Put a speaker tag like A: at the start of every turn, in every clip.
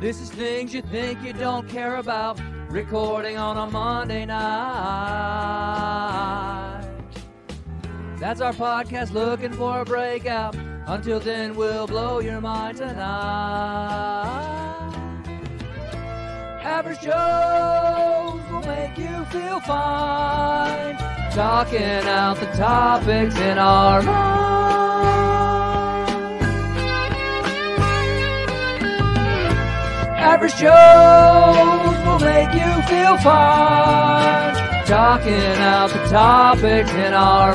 A: This is things you think you don't care about. Recording on a Monday night. That's our podcast looking for a breakout. Until then, we'll blow your mind tonight. Average Joes will make you feel fine. Talking out the topics in our mind. Average Joes will make you feel fine. Talking out the topics in our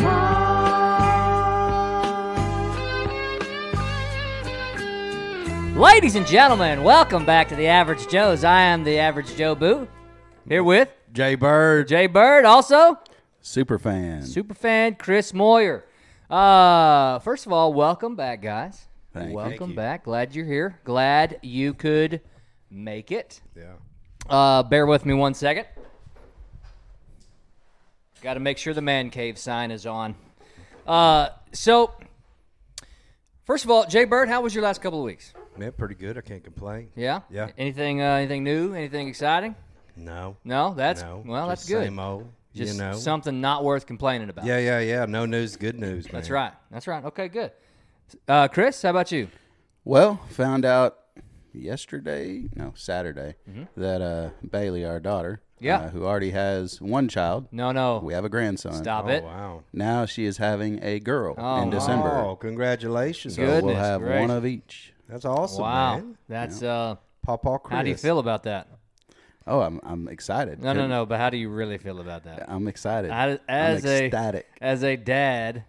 A: mind. Ladies and gentlemen, welcome back to the Average Joes. I am the Average Joe Boo. Here with
B: Jay Bird,
A: Jay Bird, also
B: super fan.
A: superfan Chris Moyer. Uh, first of all, welcome back, guys.
B: Thank you.
A: welcome
B: Thank you.
A: back. Glad you're here. Glad you could make it.
C: Yeah.
A: Uh, bear with me one second. Got to make sure the man cave sign is on. Uh, so, first of all, Jay Bird, how was your last couple of weeks?
C: Man, pretty good. I can't complain.
A: Yeah.
C: Yeah.
A: Anything? Uh, anything new? Anything exciting?
C: No.
A: No. That's
C: no.
A: well.
C: Just
A: That's good.
C: Same old.
A: Just
C: you know.
A: something not worth complaining about.
C: Yeah, yeah, yeah. No news, good news.
A: That's right. That's right. Okay. Good. Uh, Chris, how about you?
B: Well, found out yesterday, no, Saturday, that uh, Bailey, our daughter,
A: Mm-hmm. Yeah.
B: uh, who already has one child,
A: No. No.
B: we have a grandson.
A: Stop
C: Oh
A: it.
C: wow.
B: Now she is having a girl
A: Oh,
B: in December.
C: Oh, congratulations. Oh,
B: So
A: Good.
B: we'll
A: Goodness
B: have
A: gracious.
B: one of each.
C: That's awesome,
A: Wow.
C: man.
A: That's uh.
C: Pawpaw Chris.
A: How do you feel about that?
B: Oh, I'm I'm excited.
A: No. No. No. But how do you really feel about that?
B: I'm excited.
A: I- as
B: I'm
A: a-
B: ecstatic.
A: as a dad,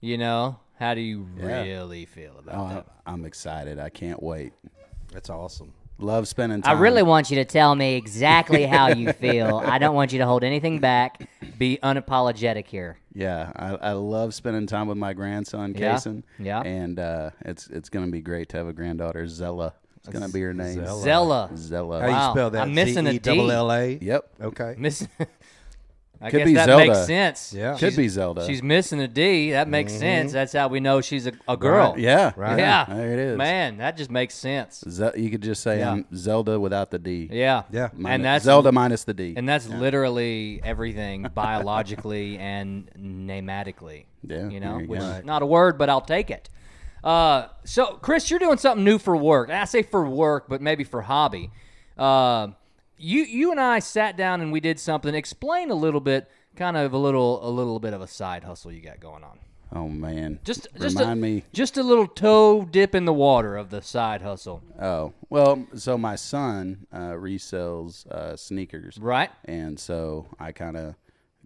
A: you know, how do you
B: Yeah.
A: really feel about
B: Oh,
A: that?
B: I, I'm excited. I can't wait.
C: That's awesome.
B: Love spending
D: I
B: time.
D: really want you to tell me exactly how you feel. I don't want you to hold anything back.
A: Be
D: Unapologetic here.
B: Yeah, I, I love spending time with my grandson,
A: Yeah,
B: Kason.
A: yeah.
B: and uh, it's it's gonna be great to have a granddaughter, Zella. It's gonna be her name,
C: Zella.
A: Zella.
B: Zella.
C: How
A: Wow.
C: you spell that? E
A: I'm missing a D.
C: Z-E-double-L-A?
B: Yep,
C: Okay.
A: Miss. I
B: Could
A: guess
B: be
A: that
B: Zelda.
A: makes sense.
C: Yeah.
B: could be Zelda. Mm-hmm.
A: She's missing a D. That makes sense. That's how we know she's a, a girl.
B: yeah,
C: Right.
A: Yeah.
B: There it is.
A: Man, that just makes sense.
B: Ze- you could just say
A: Yeah.
B: um, Zelda without the D.
A: Yeah.
C: Yeah.
B: Minus-
A: and that's
B: Zelda minus the D.
A: And that's literally everything biologically and nematically.
B: Yeah,
A: You know,
B: there you
A: which
B: go.
A: is not a word, but I'll take it. Uh, so, Chris, you're doing something new for work. And I say for work, but maybe for hobby. Uh, you you and I sat down and we did something. Explain a little bit, kind of a little a little bit of a side hustle you got going on.
B: oh man,
A: Just just
B: remind
A: a,
B: me.
A: just a little toe dip in the water of the side hustle,
B: Oh well, so my son uh, resells uh, sneakers,
A: right?
B: and so I kind of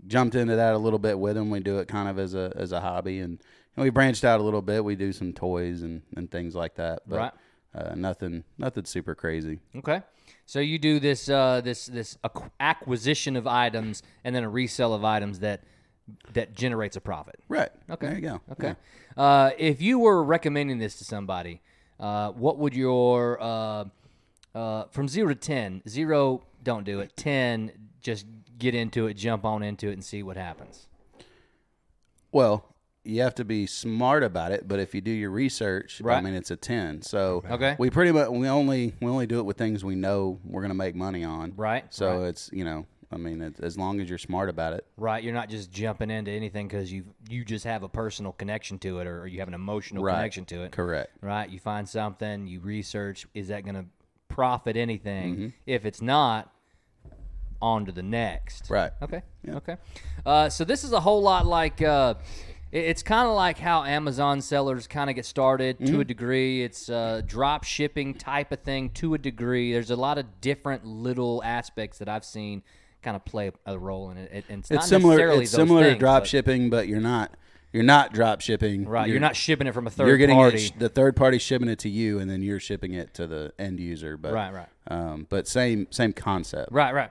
B: jumped into that a little bit with him. We do it kind of as a as a hobby, and, and we branched out a little bit. We do some toys and, and things like that, but
A: Right.
B: uh, nothing nothing super crazy.
A: Okay. So you do this uh, this this ac- acquisition of items and then a resale of items that that generates a profit.
B: Right. Okay. There you go.
A: Okay. Uh, if you were recommending this to somebody, uh, what would your uh, uh, from zero to ten? Zero, don't do it. Ten, just get into it, jump on into it, and see what happens.
B: Well, you have to be smart about it, but if you do your research, I
A: Right.
B: mean it's a ten. So
A: Okay.
B: we pretty much we only we only do it with things we know we're gonna make money on.
A: Right,
B: So it's you know I mean it, as long as you're smart about it.
A: Right, you're not just jumping into anything because you you just have a personal connection to it, or, or you have an emotional
B: Right.
A: connection to it.
B: Correct.
A: right? You find something, you research, is that going to profit anything?
B: Mm-hmm.
A: If it's not, on to the next.
B: Right.
A: Okay. Okay. Uh, so this is a whole lot like uh, it- it's kind of like how Amazon sellers kind of get started
B: Mm-hmm.
A: to a degree. It's uh, drop shipping type of thing to a degree. There's a lot of different little aspects that I've seen kind of play a role in it. It- and it's, not
B: It's similar.
A: necessarily
B: It's
A: those
B: similar
A: things,
B: to drop
A: but-
B: shipping, but you're not you're not drop shipping.
A: Right. You're, not shipping it from a 3rd
B: you're getting
A: party.
B: it, sh- the third party shipping it to you, and then you're shipping it to the end user. But
A: Right, right.
B: Um, but same same concept.
A: Right, right.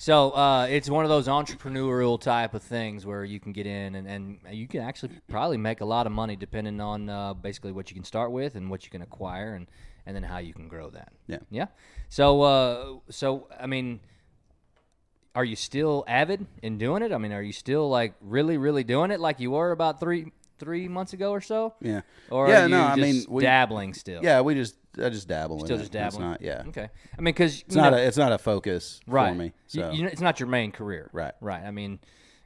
A: So uh, it's one of those entrepreneurial type of things where you can get in and, and you can actually probably make a lot of money depending on uh, basically what you can start with and what you can acquire and, and then how you can grow that.
B: Yeah.
A: Yeah. So uh, so I mean, are you still avid in doing it? I mean, are you still like really really doing it like you were about three three months ago or so?
B: Yeah.
A: Or
B: yeah,
A: are you
B: no, I
A: just
B: mean, we-
A: dabbling still?
B: Yeah, we just I just dabble.
A: Still
B: in
A: just
B: it. It's
A: dabbling?
B: not, yeah,
A: Okay. I mean, because
B: it's not a it's not a focus
A: right.
B: for me.
A: You-
B: So
A: you know, it's not your main career.
B: Right.
A: Right. I mean,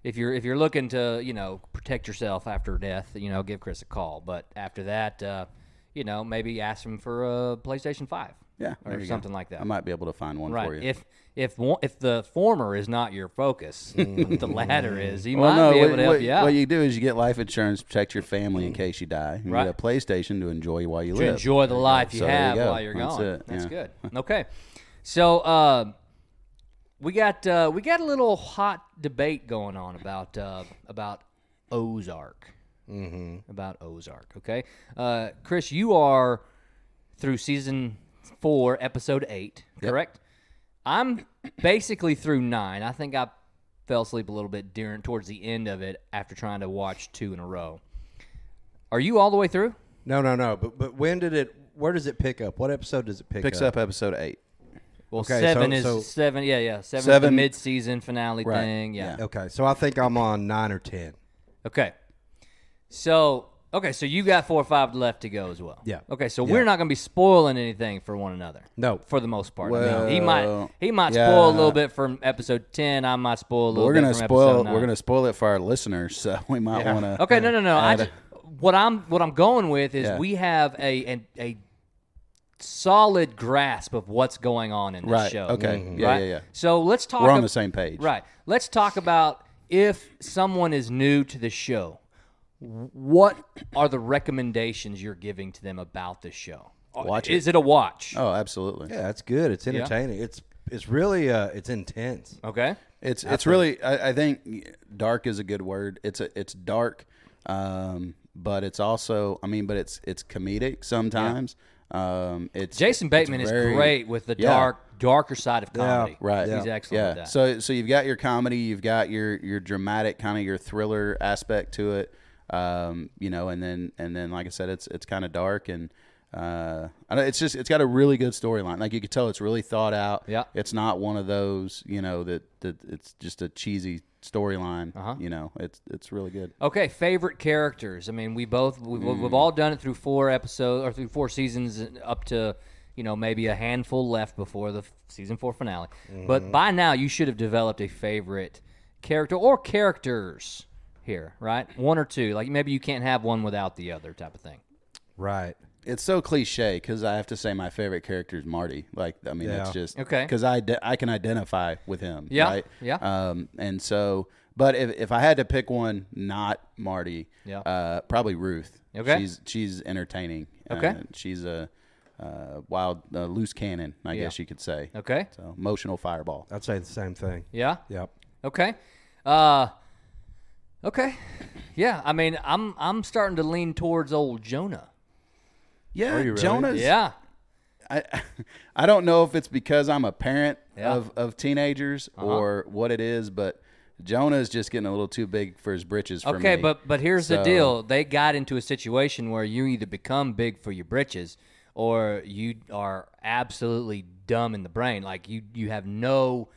A: if you're if you're looking to you know protect yourself after death, you know, give Chris a call. But after that, uh, you know, maybe ask him for a PlayStation Five.
B: yeah, there
A: Or
B: you go.
A: something like that.
B: I might be able to find one
A: right.
B: for you.
A: If if one, if the former is not your focus, the latter is. He might be
B: what,
A: able to help
B: what-
A: you out. Mm.
B: what you do is you get life insurance, to protect your family in case you die. You
A: Right.
B: get a PlayStation to enjoy while you
A: to
B: live.
A: enjoy the life you
B: So there you
A: have
B: go.
A: while you're
B: That's
A: gone.
B: it,
A: That's
B: yeah.
A: good. Okay, so uh, we got uh, we got a little hot debate going on about uh, about Ozark, mm-hmm. about Ozark. Okay, uh, Chris, you are through season four, episode eight, correct? I'm basically through nine. I think I fell asleep a little bit during towards the end of it after trying to watch two in a row. Are you all the way through?
C: No, no, no. But but when did it? Where does it pick up? What episode does it pick
B: Picks
C: up?
B: up episode eight.
A: Well,
C: Okay,
A: seven
C: so-
A: is
C: so-
A: seven. Yeah, yeah. Seven, is the
B: Seven-
A: mid-season finale
B: Right,
A: thing. Yeah.
C: Okay, so I think I'm on nine or ten.
A: Okay. So okay, so you got four or five left to go as well.
C: Yeah.
A: Okay, so
C: Yeah.
A: we're not going to be spoiling anything for one another.
C: No.
A: for the most part. I mean,
B: Well,
A: he might he might spoil a
B: yeah.
A: little bit from episode ten. I might spoil a little.
B: We're
A: bit
B: gonna
A: from
B: spoil.
A: episode nine.
B: We're gonna spoil it for our listeners, so we might want to.
A: Okay, no, no, no. I
B: add a-
A: just, what I'm what I'm going with is
B: Yeah.
A: we have a, a a solid grasp of what's going on in this
B: Right,
A: show. Mm-hmm.
B: okay. Mhm. Yeah,
A: right?
B: yeah, yeah.
A: So let's talk.
B: We're on
A: ab-
B: the same page.
A: Right. Let's talk about if someone is new to the show, what are the recommendations you're giving to them about the show?
B: Watch it.
A: Uh, is it a watch?
B: Oh, absolutely.
C: Yeah, that's good. It's entertaining. It's it's really uh it's intense.
B: Oh.
A: Okay.
B: It's it's really I, I think dark is a good word. It's a, it's dark, um, but it's also I mean, but it's it's comedic sometimes. Um, it's
A: Jason
B: it's
A: Bateman is
B: very-
A: great with the
B: yeah,
A: dark darker side of comedy.
B: Right,
A: He's
B: yeah,
A: excellent
B: Yeah.
A: at that.
B: So so you've got your comedy, you've got your your dramatic kind of your thriller aspect to it, um, you know, and then and then like I said, it's it's kind of dark and. Uh, I don't, it's just it's got a really good storyline. Like you could tell, it's really thought out.
A: Yeah.
B: it's not one of those you know that that it's just a cheesy storyline.
A: Uh-huh.
B: You know, it's it's really good.
A: Okay, favorite characters. I mean, we both we, we've all done it through four episodes or through four seasons, and up to you know maybe a handful left before the f- season four finale. But by now, you should have developed a favorite character or characters here, right? One or two. Like maybe you can't have one without the other type of thing.
C: Right.
B: it's so cliche because I have to say my favorite character is Marty. Like, I mean, it's
C: Yeah.
B: just
A: Okay.
B: because I, de- I can identify with him.
A: Yeah,
B: Right?
A: yeah.
B: Um, and so, but if, if I had to pick one, not Marty.
A: Yeah.
B: Uh, probably Ruth.
A: Okay.
B: She's she's entertaining.
A: Okay.
B: Uh, she's a uh, wild uh, loose cannon, I guess you could say.
A: Okay.
B: So emotional fireball.
C: I'd say the same thing.
A: Yeah.
C: Yep.
A: Okay. Uh, okay. Yeah. I mean, I'm I'm starting to lean towards old Jonah.
B: Yeah.
C: you really?
B: Jonah's.
A: Yeah.
B: I, I don't know if it's because I'm a parent
A: Yeah. Uh-huh.
B: of, of teenagers or what it is, but Jonah's just getting a little too big for his britches for
A: Okay,
B: me.
A: but but here's the
B: So-
A: deal: they got into a situation where you either become big for your britches, or you are absolutely dumb in the brain. Like you you have no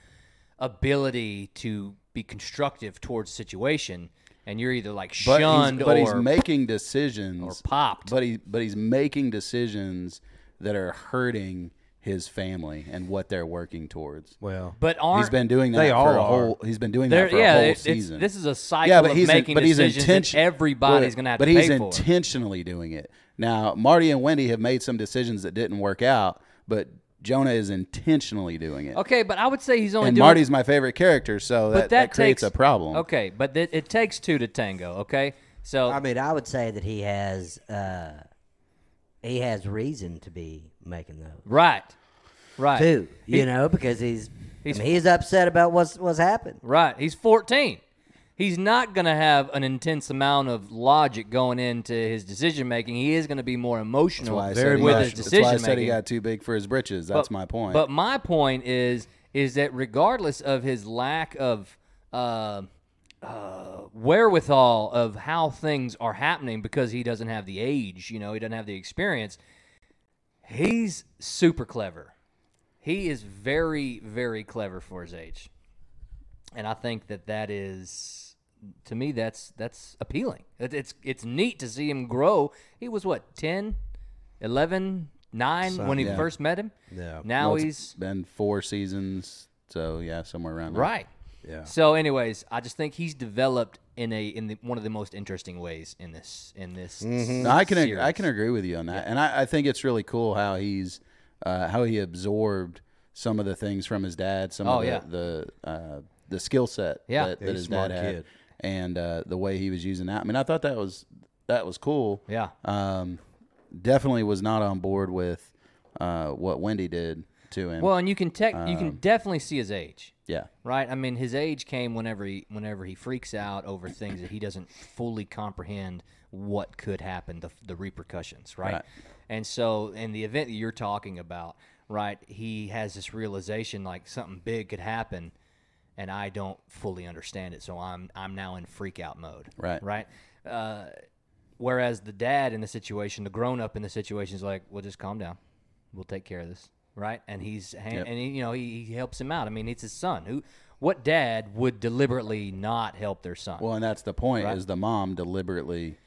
A: ability to be constructive towards situation, and you're either like
B: but
A: shunned
B: he's, but he's
A: or
B: making decisions
A: or popped.
B: But he but he's making decisions that are hurting his family and what they're working towards.
C: Well,
A: but aren't
B: he's been doing that
C: They
B: for
C: all
B: a
C: are.
B: whole. He's been doing
A: there-
B: that for
A: yeah,
B: a whole
A: it- it's,
B: season.
A: this is a cycle
B: yeah, but
A: of
B: he's in-
A: making
B: but he's
A: decisions
B: intention-
A: that everybody's
B: but-
A: going to have
B: But
A: to
B: he's
A: pay for.
B: intentionally doing it. Now, Marty and Wendy have made some decisions that didn't work out, but Jonah is intentionally doing it.
A: Okay, but I would say he's only
B: And
A: doing
B: Marty's my favorite character, so that,
A: but that,
B: that creates
A: takes,
B: a problem.
A: Okay, but th- it takes two to tango. Okay, so
E: I mean, I would say that he has uh, he has reason to be making those
A: right, right,
E: too. You know, because he's
A: He's-
E: he's, I mean, he's upset about what's what's happened.
A: right. He's fourteen. He's not going to have an intense amount of logic going into his decision making. He is going to be more emotional
B: That's why I
A: with
B: said he got-
A: his
B: that's why I
A: decision
B: said he
A: making.
B: got too big for his britches. That's
A: But-
B: my point.
A: But my point is is that regardless of his lack of uh, uh, wherewithal of how things are happening, because he doesn't have the age, you know, he doesn't have the experience. He's super clever. He is very, very clever for his age, and I think that that is to me that's that's appealing. It, it's it's neat to see him grow. He was what 10, 11, 9 when he
B: yeah.
A: first met him.
C: Yeah.
A: Now
B: Well, it's
A: he's
B: been four seasons, so yeah, somewhere around. there.
A: right.
C: Yeah.
A: So anyways, I just think he's developed in a in the, one of the most interesting ways in this in this
B: No, I can
A: series.
B: I can agree with you on that, and I, I think it's really cool how he's uh, how he absorbed some of the things from his dad, some
A: Oh,
B: of the
A: yeah.
B: the, uh, the skill set
A: Yeah.
B: that,
A: Yeah,
B: that
C: he's a
B: his dad
C: smart
B: had,
C: kid.
B: and uh, the way he was using that. I mean, I thought that was that was cool.
A: Yeah.
B: Um, definitely was not on board with uh, what Wendy did to him.
A: Well, and you can tech you can definitely see his age.
B: yeah.
A: right? I mean, his age came whenever he whenever he freaks out over things that he doesn't fully comprehend what could happen, the the repercussions, right?
B: Right.
A: And so, in the event that you're talking about, right, he has this realization like something big could happen, and I don't fully understand it, so I'm I'm now in freak out mode,
B: Right.
A: Right. Uh, whereas the dad in the situation, the grown up in the situation, is like, "Well, just calm down. We'll take care of this." Right, and he's hand,
B: Yep.
A: and he, you know he, he helps him out. I mean, it's his son. Who, what dad would deliberately not help their son?
B: Well, and that's the point is the mom deliberately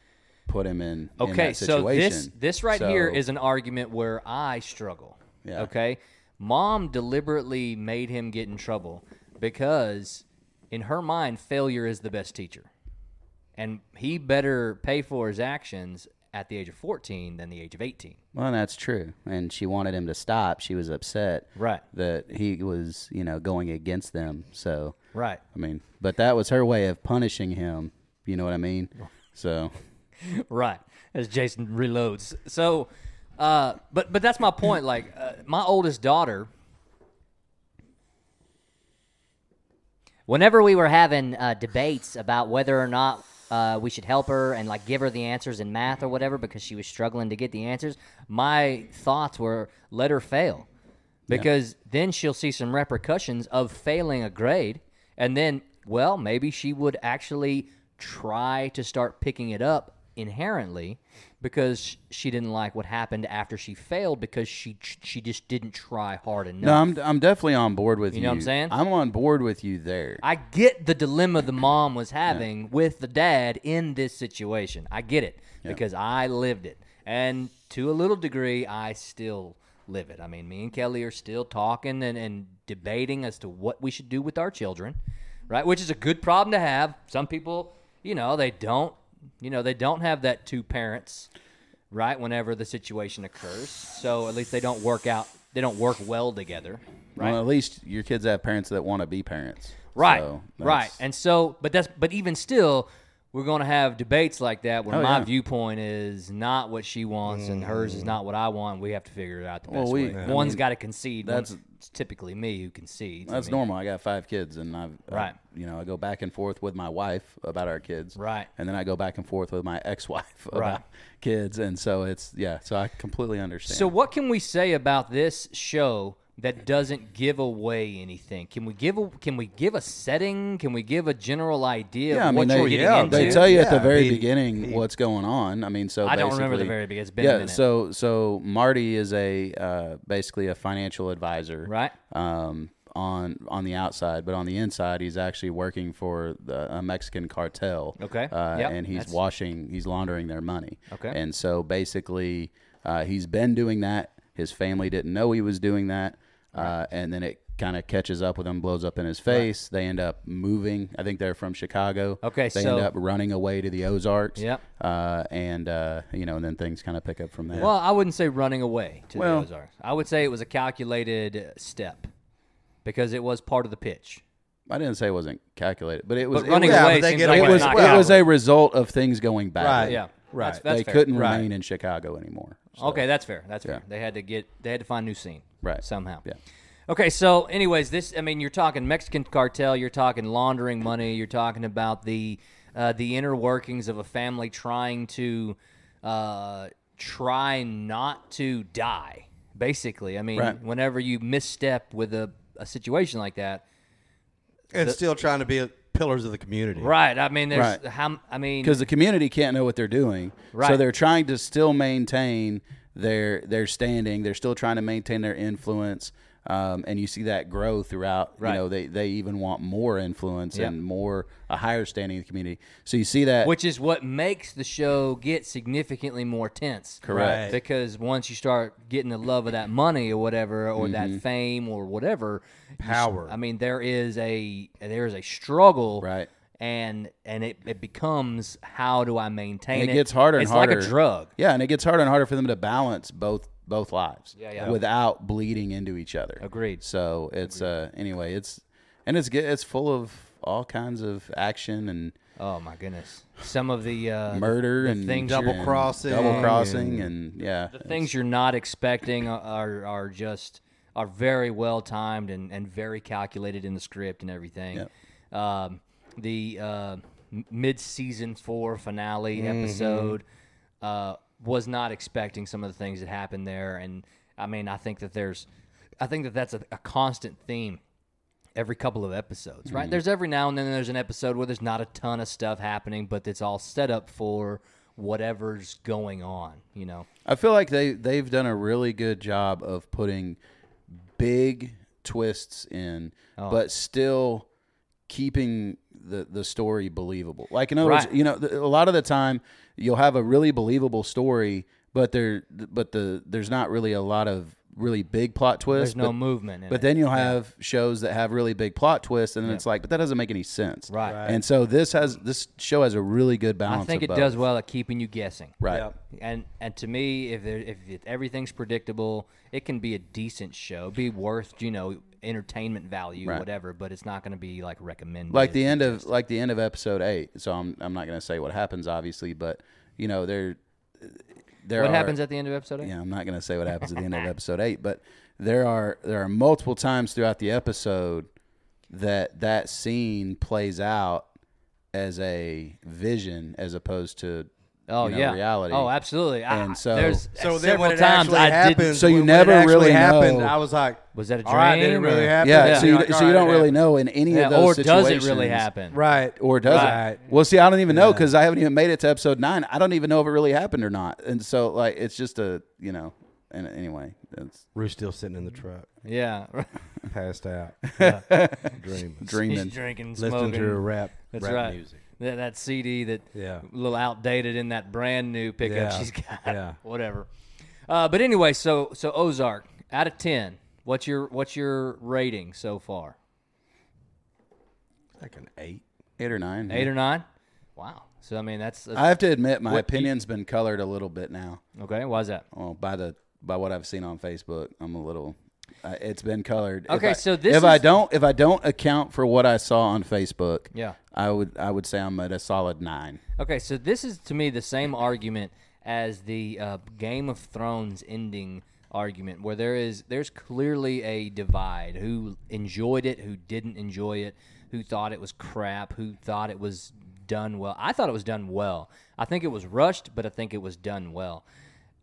B: put him in in
A: okay,
B: that
A: so this
B: situation.
A: this right here
B: So-
A: is an argument where I struggle.
B: Yeah.
A: Okay, mom deliberately made him get in trouble because, in her mind, failure is the best teacher. and he better pay for his actions at the age of 14 than the age of 18.
F: Well, that's true. And she wanted him to stop. She was upset
A: Right.
F: that he was, you know, going against them. So,
A: Right.
F: I mean, but that was her way of punishing him. You know what I mean? So,
A: Right. As Jason reloads. So, uh, but but that's my point. Like uh, my oldest daughter,
D: Whenever we were having uh, debates about whether or not uh, we should help her and like give her the answers in math or whatever because she was struggling to get the answers,
A: my thoughts were let her fail because then she'll see some repercussions of failing a grade, and then well maybe she would actually try to start picking it up inherently because she didn't like what happened after she failed because she she just didn't try hard enough.
B: No, I'm, I'm definitely on board with
A: You
B: you.
A: know what I'm saying?
B: I'm on board with you there.
A: I get the dilemma the mom was having with the dad in this situation. I get it because I lived it. And to a little degree, I still live it. I mean, me and Kelly are still talking and, and debating as to what we should do with our children, right? Which is a good problem to have. Some people, you know, they don't, you know, they don't have that two parents, right? Whenever the situation occurs. So at least they don't work out, they don't work well together.
B: Well, at least your kids have parents that want to be parents.
A: Right.
B: So that's-
A: right. And so, but that's but even still, we're going to have debates like that where
B: Oh,
A: my
B: yeah. Mm.
A: viewpoint is not what she wants and hers is not what I want. We have to figure it out the best
B: Well, we-
A: way.
B: I
A: One's got to concede. That's
B: that's-
A: it's typically me who concedes. I
B: That's
A: mean,
B: normal. I got five kids, and I've I-
A: Right.
B: you know, I go back and forth with my wife about our kids,
A: Right.
B: and then I go back and forth with my ex-wife about
A: Right.
B: kids, and so it's yeah. So I completely understand.
A: So, what can we say about this show that doesn't give away anything? Can we give a Can we give a setting? Can we give a general idea
B: yeah, I
A: of what
B: mean, they,
A: you're getting
C: yeah,
A: into?
B: they tell you at the
C: Yeah,
B: very
C: he-
B: beginning what's going on. I mean, so
A: I don't remember the
B: basically-
A: very beginning. It's been a
B: yeah.
A: minute.
B: So so Marty is a uh, basically a financial advisor,
A: Right.
B: Um, on on the outside, but on the inside, he's actually working for the, a Mexican cartel.
A: Okay.
B: uh,
A: Yep.
B: and he's
A: That's-
B: washing, he's laundering their money.
A: Okay.
B: and so basically, uh, he's been doing that. His family didn't know he was doing that, uh, and then it kind of catches up with him, blows up in his face. They end up moving. I think they're from Chicago.
A: Okay,
B: they
A: so-
B: end up running away to the Ozarks.
A: Yep.
B: Uh, and uh, you know, and then things kind of pick up from there.
A: Well, I wouldn't say running away to
B: Well-
A: the Ozarks. I would say it was a calculated uh, step because it was part of the pitch.
B: I didn't say it wasn't calculated, but it was
A: But running
B: it was,
C: Yeah,
A: away
C: but they
A: seems
C: get
A: like
C: away
A: it's
B: it was,
A: not
C: with
B: it was
A: calculated.
B: a result of things going badly.
C: Right.
A: yeah,
C: Right.
A: That's, that's
B: they
A: fair.
B: couldn't
C: Right.
B: remain in Chicago anymore.
A: Okay, that's fair. That's fair. They had to get they had to find a new scene.
B: Right.
A: Somehow.
B: Yeah.
A: Okay, so anyways, this I mean, you're talking Mexican cartel, you're talking laundering money, you're talking about the uh, the inner workings of a family trying to uh, try not to die. Basically, I mean,
B: Right.
A: whenever you misstep with a, a situation like that,
C: and still trying to be pillars of the community.
A: right? I mean, there's
B: Right.
A: how I mean,
B: because the community can't know what they're doing.
A: Right.
B: So they're trying to still maintain their their standing. They're still trying to maintain their influence. Um, and you see that grow throughout.
A: Right.
B: You know, they, they even want more influence
A: Yep.
B: and more a higher standing in the community. So you see that
A: which is what makes the show get significantly more tense.
B: Correct.
C: Right.
A: Because once you start getting the love of that money or whatever, or
B: Mm-hmm.
A: that fame or whatever you s-
C: Power.
A: I mean, there is a there is a struggle.
B: Right.
A: And and it, it becomes how do I maintain it?
B: it gets harder and
A: it's
B: harder.
A: like a drug.
B: Yeah, and it gets harder and harder for them to balance both both lives.
A: Yeah, yeah.
B: Without bleeding into each other.
A: Agreed.
B: So it's uh anyway, it's and it's good. It's full of all kinds of action and
A: Oh my goodness. Some of the uh,
B: murder
A: the
B: and
A: things
B: you're-
A: you're-
C: double
B: and
C: crossing
B: double crossing, and, yeah,
A: the things you're not expecting are, are are just are very well timed and and very calculated in the script and everything. Um, the uh, mid season four finale episode uh, was not expecting some of the things that happened there, and I mean I think that there's I think that that's a, a constant theme every couple of episodes, right? There's every now and then there's an episode where there's not a ton of stuff happening, but it's all set up for whatever's going on, you know.
B: I feel like they they've done a really good job of putting big twists in,
A: Oh.
B: but still keeping the the story believable. Like in other
A: Right.
B: words, you know, th- a lot of the time you'll have a really believable story, but there but the there's not really a lot of really big plot twists.
A: There's no
B: but,
A: movement in
B: But
A: it.
B: then you'll have shows that have really big plot twists, and then it's like, but that doesn't make any sense,
A: Right. Right.
B: And so this has this show has a really good balance.
A: I think
B: of
A: it
B: both.
A: does well at keeping you guessing.
B: Right.
C: Yep.
A: And and to me, if there, if it, everything's predictable, it can be a decent show, be worth you know entertainment value,
B: Right.
A: whatever. But it's not going to be like recommended.
B: like the end of like the end of episode eight. So I'm I'm not gonna say what happens, obviously, but you know there there
A: what
B: are,
A: happens at the end of episode eight?
B: yeah I'm not gonna say what happens at the end of episode eight, but there are there are multiple times throughout the episode that that scene plays out as a vision as opposed to
A: Oh
B: you know,
A: yeah,
B: reality.
A: Oh, absolutely. I-
B: And so-
A: there's
C: So then
A: several
C: when it
A: times
C: actually
A: I didn't.
C: happened,
B: So you
C: when
B: never
C: it actually
B: really
C: happened,
B: know.
C: I was like,
A: Was that a
C: All right, did it
A: dream
C: really
A: or-
C: happen?
B: yeah,
C: You're
B: so you,
C: like, all
B: so you
C: right,
B: don't
C: it
B: really
C: happened.
B: know in any
A: Yeah,
B: of those
A: or does it really
B: situations.
A: happen?
C: Right.
B: or does
C: Right.
B: it? Well, see, I don't even know because I haven't even made it to episode nine. I don't even know if it really happened or not. And so, like, it's just a you know. And anyway, it's
C: Roo's still sitting in the truck,
A: Yeah,
C: passed out, dreaming,
A: he's
B: dreaming.
A: drinking,
C: listening
A: smoking.
C: to her rap,
A: That's
C: rap
A: right.
C: music.
A: That, that CD that
C: Yeah.
A: a little outdated in that brand new pickup
C: Yeah.
A: she's got.
C: Yeah.
A: Whatever. Uh, but anyway, so so Ozark out of ten. What's your what's your rating so far?
C: Like an eight.
B: Eight or nine.
A: Eight or nine? Wow. So I mean that's, that's
B: I have to admit, my opinion's been colored a little bit now
A: okay. Why is that?
B: well, by the by what I've seen on Facebook. I'm a little. Uh, it's been colored. If
A: Okay,
B: I-
A: so this
B: if I
A: is-
B: don't if I don't account for what I saw on Facebook,
A: Yeah.
B: I would I would say I'm at a solid nine.
A: Okay, so this is to me the same argument as the uh, Game of Thrones ending argument, where there is there's clearly a divide: who enjoyed it, who didn't enjoy it, who thought it was crap, who thought it was done well. I thought it was done well. I think it was rushed, but I think it was done well.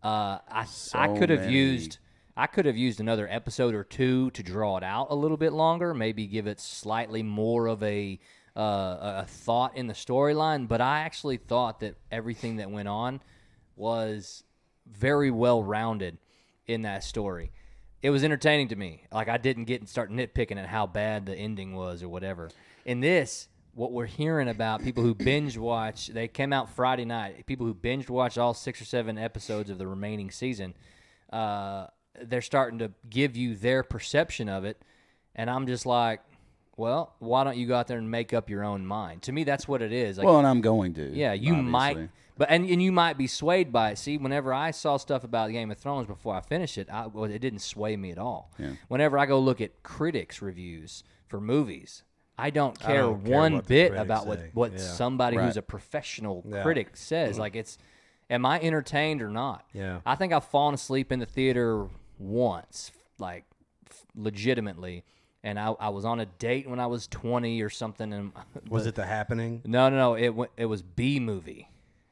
A: Uh, I I could have
B: many
A: used I could have used another episode or two to draw it out a little bit longer, maybe give it slightly more of a uh, a- a thought in the storyline. But I actually thought that everything that went on was very well rounded in that story. It was entertaining to me. Like I didn't get and start nitpicking at how bad the ending was or whatever. In this, what we're hearing about people who binge watch, they came out Friday night. People who binge watch all six or seven episodes of the remaining season uh, they're starting to give you their perception of it. And I'm just like, well, why don't you go out there and make up your own mind? To me, that's what it is. Like,
B: Well, and I'm going to.
A: yeah, you might,
B: obviously.
A: but and, and you might be swayed by it. See, whenever I saw stuff about Game of Thrones before I finished it, I, well, it didn't sway me at all. Whenever I go look at critics' reviews for movies, I don't care
C: don't care
A: one
C: what the
A: bit
C: critics
A: about
C: say.
A: what what
C: Yeah.
A: somebody who's
B: Right.
A: a professional
C: Yeah. Mm-hmm.
A: critic says. Like it's, am I entertained or not?
C: Yeah.
A: I think I've fallen asleep in the theater once, like f- legitimately. And I, I was on a date when I was 20 or something, and
C: Was it the happening?
A: no, no, no. It wa- it was B movie.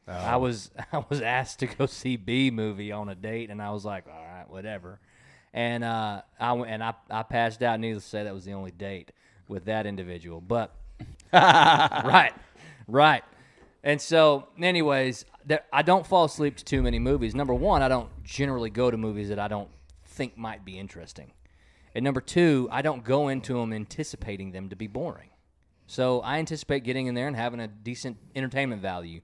A: I was I was asked to go see B movie on a date, and I was like, all right, whatever. And uh, I went and I I passed out. Needless to say, that was the only date with that individual. But right, right. And so, anyways, there, I don't fall asleep to too many movies. Number one, I don't generally go to movies that I don't think might be interesting. And number two, I don't go into them anticipating them to be boring. So I anticipate getting in there and having a decent entertainment value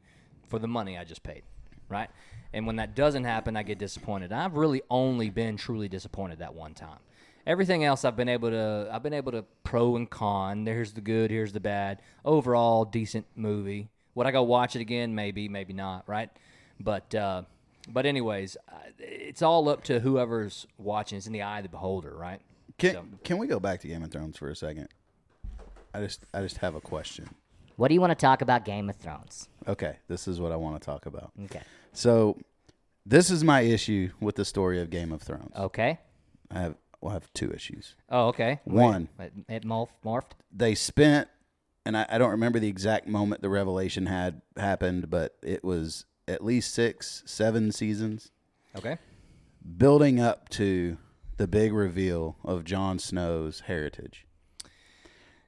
A: for the money I just paid, right? And when that doesn't happen, I get disappointed. I've really only been truly disappointed that one time. Everything else I've been able to I've been able to pro and con. Here's the good, here's the bad. Overall decent movie. Would I go watch it again? Maybe, maybe not, right? But uh but anyways, I- it's all up to whoever's watching. It's in the eye of the beholder, right?
B: Can
A: So-
B: Can we go back to Game of Thrones for a second? I just I just have a question.
D: What do you want to talk about Game of Thrones?
B: Okay, this is what I want to talk about.
D: Okay.
B: So, this is my issue with the story of Game of Thrones.
A: Oh.
D: Okay.
B: I have well, I have two issues.
D: Oh, okay. Wait,
B: One,
D: It, it morph- morphed.
B: they spent and I, I don't remember the exact moment the revelation had happened but it was at least six seven seasons
A: Okay.
B: building up to the big reveal of Jon Snow's heritage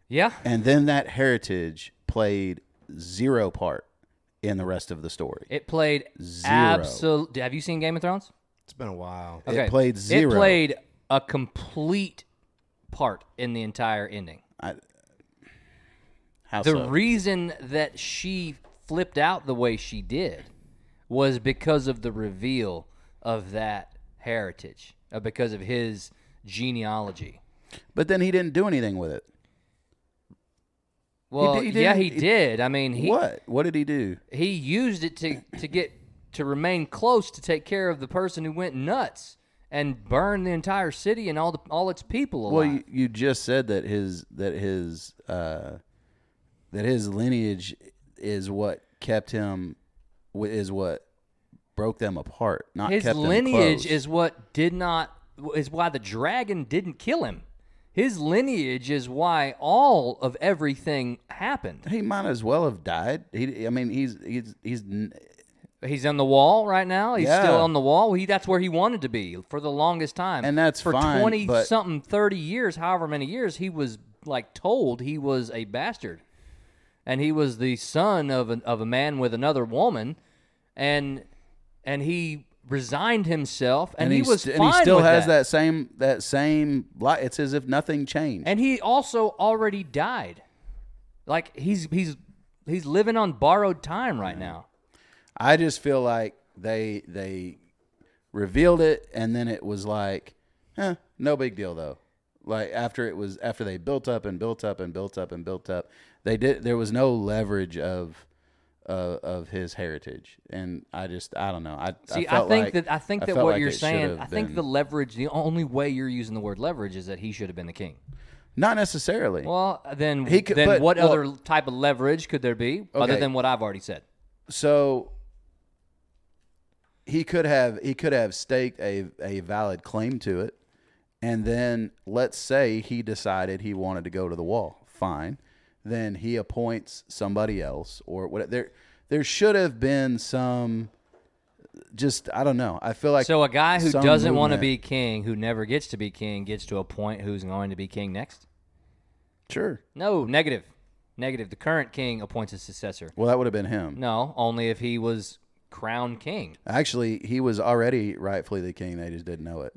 A: Yeah.
B: and then that heritage played zero part in the rest of the story
A: It played
B: Zero.
A: absolute. Have you seen Game of Thrones?
C: It's been a while.
A: Okay.
B: played zero.
A: It played a complete part in the entire ending.
B: How
A: The
B: so?
A: reason that she flipped out the way she did was because of the reveal of that heritage, uh, because of his genealogy.
B: but then he didn't do anything with it
A: Well,
B: did- he
A: yeah, he
B: didn't- he-
A: did. I mean, he
B: what what did he do
A: he used it to to get to remain close to take care of the person who went nuts and burned the entire city and all the all its people alive.
B: Well, you, you just said that his that his uh, that his lineage is what kept him wi- is what broke them apart. Not
A: his
B: kept them
A: lineage
B: close.
A: is what did not is why the dragon didn't kill him. His lineage is why all of everything happened.
B: He might as well have died. He, I mean, he's he's he's n-
A: He's on the wall right now. He's
B: Yeah.
A: still on the wall. He that's where he wanted to be for the longest time.
B: And that's
A: for
B: fine,
A: twenty
B: but-
A: something, thirty years, however many years, he was like told he was a bastard, and he was the son of an, of a man with another woman, and and he resigned himself, and, he
B: he's
A: was
B: st-
A: fine
B: and he still
A: with
B: has
A: that.
B: that. same that same li It's as if nothing changed.
A: And he also already died. Like he's he's he's living on borrowed time right now.
B: I just feel like they they revealed it and then it was like, eh, no big deal though. Like after it was after they built up and built up and built up and built up, they did there was no leverage of uh, of his heritage, and I just I don't know. I
A: See, I,
B: felt
A: think
B: like-
A: that I think that
B: felt
A: what
B: like
A: you're
B: it should
A: saying,
B: have
A: I think
B: been-
A: the leverage, the only way you're using the word leverage is that he should have been the king.
B: not necessarily.
A: Well, then
B: He could-
A: then
B: but-
A: what
B: well-
A: other type of leverage could there be other
B: Okay.
A: than what I've already said?
B: so he could have he could have staked a a valid claim to it and then let's say he decided he wanted to go to the wall fine then he appoints somebody else or what there there should have been some just i don't know i feel like
A: So a guy who
B: some
A: doesn't want to
B: movement.
A: be king, who never gets to be king, gets to appoint who's going to be king next?
B: sure
A: No, negative. Negative. The current king appoints his successor.
B: well that would have been him
A: No, only if he was crowned king.
B: actually he was already rightfully the king they just didn't know it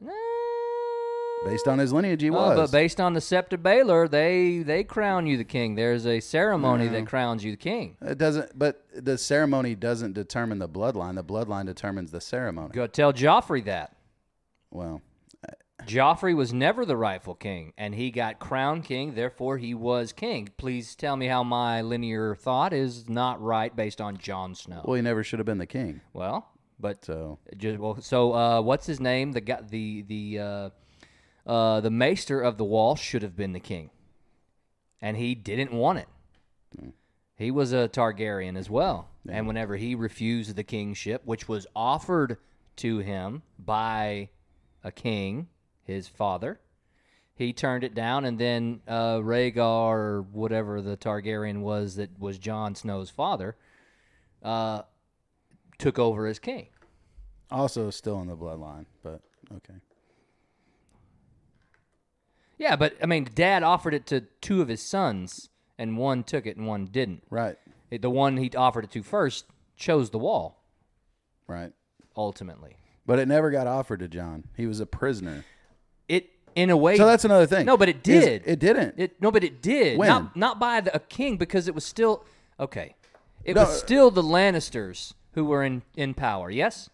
B: based on his lineage he
A: Uh,
B: was
A: but based on the Scepter Baylor, they they crown you the king. There's a ceremony that crowns you the king.
B: It doesn't, but the ceremony doesn't determine the bloodline. The bloodline determines the ceremony.
A: Go tell Joffrey that.
B: Well,
A: Joffrey was never the rightful king, and he got crowned king, therefore he was king. Please tell me how my linear thought is not right based on Jon Snow.
B: well, he never should have been the king.
A: Well, but
B: So
A: Just, well, so uh, what's his name? The guy, the the uh, uh, the maester of the wall should have been the king, and he didn't want it. He was a Targaryen as well, and whenever he refused the kingship, which was offered to him by a king, his father, he turned it down, and then uh, Rhaegar, or whatever the Targaryen was that was Jon Snow's father, uh, took over as king.
B: also still in the bloodline, but okay.
A: Yeah, but I mean, Dad offered it to two of his sons, and one took it and one didn't.
B: Right,
A: It- The one he offered it to first chose the wall
B: right.
A: ultimately.
B: But it never got offered to John. He was a prisoner.
A: It in a way.
B: So that's another thing.
A: No, but it
B: Is-
A: did.
B: it didn't.
A: It no, but it did.
B: When?
A: Not not by the, a king because it was still okay. It
B: No. uh,
A: was still the Lannisters who were in in power. Yes.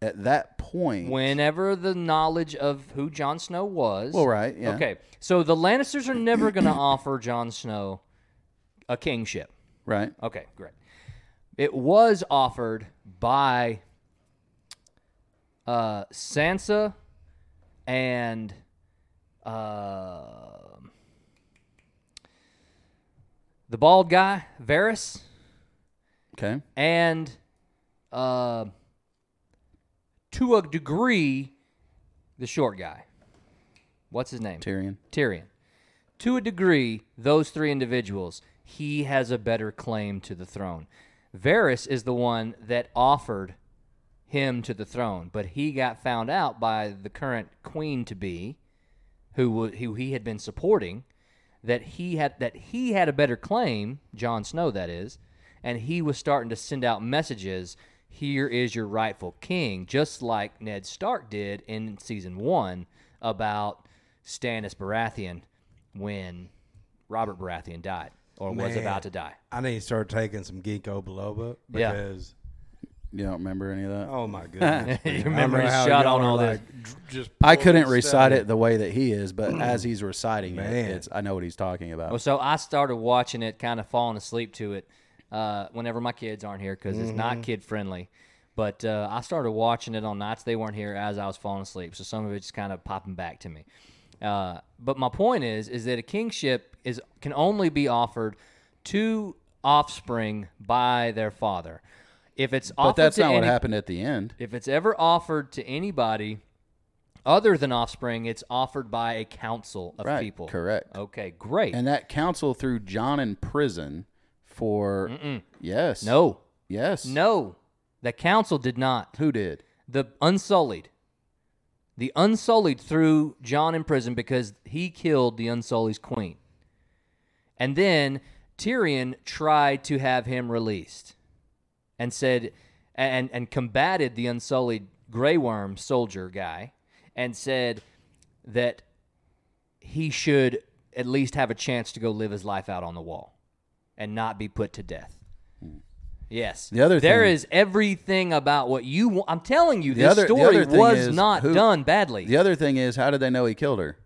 B: At that point,
A: Whenever the knowledge of who Jon Snow was.
B: Well, right, yeah.
A: Okay. So the Lannisters are never going to offer Jon Snow a kingship.
B: right?
A: Okay, great. It was offered by uh, Sansa and uh, the bald guy Varys
B: Okay.
A: and uh, to a degree the short guy. What's his name?
B: Tyrion.
A: Tyrion. To a degree, those three individuals, he has a better claim to the throne. Varys is the one that offered him to the throne, but he got found out by the current queen to be, who wa- who he had been supporting, that he had that he had a better claim, Jon Snow that is, and he was starting to send out messages. Here is your rightful king, just like Ned Stark did in season one about Stannis Baratheon when Robert Baratheon died or was
C: Man.
A: about to die.
C: I need to start taking some ginkgo biloba
A: Yeah.
C: because
B: You don't remember any of that?
C: oh my goodness,
A: Your
C: I don't know
A: memory's
C: how
A: shot
C: y'all
A: on
C: are,
A: all this.
C: like, dr- Just
B: I couldn't
C: pulling stuff.
B: recite it the way that he is, but as he's reciting
C: Man.
B: it, it's, I know what he's talking about.
A: Well, so I started watching it, kind of falling asleep to it uh, whenever my kids aren't here because it's
B: Mm-hmm.
A: not kid friendly. But uh, I started watching it on nights they weren't here as I was falling asleep, so some of it's kind of popping back to me. Uh, but my point is, is that a kingship is can only be offered to offspring by their father. If it's
B: but
A: offered
B: that's
A: to
B: not what
A: any-
B: happened at the end.
A: If it's ever offered to anybody other than offspring, it's offered by a council of
B: Right,
A: people.
B: correct.
A: Okay, great.
B: And that council threw John in prison for yes,
A: no,
B: yes,
A: no, the council did not.
B: Who did?
A: The Unsullied, the Unsullied threw John in prison because he killed the Unsullied's queen, and then Tyrion tried to have him released, and said, and and combated the Unsullied Grey Worm soldier guy, and said that he should at least have a chance to go live his life out on the wall and not be put to death. Yes.
B: The other
A: there
B: thing-
A: is everything about what you want. I'm telling you,
B: The
A: this
B: other- the
A: story
B: other thing
A: was
B: is
A: not
B: who-
A: done badly.
B: The other thing is, how did they know he killed her?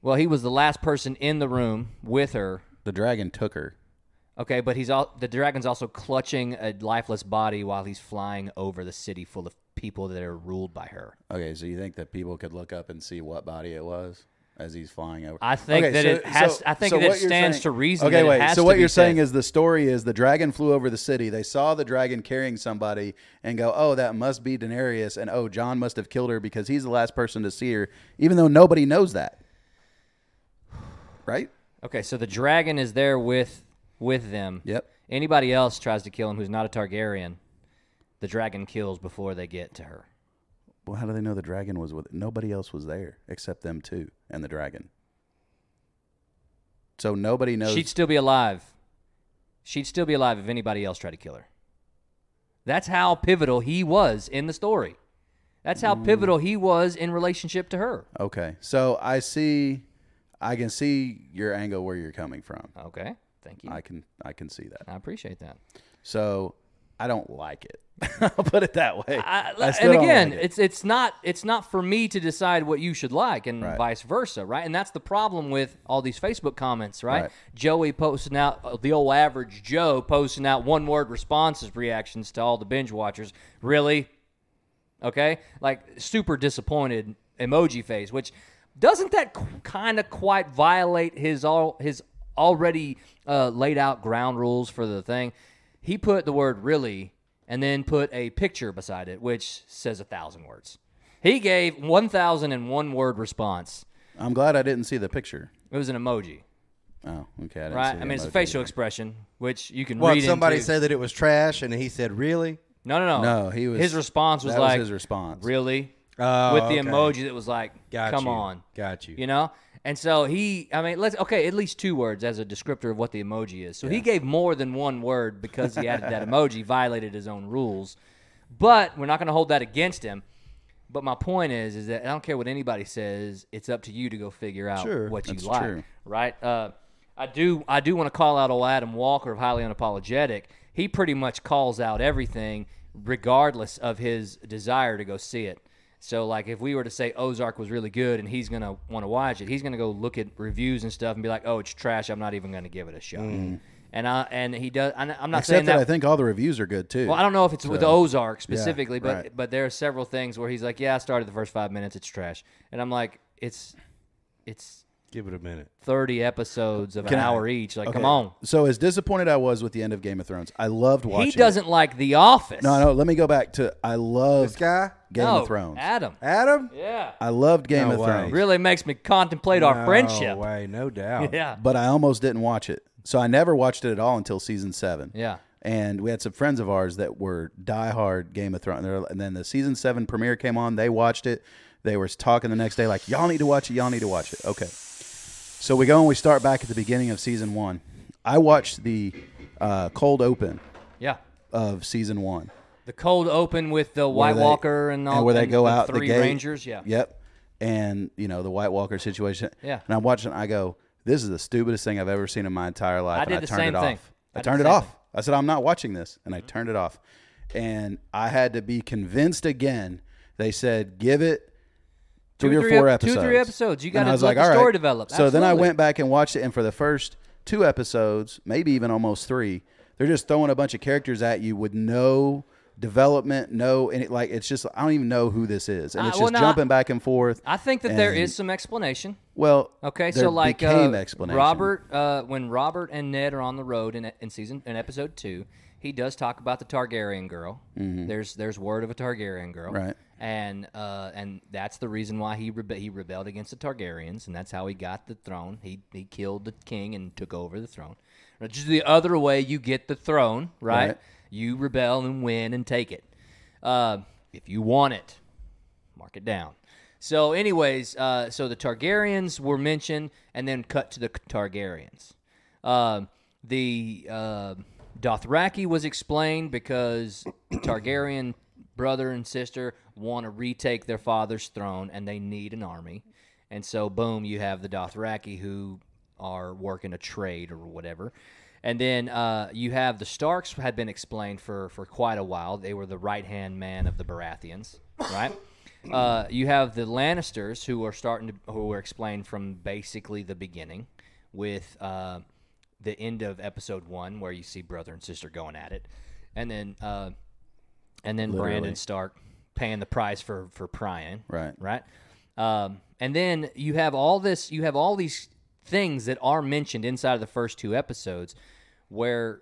A: Well, he was the last person in the room with her.
B: The dragon took her.
A: Okay, but he's all the dragon's also clutching a lifeless body while he's flying over the city full of people that are ruled by her.
B: Okay, so you think that people could look up and see what body it was as he's flying over?
A: I think
B: Okay,
A: that it has- I think that it
B: what you're
A: stands to reason
B: Okay,
A: that it
B: wait.
A: has
B: so
A: to
B: what
A: be
B: you're saying
A: said.
B: is the story is the dragon flew over the city. They saw the dragon carrying somebody and go, "Oh, that must be Daenerys," and "Oh, John must have killed her because he's the last person to see her," even though nobody knows that. Right?
A: Okay, so the dragon is there with with them.
B: Yep.
A: Anybody else tries to kill him who's not a Targaryen, the dragon kills before they get to her.
B: Well, how do they know the dragon was with? Nobody else was there except them two and the dragon. So nobody knows.
A: She'd still be alive. She'd still be alive if anybody else tried to kill her. That's how pivotal he was in the story. That's how pivotal he was in relationship to her.
B: Okay. So I see I can see your angle where you're coming from.
A: Okay. Thank you.
B: I can I can see that.
A: I appreciate that.
B: So I don't like it. I'll put it that way.
A: I,
B: I still
A: and
B: don't
A: again,
B: like it.
A: it's it's not it's not for me to decide what you should like, and
B: Right.
A: vice versa, right? And that's the problem with all these Facebook comments, right?
B: Right.
A: Joey posting out uh, the old average Joe posting out one word responses reactions to all the binge watchers. Really, okay? Like super disappointed emoji face, which doesn't that kind of quite violate his all his already uh, laid out ground rules for the thing? He put the word really and then put a picture beside it, which says a thousand words. He gave one thousand and one word response.
B: I'm glad I didn't see the picture.
A: It was an emoji,
B: Oh, okay. I didn't
A: right?
B: see
A: I
B: the
A: mean, it's a
B: emoji.
A: facial expression, which you can
C: What
A: read.
C: somebody
A: into.
C: said that it was trash, and he said, "Really?"
A: No, no, no.
B: No, he was.
A: His response was
B: that
A: like
B: his response.
A: Really?
C: Oh,
A: With the
C: okay.
A: emoji that was like,
C: Got
A: come
C: you.
A: on.
C: Got you.
A: You know? And so he, I mean, let's, okay, at least two words as a descriptor of what the emoji is. So he gave more than one word because he added that emoji, violated his own rules. But we're not going to hold that against him. But my point is, is that I don't care what anybody says. It's up to you to go figure out
C: Sure,
A: what you
B: that's
A: like,
B: true.
A: right? Uh, I do, I do want to call out old Adam Walker of highly unapologetic. He pretty much calls out everything, regardless of his desire to go see it. So, like, if we were to say Ozark was really good and he's gonna want to watch it, he's gonna go look at reviews and stuff and be like, "Oh, it's trash. I'm not even gonna give it a shot." And I and he does. I, I'm not saying
B: Mm. Except that, I think all the reviews are good too.
A: well, I don't know if it's with Ozark specifically, but
B: right.
A: but there are several things where he's like, "Yeah, I started the first five minutes, it's trash," and I'm like, "It's it's
C: Give it a minute.
A: thirty episodes of
B: Can
A: an
B: I-
A: hour each. Like, come
B: Okay.
A: on."
B: So as disappointed I was with the end of Game of Thrones, I loved watching.
A: He
B: it.
A: doesn't like The Office.
B: No, no. Let me go back to I
C: This
B: love
C: guy,
B: Game
A: No,
B: of Thrones.
A: Adam.
C: Adam.
A: Yeah,
B: I loved Game
C: No
B: of
C: way.
B: Thrones,
A: really makes me contemplate our
C: No
A: friendship.
C: way, no doubt.
A: Yeah,
B: but I almost didn't watch it. So I never watched it at all until season seven.
A: yeah.
B: And we had some friends of ours that were diehard Game of Thrones. They're- And then the season seven premiere came on. They watched it. They were talking the next day, like, y'all need to watch it. Y'all need to watch it. Okay. So we go and we start back at the beginning of season one. I watched the uh, cold open
A: Yeah.
B: of season one.
A: The cold open with the
B: where
A: White
B: they-
A: Walker and all
B: where they
A: and
B: go
A: the
B: out
A: three
B: the gate.
A: Rangers. Yeah.
B: Yep. And you know the White Walker situation.
A: Yeah.
B: And I'm watching. I go, this is the stupidest thing I've ever seen in my entire life.
A: I
B: and
A: did
B: I
A: the
B: turned
A: same
B: it
A: thing. Mm-hmm.
B: Off.
A: I
B: I,
A: did
B: turned
A: the
B: it
A: same
B: off. I said, I'm not watching this, and I turned it off. And I had to be convinced again. They said, give it three
A: Two,
B: or
A: three
B: four
A: ep- two,
B: episodes.
A: three episodes. You
B: And
A: gotta
B: I was
A: let
B: like,
A: the
B: all right.
A: story develop.
B: So then I
A: Absolutely.
B: went back and watched it, and for the first two episodes, maybe even almost three, they're just throwing a bunch of characters at you with no development, no, and it, like it's just I don't even know who this is, and
A: I-
B: it's
A: well,
B: just
A: no, I-
B: jumping back and forth.
A: I think that there
B: And-
A: is some explanation.
B: Well,
A: Okay,
B: there
A: so like
B: became
A: uh,
B: explanation.
A: Robert, uh, when Robert and Ned are on the road in, in season in episode two, he does talk about the Targaryen girl. There's there's word of a Targaryen girl,
B: Mm-hmm. Right.
A: And uh, and that's the reason why he rebe- he rebelled against the Targaryens, and that's how he got the throne. He he killed the king and took over the throne. Which is the other way you get the throne, right?
B: Right.
A: You rebel and win and take it, uh, if you want it mark it down. So, anyways, uh, so the Targaryens were mentioned, and then cut to the Targaryens. Um the uh, Dothraki was explained because Targaryen brother and sister want to retake their father's throne, and they need an army. And so, boom, you have the Dothraki who are working a trade or whatever. And then uh, you have the Starks had been explained for, for quite a while. They were the right hand man of the Baratheons, right? Uh, you have the Lannisters who are starting to who were explained from basically the beginning, with uh, the end of episode one where you see brother and sister going at it, and then uh, and then Brandon Stark paying the price for for prying,
B: Right.
A: right, um, and then you have all this you have all these things that are mentioned inside of the first two episodes, where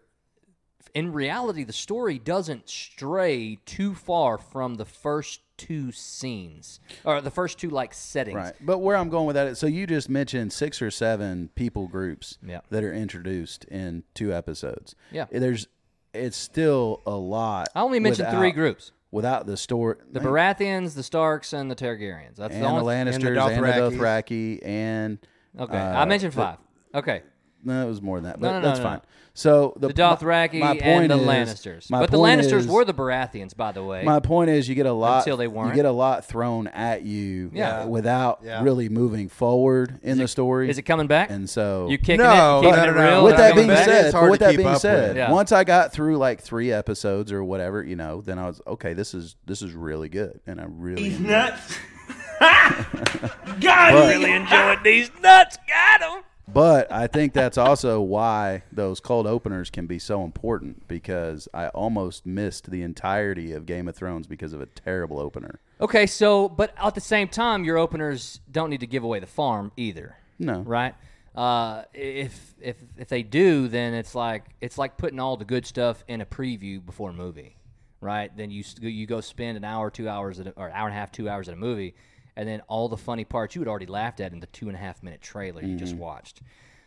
A: in reality, the story doesn't stray too far from the first two scenes or the first two like settings.
B: Right. But where I'm going with that is so you just mentioned six or seven people groups
A: Yeah.
B: that are introduced in two episodes.
A: Yeah.
B: There's it's still a lot.
A: I only mentioned
B: without-
A: three groups:
B: Without the story
A: the Baratheons, the Starks, and the Targaryens. That's
B: and
A: the
B: the,
A: only.
B: Lannisters and the
C: Dothrakis.
B: Dothraki and
A: okay,
B: uh,
A: I mentioned five. okay,
B: No, it was more than that, but
A: No, no, no,
B: that's
A: no,
B: fine.
A: no.
B: So the,
A: the Dothraki
B: my, my
A: and
B: point
A: the
B: is-
A: Lannisters.
B: my
A: But the
B: point
A: Lannisters
B: is-
A: were the Baratheons, by the way.
B: My point is, you get a lot.
A: Until they weren't.
B: You get a lot thrown at you.
A: Yeah.
B: Without
C: Yeah.
B: really moving forward in the story.
A: Is it coming back?
B: And so
A: you kicking
C: No,
A: it, you keeping
C: no, no,
A: it
C: no.
A: real.
B: with
A: and
B: that
A: coming
B: being
A: back?
C: It
B: said,
C: is hard
B: with
C: to
B: that
C: keep
B: being
C: up
B: said,
C: with.
A: Yeah.
B: once I got through like three episodes or whatever, you know, then I was okay. This is this is really good, and I really enjoyed it.
G: God, really enjoyed these nuts. Got him.
B: But I think that's also why those cold openers can be so important because I almost missed the entirety of Game of Thrones because of a terrible opener.
A: Okay, so but at the same time, your openers don't need to give away the farm either.
B: No.
A: right? Uh, if if if they do, then it's like it's like putting all the good stuff in a preview before a movie, right? Then you s- you go spend an hour, two hours, at a, or hour and a half, two hours at a movie, and then all the funny parts you had already laughed at in the two and a half minute trailer you just watched.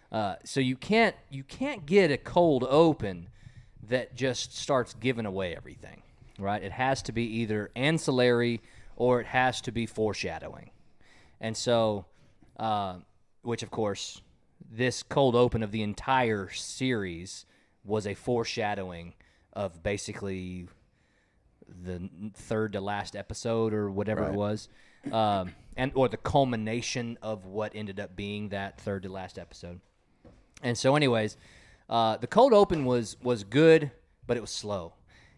A: Uh, so you can't you can't get a cold open that just starts giving away everything, right? It has to be either ancillary or it has to be foreshadowing. And so, uh, which of course, this cold open of the entire series was a foreshadowing of basically the n- third to last episode or whatever it was, um, and or the culmination of what ended up being that third to last episode. And so, anyways, uh, the cold open was was good, but it was slow.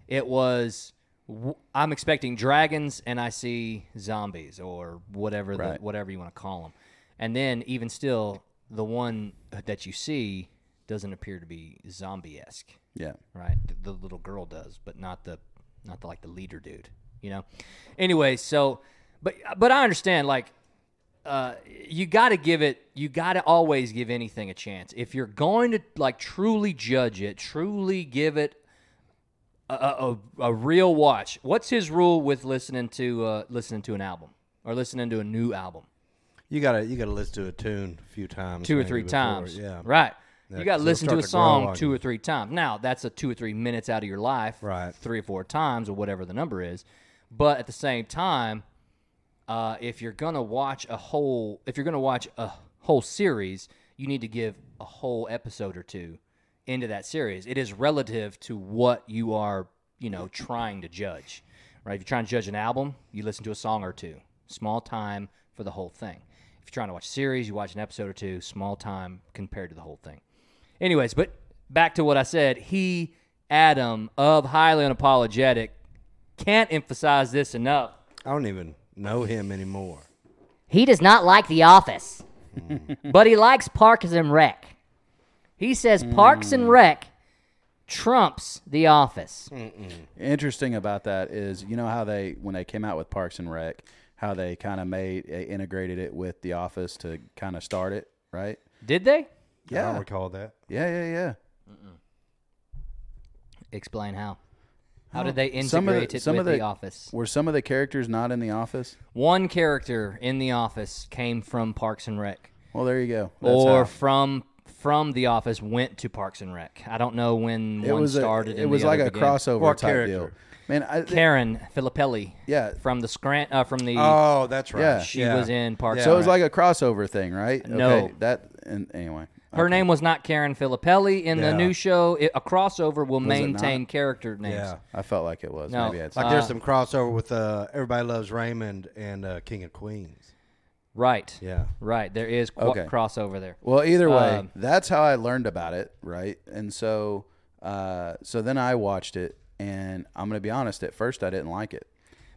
A: It was. w- I'm expecting dragons, and I see zombies or whatever the, whatever you want to call them. And then, even still, the one that you see doesn't appear to be zombie esque,
B: Yeah.
A: right? The, the little girl does, but not the not the like the leader dude, you know. Anyway, so but but I understand like uh, you got to give it you got to always give anything a chance if you're going to like truly judge it truly give it a, a, a a real watch what's his rule with listening to uh, listening to an album or listening to a new album
C: You gotta you gotta listen to a tune a few times,
A: two or
C: maybe
A: three
C: before-
A: times
C: Yeah,
A: right you
C: Yeah,
A: got to
C: 'cause it'll
A: listen to a
C: start to grow
A: song
C: on
A: two
C: you.
A: or three times now that's a two or three minutes out of your life
C: Right.
A: three or four times or whatever the number is but at the same time uh, if you're gonna watch a whole if you're gonna watch a whole series you need to give a whole episode or two into that series it is relative to what you are you know trying to judge right if you're trying to judge an album you listen to a song or two small time for the whole thing if you're trying to watch a series you watch an episode or two small time compared to the whole thing anyways but back to what i said he adam of highly unapologetic can't emphasize this enough
C: I don't even know him anymore.
D: He does not like The Office, but he likes Parks and Rec. He says Parks
B: Hmm.
D: and Rec trumps The Office.
B: Interesting about that is you know how they when they came out with Parks and Rec, how they kind of made they integrated it with The Office to kind of start it, right?
A: did they
C: I
B: Yeah.
C: don't recall that.
B: Yeah, yeah, yeah.
D: Explain how. How did they integrate
B: Some of the-
D: it
B: some
D: with
B: of
D: the,
B: the-
D: Office?
B: Were some of the characters not in The Office?
A: one character in the office came from Parks and Rec
B: Well, there you go. That's
A: or
B: how-
A: from from the office went to Parks and Rec. I don't know when
B: it
A: one
B: was a-
A: started.
B: it
A: and
B: was
A: the
B: like
A: other
B: a
A: began.
B: crossover
C: What
B: type deal.
C: character?
B: Man, I,
A: Karen Filippelli.
B: Yeah.
A: from the Scrant uh, from the
C: Oh, that's right.
B: Yeah.
A: she was in Parks.
B: so it
A: and
B: was
A: Rec.
B: like a crossover thing, right?
A: No.
B: Okay, that and anyway.
A: her name was not Karen Filippelli in the
C: Yeah.
A: new show. It, a crossover will maintain character names.
C: Yeah.
B: I felt like it was.
A: No.
B: Maybe it's
C: Like there's some crossover with uh, Everybody Loves Raymond and uh, King of Queens.
A: Right.
C: Yeah.
A: Right. There is qu-
B: Okay.
A: crossover there.
B: Well, either way,
A: Um,
B: that's how I learned about it, right? And so, uh, so then I watched it, and I'm gonna be honest. At first, I didn't like it,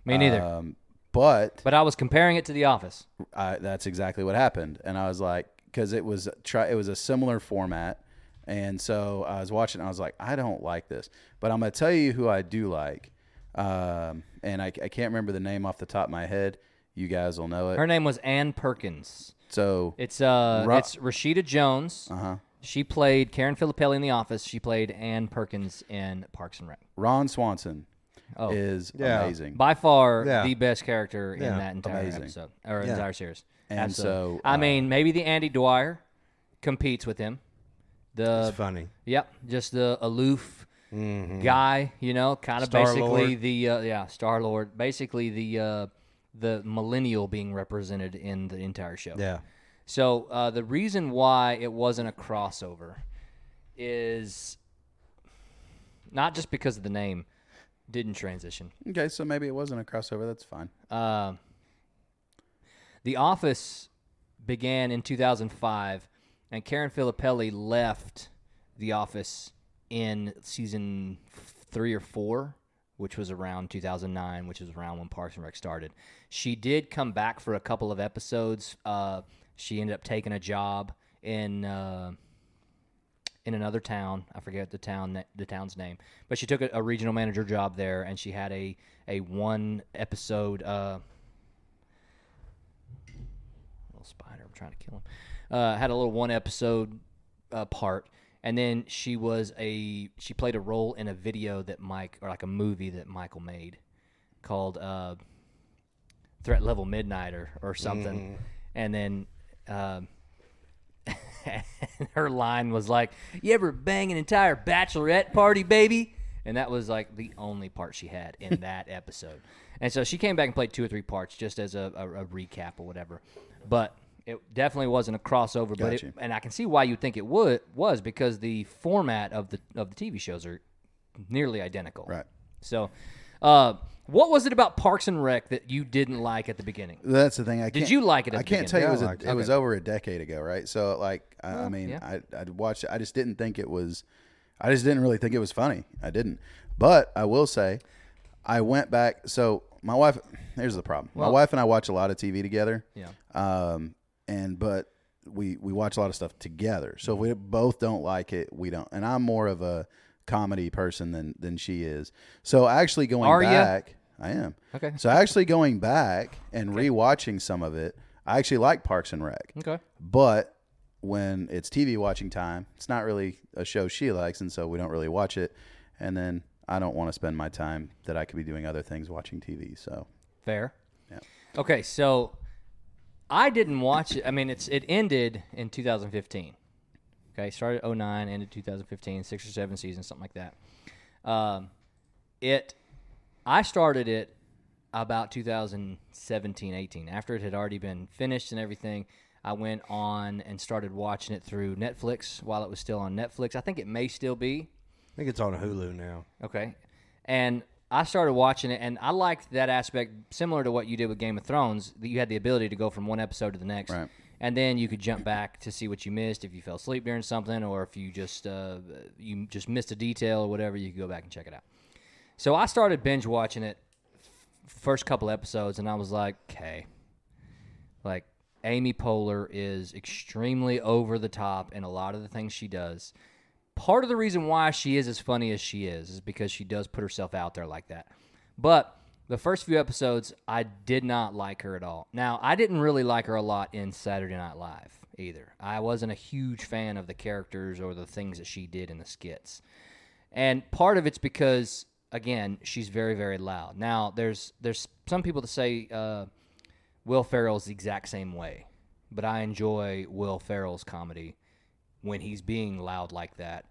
A: Me neither.
B: um, but
A: but I was comparing it to The Office.
B: I, that's exactly what happened, and I was like, because it was try, it was a similar format, and so I was watching. I was like, I don't like this, but I'm gonna tell you who I do like, um, and I, I can't remember the name off the top of my head. You guys will know it.
A: Her name was Ann Perkins.
B: so
A: It's uh,
B: Ru-
A: it's Rashida Jones. Uh-huh. She played Karen Filippelli in The Office. She played Ann Perkins in Parks and Rec.
B: Ron Swanson
A: Oh.
B: is
C: Yeah.
B: amazing.
A: By far
C: Yeah.
A: the best character in
C: Yeah.
A: that entire
B: Amazing.
A: episode or entire series.
B: And
A: Absolutely.
B: so,
A: I mean, maybe the Andy Dwyer competes with him. The
C: It's funny.
A: Yep, just the aloof guy, you know, kind of basically
C: Star-Lord.
A: the uh, yeah Star Lord, basically the uh, the millennial being represented in the entire show.
C: Yeah.
A: So uh, the reason why it wasn't a crossover is not just because of the name didn't transition.
B: Okay, so maybe it wasn't a crossover. That's fine.
A: Um, the Office began in 2005, and Karen Filippelli left The Office in season three or four, which was around 2009, which is around when Parks and Rec started. She did come back for a couple of episodes. Uh, she ended up taking a job in. Uh, in another town. I forget the town na- the town's name, but she took a, a regional manager job there, and she had a a one episode uh, little spider. I'm trying to kill him. Uh, had a little one episode uh, part, and then she was a she played a role in a video that Mike or like a movie that Michael made called uh, Threat Level Midnight or, or something, and then. Um, her line was like, "You ever bang an entire bachelorette party, baby?" And that was like the only part she had in that episode. And so she came back and played two or three parts just as a, a, a recap or whatever. But it definitely wasn't a crossover. But it, and I can see why you think it would was because the format of the of the TV shows are nearly identical. Right. So Uh, what was it about Parks and Rec that you didn't like at the beginning?
B: That's the thing. I
A: Did
B: can't-
A: you like it at
B: I
A: the
B: can't
A: beginning?
B: tell you. It
A: Yeah,
B: was,
C: I
B: a,
C: liked
B: it was over a decade ago, right? So like, I I mean,
A: Oh, yeah.
B: I I watched. it. I just didn't think it was. I just didn't really think it was funny. I didn't. But I will say, I went back. So my wife. Here's the problem. my wife and I watch a lot of TV together.
A: Yeah.
B: Um. And but we we watch a lot of stuff together. So if we
A: Mm-hmm.
B: both don't like it, we don't. And I'm more of a comedy person than than she is. So actually going
A: Are ya?
B: back, I am.
A: Okay.
B: So actually going back and rewatching some of it, I actually like Parks and Rec.
A: Okay.
B: But when it's TV watching time, it's not really a show she likes, and so we don't really watch it. And then I don't want to spend my time that I could be doing other things watching TV. So
A: Fair. Okay, so I didn't watch it. I mean, it's it ended in 2015. Okay, started 09, ended 2015, six or seven seasons, something like that. Um, it, I started it about 2017, 18. After it had already been finished and everything, I went on and started watching it through Netflix while it was still on Netflix. I think it may still be.
C: I think it's on Hulu now.
A: Okay. And I started watching it, and I liked that aspect, similar to what you did with Game of Thrones, that you had the ability to go from one episode to the next.
B: Right.
A: And then you could jump back to see what you missed if you fell asleep during something, or if you just uh, you just missed a detail or whatever. You could go back and check it out. So I started binge watching it f- first couple episodes, and I was like, okay, like Amy Poehler is extremely over the top in a lot of the things she does. Part of the reason why she is as funny as she is is because she does put herself out there like that. But the first few episodes, I did not like her at all. Now, I didn't really like her a lot in Saturday Night Live either. I wasn't a huge fan of the characters or the things that she did in the skits. And part of it's because again, she's very very loud. Now, there's there's some people that say uh Will Ferrell's the exact same way, but I enjoy Will Ferrell's comedy when he's being loud like that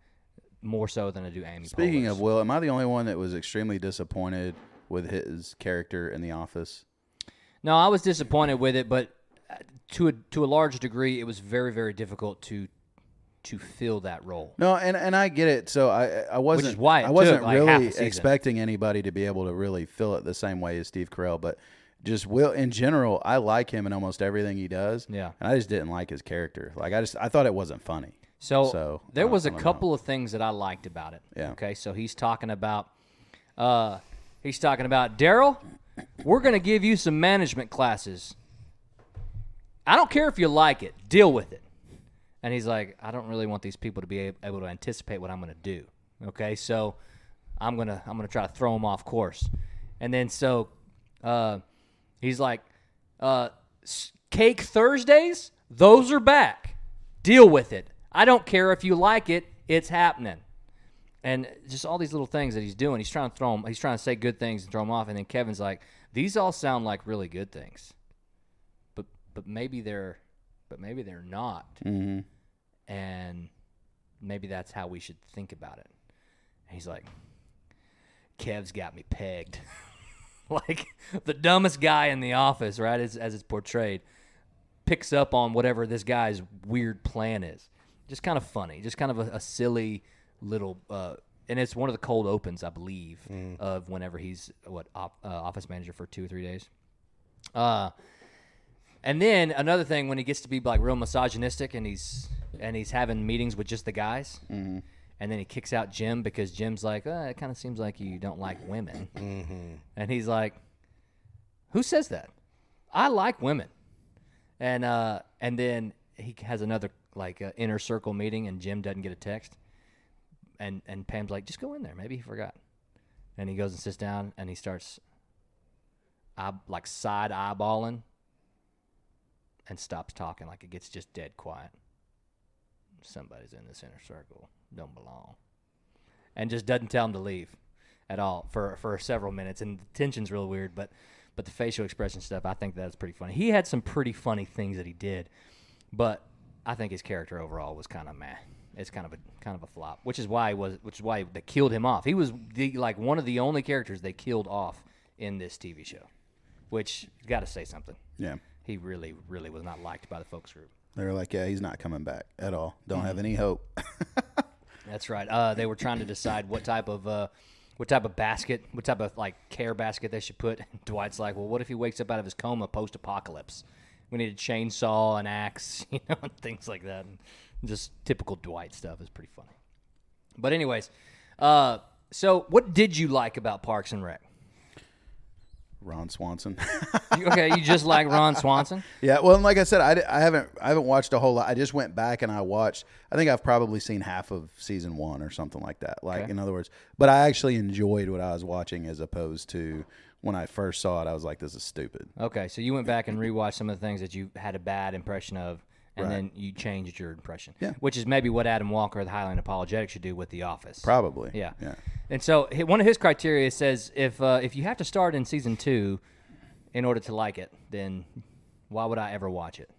A: more so than I do Amy.
B: speaking
A: Poehler's.
B: of Will, am I the only one that was extremely disappointed with his character in The Office?
A: no, I was disappointed with it, but uh, to a to a large degree, it was very very difficult to to fill that role.
B: No, and and I get it. So I I wasn't
A: is why it
B: I wasn't
A: took, like, half
B: really
A: a season.
B: expecting anybody to be able to really fill it the same way as Steve Carell, but just Will in general, I like him in almost everything he does.
A: Yeah.
B: and I just didn't like his character. Like I just I thought it wasn't funny.
A: So,
B: So, I
A: there
B: don't-
A: was
B: I
A: a
B: don't know.
A: couple of things that I liked about it.
B: Yeah.
A: Okay, so he's talking about uh he's talking about Daryl, we're gonna give you some management classes. I don't care if you like it, deal with it. And he's like, I don't really want these people to be a- able to anticipate what I'm gonna do. Okay, so I'm gonna I'm gonna try to throw him off course. And then so uh he's like, uh s- cake Thursdays, those are back deal with it. I don't care if you like it, it's happening. And just all these little things that he's doing, he's trying to throw him, he's trying to say good things and throw him off. And then Kevin's like, these all sound like really good things, but but maybe they're, but maybe they're not, and maybe that's how we should think about it. And he's like, Kev's got me pegged, like the dumbest guy in the office, right? As as it's portrayed picks up on whatever this guy's weird plan is. Just kind of funny, just kind of a, a silly little. Uh, and it's one of the cold opens, I believe, of whenever he's what op, uh, office manager for two or three days. Uh, and then another thing when he gets to be like real misogynistic and he's and he's having meetings with just the guys. And then he kicks out Jim because Jim's like, uh, it kind of seems like you don't like women. And he's like, who says that? I like women and uh and then he has another like uh, inner circle meeting and jim doesn't get a text and and pam's like just go in there maybe he forgot and he goes and sits down and he starts eye, like side eyeballing and stops talking like it gets just dead quiet somebody's in this inner circle don't belong and just doesn't tell him to leave at all for for several minutes and the tension's real weird but but the facial expression stuff i think that's pretty funny he had some pretty funny things that he did but i think his character overall was kind of meh it's kind of a kind of a flop which is why he was which is why they killed him off he was the, like one of the only characters they killed off in this tv show which got to say something
B: Yeah,
A: he really really was not liked by the folks group
B: they were like, yeah, he's not coming back at
A: Mm-hmm.
B: all. Don't have any hope.
A: That's right. Uh, they were trying to decide what type of uh, what type of basket, what type of like care basket they should put. Dwight's like, well, what if he wakes up out of his coma post-apocalypse? We need a chainsaw, an axe, you know, and things like that. And just typical Dwight stuff is pretty funny. But anyways, uh, so what did you like about Parks and Rec?
B: Ron Swanson.
A: You- okay, you just like Ron Swanson.
B: yeah, well, and like I said, I, di- I haven't I haven't watched a whole lot. I just went back and I watched. I think I've probably seen half of season one or something like that. Like in other words, but I actually enjoyed what I was watching as opposed to when I first saw it. I was like, this is stupid.
A: Okay, so you went back and rewatched some of the things that you had a bad impression of, and then you changed your impression. Yeah. Which is maybe what Adam Walker, the Highland Apologetic, should do with The Office.
B: Probably.
A: Yeah.
B: Yeah.
A: And so hi- one of his criteria says if uh, if you have to start in season two in order to like it, then why would I ever watch it?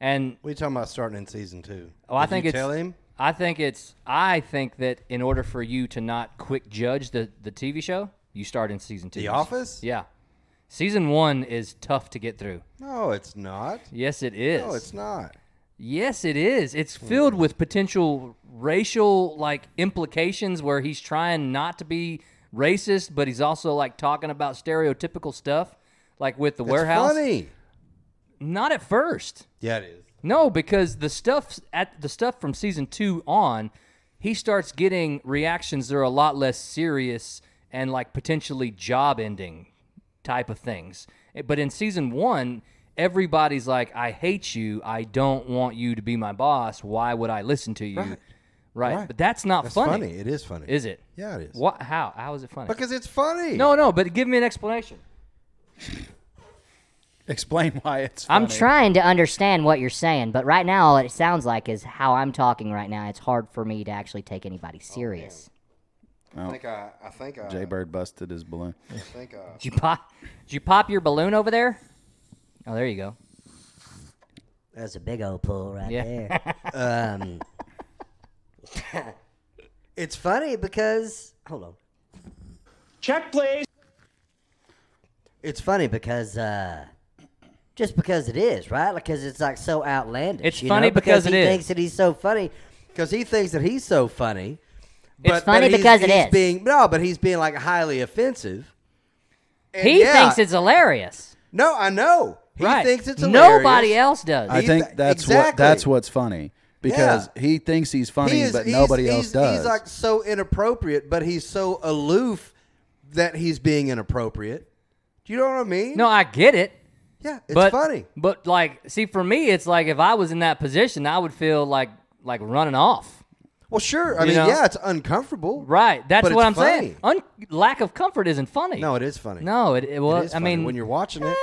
A: And
C: What are you talking about starting in season two?
A: well, Oh, I
C: Did you
A: think it's.
C: tell him.
A: I think it's. I think that in order for you to not quick judge the the TV show, you start in season two.
C: The Office?
A: Yeah. Season one is tough to get through.
C: No, it's not.
A: Yes, it is.
C: No, it's Hmm. not.
A: Yes, it is. It's filled with potential racial like implications where he's trying not to be racist, but he's also like talking about stereotypical stuff, like with the
C: It's
A: warehouse.
C: funny.
A: Not at first.
C: Yeah, it is.
A: No, because the stuff at the stuff from season two on, he starts getting reactions that are a lot less serious and like potentially job ending type of things. Eh, But in season one, everybody's like, "I hate you. I don't want you to be my boss. Why would I listen to you?" Right. But that's not
C: That's funny.
A: funny.
C: It is funny.
A: Is it?
C: Yeah, it is.
A: What? How? How is it funny?
C: Because it's funny.
A: no, no. But give me an explanation.
B: Explain why it's.
D: I'm
B: funny.
D: trying to understand what you're saying, but right now all it sounds like is how I'm talking right now. It's hard for me to actually take anybody serious.
C: I think I. I think I.
B: Jay Bird busted his balloon.
C: I think I.
A: Did you pop? Did you pop your balloon over there? Oh, there you go.
E: That's a big old pull right
A: Yeah.
E: there. um, it's funny because hold on.
G: Check, please.
E: It's funny because uh, just because it is right, because it's like so outlandish.
A: It's
E: you
A: funny
E: know? because,
A: because it
E: he
A: is.
E: thinks that he's so funny because he thinks that he's so funny. But,
D: funny
E: but he's-
D: because it
E: he's
D: is.
E: Being, no, but he's being like highly offensive. And
D: He
E: yeah,
D: thinks it's hilarious.
E: no. I know. He
A: right.
E: thinks it's hilarious.
D: Nobody else does.
B: I
E: He
B: think
E: th-
B: that's what
E: exactly.
B: that's what's funny because he thinks he's funny,
E: He is-
B: but
E: he's-
B: nobody
E: he's-
B: else does.
E: He's like so inappropriate, but he's so aloof that he's being inappropriate.
C: Do you know what I mean?
A: no, I get it.
C: Yeah, it's
A: but,
C: funny.
A: But like, see, for me, it's like if I was in that position, I would feel like like running off.
C: Well, sure. I
A: You
C: mean,
A: know?
C: yeah, it's uncomfortable.
A: Right. That's
C: But
A: what
C: it's
A: I'm saying.
C: funny.
A: Un- lack of comfort isn't funny.
C: No, it is funny.
A: No, it, it
C: It
A: well,
C: is
A: I
C: funny
A: mean,
C: when you're watching it,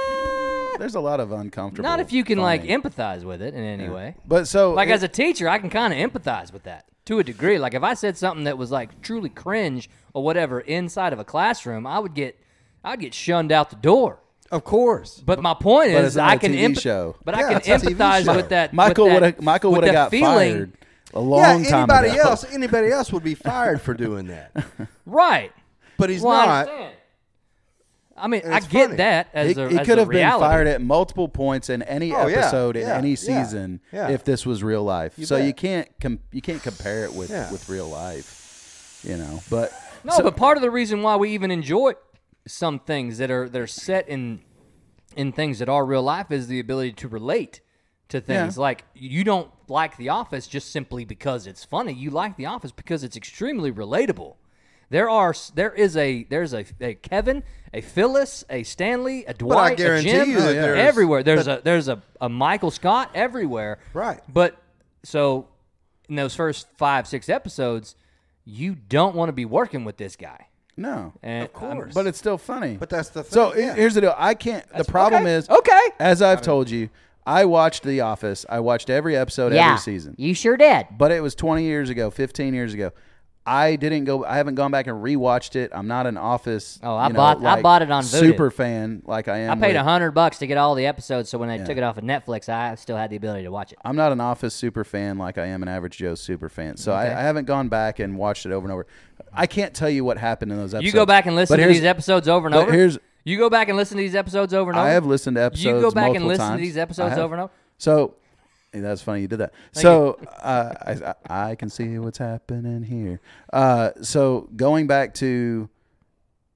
B: There's a lot of uncomfortable.
A: not if you can like
B: funny.
A: empathize with it in any way.
B: But so
A: like as a teacher, I can kind of empathize with that to a degree. Like if I said something that was like truly cringe or whatever inside of a classroom, I would get I'd get shunned out the door.
C: of course.
A: But my point
B: But
A: is,
B: it's not
A: I
B: a
A: can
B: TV
A: empath-
B: show.
A: But
C: Yeah,
A: I
C: it's a
A: can
C: TV
A: empathize
C: show.
A: with that.
B: Michael
A: with
B: would
A: that-
B: have Michael
A: with
B: would have
A: that
B: got
A: feeling.
B: fired a long
C: yeah,
B: time
C: anybody
B: ago.
C: else, anybody else would be fired for doing that.
A: Right.
C: But he's
A: Well, I
C: not.
A: understand. I mean,
C: And
A: I
C: it's
A: get
C: funny.
A: that as
B: He,
A: a
B: he
A: as
B: could
A: a
B: have been
A: reality.
B: fired at multiple points in any
C: Oh, yeah,
B: episode in
C: yeah,
B: any
C: yeah,
B: season
C: yeah.
B: if this was real life. so
C: bet.
B: you can't com- you can't compare it with
C: Yeah.
B: with real life, you know. But
A: No, but part of the reason why we even enjoy some things that are that are set in in things that are real life is the ability to relate to things. Like you don't like The Office just simply because it's funny. You like The Office because it's extremely relatable. There are s- there is a there's a, a Kevin, a Phyllis, a Stanley, a Dwight, a
C: guarantee
A: Jim, uh,
C: you that there's-
A: everywhere. There's a there's a, a Michael Scott everywhere.
C: Right.
A: But so in those first five six episodes, you don't want to be working with this guy.
B: no,
A: And
B: of course. But it's still funny.
C: But that's the thing.
B: So he-
C: yeah.
B: here's the deal. I can't. the problem
A: okay,
B: is
A: okay.
B: As I've told you, I watched The Office. I watched every episode
D: yeah,
B: every season.
D: you sure did.
B: But it was 20 years ago, 15 years ago. I didn't go. I haven't gone back and rewatched it. I'm not an Office.
D: Oh, I
B: you know,
D: bought- I
B: like,
D: bought it on Vudu.
B: super fan like I am.
D: I paid
B: with-
D: a hundred bucks to get all the episodes, so when I took it off of Netflix, I still had the ability to watch it.
B: I'm not an Office super fan like I am an Average Joe super fan. So I, I haven't gone back and watched it over and over. I can't tell you what happened in those episodes.
A: You go back and listen
B: But
A: to
B: here's-
A: these episodes over and
B: but
A: over.
B: here's-
A: you go back and listen to these episodes over and over.
B: I have listened to episodes.
A: You go back and
B: multiple
A: listen
B: times.
A: to these
B: I
A: episodes
B: have.
A: over and over.
B: So Yeah, That's funny you did that. so uh, I, I can see what's happening here. Uh, so going back to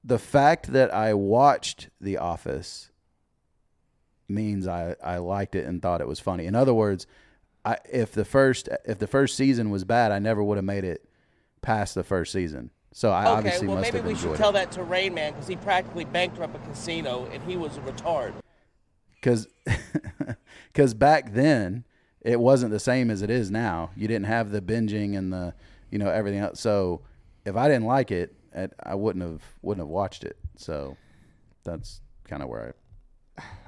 B: the fact that I watched The Office means I, I liked it and thought it was funny. In other words, I, if the first if the first season was bad, I never would have made it past the first season. So I
H: Okay,
B: obviously
H: well,
B: must
H: maybe
B: have
H: we
B: enjoyed
H: should
B: it.
H: tell that to Rain Man because he practically banked up a casino and he was a retard.
B: because because back then it wasn't the same as it is now. You didn't have the binging and the you know everything else. So if I didn't like it, I- I wouldn't have wouldn't have watched it. So that's kind of where I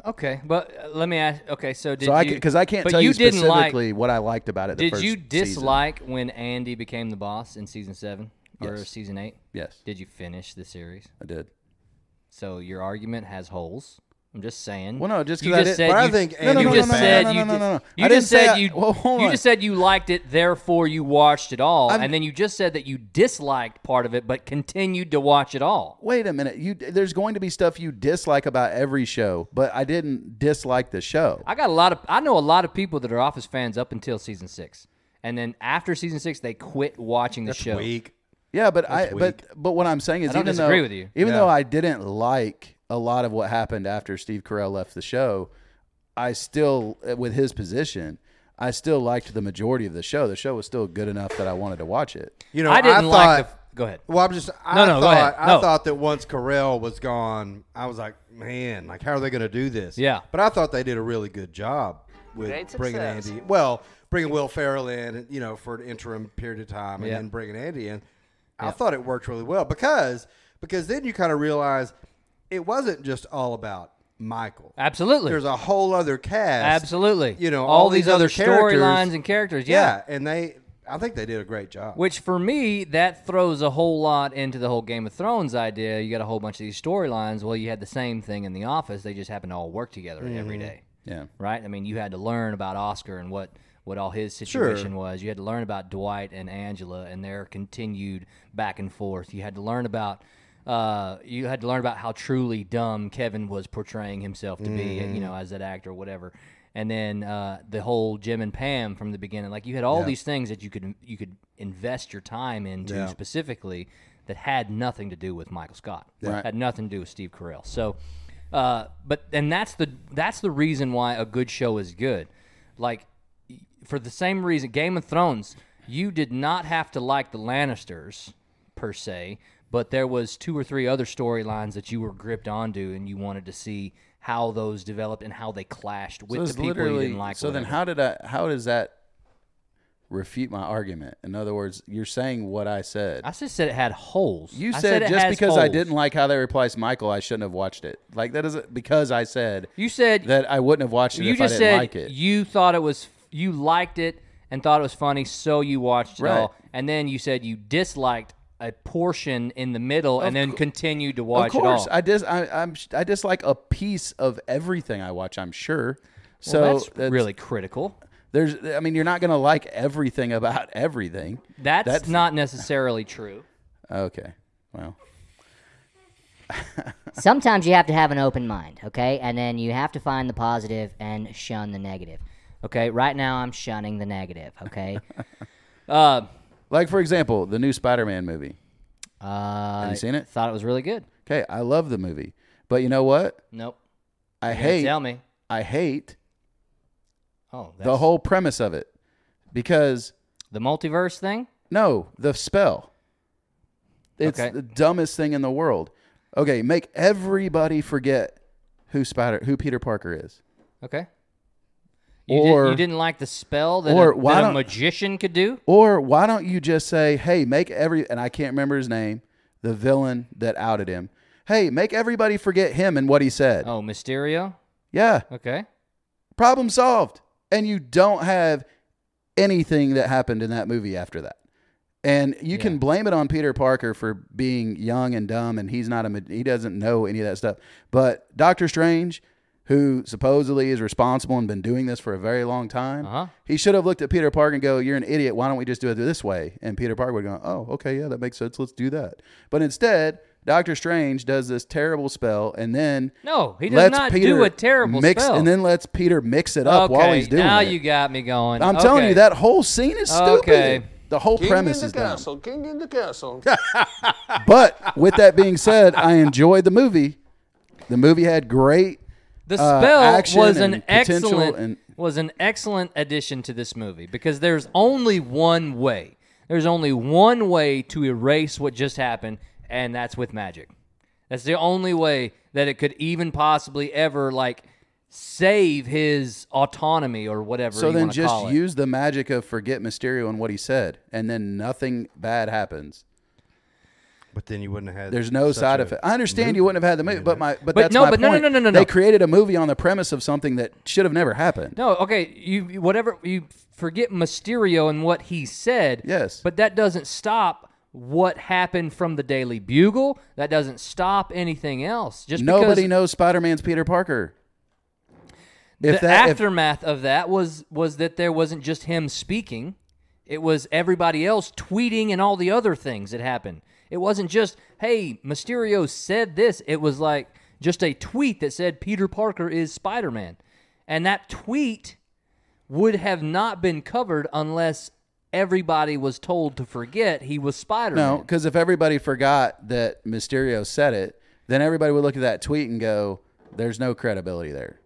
A: Okay, but uh, let me ask. Okay, so did
B: so I
A: you?
B: because I can't
A: but
B: tell you,
A: didn't like-
B: specifically what I liked about it. The
A: Did
B: first
A: you
B: season.
A: dislike when Andy became the boss in season seven or
B: Yes.
A: season eight?
B: Yes,
A: Did you finish the series?
B: I did.
A: So your argument has holes. I'm just saying.
B: Well, no, just
A: you
B: 'cause I
A: just
B: didn't-
A: said
C: but I
A: you,
C: think
A: you
C: Andy was
A: just
C: bad.
A: said
B: No, no,
A: you
B: no,
A: did-
B: no, no.
A: you
B: I
A: just
B: didn't say
A: said
B: I-
A: you
B: well, hold
A: you
B: on.
A: just said you liked it, therefore you watched it all,
B: I'm-
A: and then you just said that you disliked part of it but continued to watch it all.
B: Wait a minute. You there's going to be stuff you dislike about every show, but I didn't dislike the show.
A: I got a lot of I know a lot of people that are Office fans up until season six, and then after season six they quit watching the show.
C: Weak.
B: Yeah, but I
C: weak.
B: but but what I'm saying is
A: I don't
B: even
A: disagree
B: though
A: with you.
B: even
C: Yeah.
B: though I didn't like a lot of what happened after Steve Carell left the show, I still eh, with his position, I still liked the majority of the show. The show was still good enough that I wanted to watch it.
C: You know,
A: I didn't like.
C: thought-
A: the, go ahead.
C: Well, I'm just. I
A: No, no, go ahead.
C: thought
A: No.
C: I thought that once Carell was gone, I was like, man, like how are they going to do this?
A: Yeah.
C: But I thought they did a really good job with
H: Great
C: bringing
H: success.
C: Andy. Well, bringing Will Ferrell in, you know, for an interim period of time, and
A: Yeah.
C: then bringing Andy in. I thought it worked really well because because then you kind of realize it wasn't just all about Michael.
A: Absolutely.
C: There's a whole other cast.
A: Absolutely.
C: You know,
A: all,
C: all
A: these,
C: these
A: other
C: other characters-
A: storylines and characters. Yeah.
C: Yeah, and they, I think they did a great job.
A: Which for me, that throws a whole lot into the whole Game of Thrones idea. You got a whole bunch of these storylines. Well, you had the same thing in The Office. They just happen to all work together
C: Mm-hmm.
A: every day.
B: Yeah.
A: Right? I mean, you had to learn about Oscar and what, what all his situation was. You had to learn about Dwight and Angela and their continued back and forth. You had to learn about. Uh, you had to learn about how truly dumb Kevin was portraying himself to be, you know, as that actor or whatever. And then uh, the whole Jim and Pam from the beginning, like you had all these things that you could you could invest your time into specifically that had nothing to do with Michael Scott,
B: Right.
A: had nothing to do with Steve Carell. So, uh, but and that's the that's the reason why a good show is good. Like y- for the same reason, Game of Thrones, you did not have to like the Lannisters per se, but there was two or three other storylines that you were gripped onto and you wanted to see how those developed and how they clashed with the people you didn't like.
B: so then
A: whatever.
B: how did I how does that refute my argument? In other words, you're saying what I said.
A: I just said it had holes.
B: you
A: I
B: said,
A: it
B: just
A: has
B: because I
A: holes.
B: didn't like how they replaced Michael, I shouldn't have watched it. Like that isn't because I said
A: You said
B: that I wouldn't have watched it
A: you
B: if
A: just
B: I didn't
A: said
B: like it.
A: you thought it was you liked it and thought it was funny, so you watched it
B: Right.
A: all, and then you said you disliked a portion in the middle, and then continued to watch
B: of course,
A: it all.
B: I dis I, I'm I dislike a piece of everything I watch. I'm sure. So
A: well, that's,
B: that's-
A: really critical.
B: there's. I mean, you're not gonna like everything about everything.
A: That's, not necessarily true.
B: Okay. Well,
D: Sometimes you have to have an open mind, okay? And then you have to find the positive and shun the negative. Okay, right now I'm shunning the negative, okay?
B: like for example, the new Spider-Man movie.
A: Uh,
B: Have you seen it?
A: Thought it was really good.
B: Okay, I love the movie, but you know what?
A: Nope.
B: I
A: You didn't
B: hate.
A: Tell me.
B: I hate
A: Oh, that's
B: the whole premise of it because
A: the multiverse thing.
B: No, the spell. It's
A: Okay.
B: the dumbest thing in the world. Okay, make everybody forget who Spider who Peter Parker is.
A: Okay. You,
B: Or-
A: did, you didn't like the spell that,
B: or
A: a,
B: why
A: that a
B: don't-
A: magician could do.
B: Or why don't you just say, "Hey, make every and I can't remember his name, the villain that outed him. Hey, make everybody forget him and what he said."
A: Oh, Mysterio.
B: Yeah,
A: Okay.
B: problem solved. And you don't have anything that happened in that movie after that. And you can blame it on Peter Parker for being young and dumb, and he's not a he doesn't know any of that stuff. But Doctor Strange, who supposedly is responsible and been doing this for a very long time,
A: Uh-huh.
B: he should have looked at Peter Parker and go, "You're an idiot. Why don't we just do it this way?" And Peter Parker would go, "Oh, okay, yeah, that makes sense. Let's do that." But instead, Doctor Strange does this terrible spell, and then
A: No, he does
B: lets
A: not
B: Peter
A: do a terrible
B: mix,
A: spell.
B: and then lets Peter mix it up
A: okay,
B: while he's doing
A: now
B: it.
A: you got me going.
B: I'm telling
A: Okay.
B: you, that whole scene is stupid.
A: Okay.
B: The whole
I: King
B: premise
I: in
B: is
I: the
B: dumb.
I: castle. King in the castle.
B: But with that being said, I enjoyed the movie. The movie had great.
A: the
B: uh,
A: spell
B: action
A: was an
B: and potential
A: excellent
B: and-
A: was an excellent addition to this movie because there's only one way. There's only one way to erase what just happened, and that's with magic. That's the only way that it could even possibly ever like save his autonomy or whatever.
B: So
A: you
B: then
A: wanna call
B: just
A: it.
B: use the magic of forget Mysterio and what he said, and then nothing bad happens.
C: But then you wouldn't have had.
B: There's no
C: such
B: side
C: a-
B: effect. I understand you wouldn't have had the movie, but my
A: But
B: but, that's
A: no,
B: my
A: but no, no,
B: point.
A: no, no, no,
B: They
A: no.
B: created a movie on the premise of something that should have never happened.
A: No, okay, you you- whatever you forget Mysterio and what he said.
B: Yes.
A: But that doesn't stop what happened from the Daily Bugle. That doesn't stop anything else. Just
B: Nobody
A: because
B: knows Spider-Man's Peter Parker.
A: the
B: If that if-
A: aftermath of that was was that there wasn't just him speaking. It was everybody else tweeting and all the other things that happened. It wasn't just, "Hey, Mysterio said this." It was like just a tweet that said Peter Parker is Spider-Man. And that tweet would have not been covered unless everybody was told to forget he was Spider-Man.
B: No, because if everybody forgot that Mysterio said it, then everybody would look at that tweet and go, "There's no credibility there."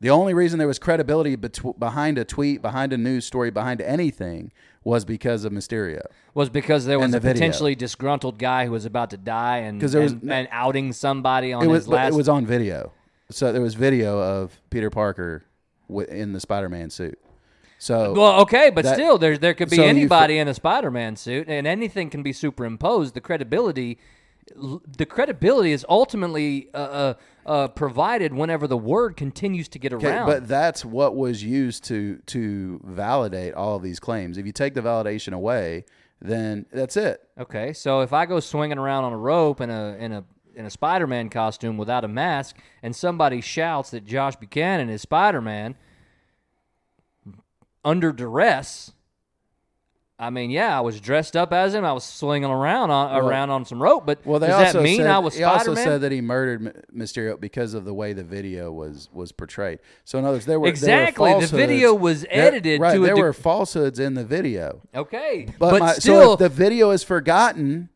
B: The only reason there was credibility betw- behind a tweet, behind a news story, behind anything was because of Mysterio.
A: was because there was
B: the
A: a
B: video.
A: potentially disgruntled guy who was about to die and
B: 'Cause there was
A: and,
B: no-
A: and outing somebody on
B: It was
A: his last
B: it was on video, so there was video of Peter Parker w- in the Spider-Man suit. So
A: Well, okay, but
B: That-
A: still, there there could be
B: so you
A: anybody in a Spider-Man suit, and anything can be superimposed. The credibility, l- the credibility is ultimately uh, uh, uh, provided whenever the word continues to get
B: Okay,
A: around.
B: but that's what was used to to validate all of these claims. If you take the validation away, then that's it.
A: okay, so if I go swinging around on a rope in a in a in a Spider-Man costume without a mask, and somebody shouts that Josh Buchanan is Spider-Man under duress. I mean, yeah, I was dressed up as him. I was swinging around on around on some rope, but
B: Well, they
A: does
B: also
A: that mean
B: said,
A: I was
B: he also
A: Spider-Man?
B: said that he murdered M- Mysterio because of the way the video was was portrayed. So in other words, there were there were
A: Exactly, the
B: falsehoods.
A: video was
B: There-
A: edited
B: right,
A: to a
B: there
A: de-
B: were falsehoods in the video,
A: okay,
B: but,
A: but,
B: my, so
A: still,
B: if the video is forgotten.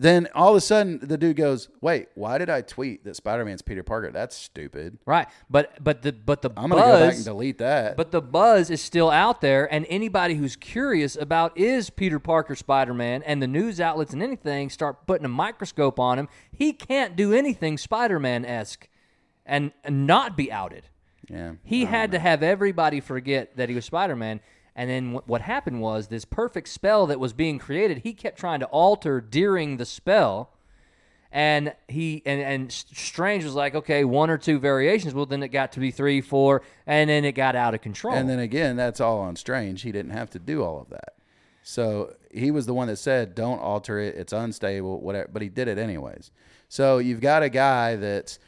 B: Then all of a sudden, the dude goes, "Wait, why did I tweet that Spider-Man's Peter Parker? That's stupid.
A: right? But but the but the
B: I'm gonna go back and
A: buzz,
B: delete that."
A: but the buzz is still out there, and anybody who's curious about is Peter Parker Spider-Man, and the news outlets and anything start putting a microscope on him. He can't do anything Spider-Man-esque, and, and not be outed.
B: yeah,
A: He had to have everybody forget that he was Spider Man. And then wh- what happened was this perfect spell that was being created, he kept trying to alter during the spell. And he and, and S- Strange was like, okay, one or two variations. Well, then it got to be three, four, and then it got out of control.
B: And then again, that's all on Strange. He didn't have to do all of that. So he was the one that said, "Don't alter it. It's unstable. Whatever." But he did it anyways. So you've got a guy that's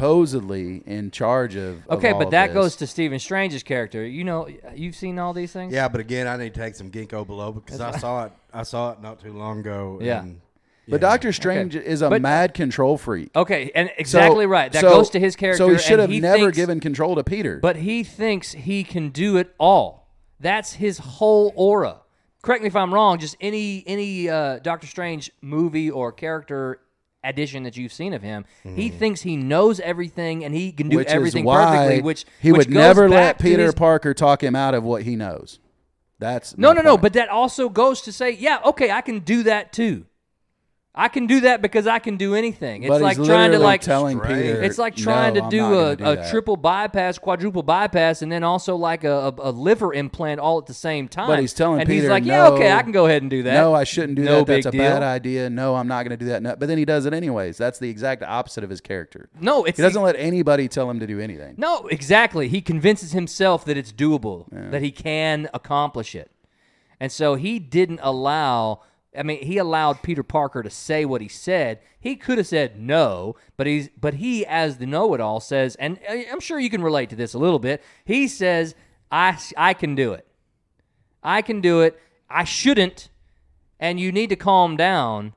B: supposedly in charge of. of
A: okay,
B: all
A: but
B: of
A: that
B: this.
A: goes to Stephen Strange's character. You know, you've seen all these things.
C: Yeah, but again, I need to take some ginkgo biloba because I saw it. I saw it not too long ago.
A: Yeah.
C: and-
B: But Doctor Strange is a
A: But-
B: mad control freak.
A: Okay, and
B: So-
A: exactly right. That
B: so-
A: goes to his character.
B: So he should
A: and
B: have never
A: thinks-
B: given control to Peter.
A: But he thinks he can do it all. That's his whole aura. Correct me if I'm wrong. Just any any uh, Doctor Strange movie or character addition that you've seen of him, he thinks he knows everything and he can do
B: Hmm. which
A: everything
B: is why
A: perfectly. Which
B: he
A: which
B: would
A: goes
B: never
A: back
B: let
A: to
B: Peter
A: his-
B: Parker talk him out of what he knows. That's
A: No,
B: my
A: no, no.
B: point.
A: But that also goes to say, yeah, okay, I can do that too. I can do that because I can do anything. It's
B: But
A: like
B: he's
A: trying to
B: literally
A: like
B: telling
C: Strange.
B: Peter.
A: It's like trying
B: "No,
A: to
B: I'm
A: do
B: not
A: a,
B: gonna do
A: a
B: that."
A: triple bypass, quadruple bypass, and then also like a, a, a liver implant all at the same time.
B: But he's telling
A: and he's
B: Peter,
A: like, "Yeah, okay,
B: "No,
A: I can go ahead and do that."
B: No, I shouldn't do
A: No
B: that. That's
A: big
B: a bad
A: deal.
B: idea. No, I'm not going to do that. No. But then he does it anyways. That's the exact opposite of his character.
A: No, it's
B: he doesn't let anybody tell him to do anything.
A: No, exactly. He convinces himself that it's doable, that he can accomplish it. And so he didn't allow I mean, he allowed Peter Parker to say what he said. He could have said no, but he's but he as the know-it-all says and I- I'm sure you can relate to this a little bit. He says, "I I can do it. I can do it. I shouldn't." And you need to calm down,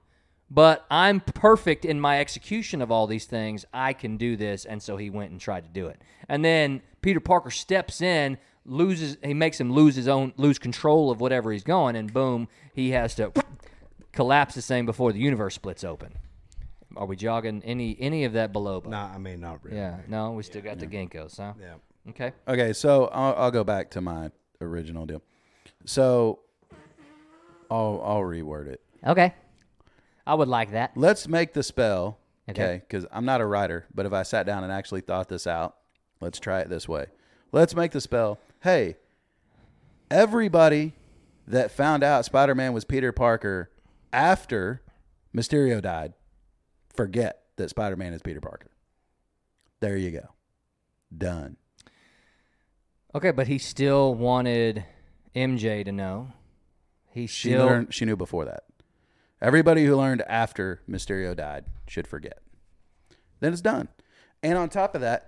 A: but I'm perfect in my execution of all these things. I can do this. And so he went and tried to do it. And then Peter Parker steps in, loses, he makes him lose his own, lose control of whatever he's going, and boom, he has to collapse this thing before the universe splits open. Are we jogging any any of that below? Bob?
C: Nah, I mean, not really.
A: Yeah, no, we still got the Ginkgos, huh?
C: Yeah.
A: Okay.
B: Okay, so I'll, I'll go back to my original deal. So I'll I'll reword it.
D: Okay. I would like that.
B: Let's make the spell.
D: Okay.
B: Okay, because I'm not a writer, but if I sat down and actually thought this out, let's try it this way. Let's make the spell. Hey, everybody that found out Spider Man was Peter Parker after Mysterio died, forget that Spider Man is Peter Parker. There you go. Done.
A: Okay, but he still wanted MJ to know. He
B: She
A: still
B: learned. She knew before that. Everybody who learned after Mysterio died should forget. Then it's done. And on top of that,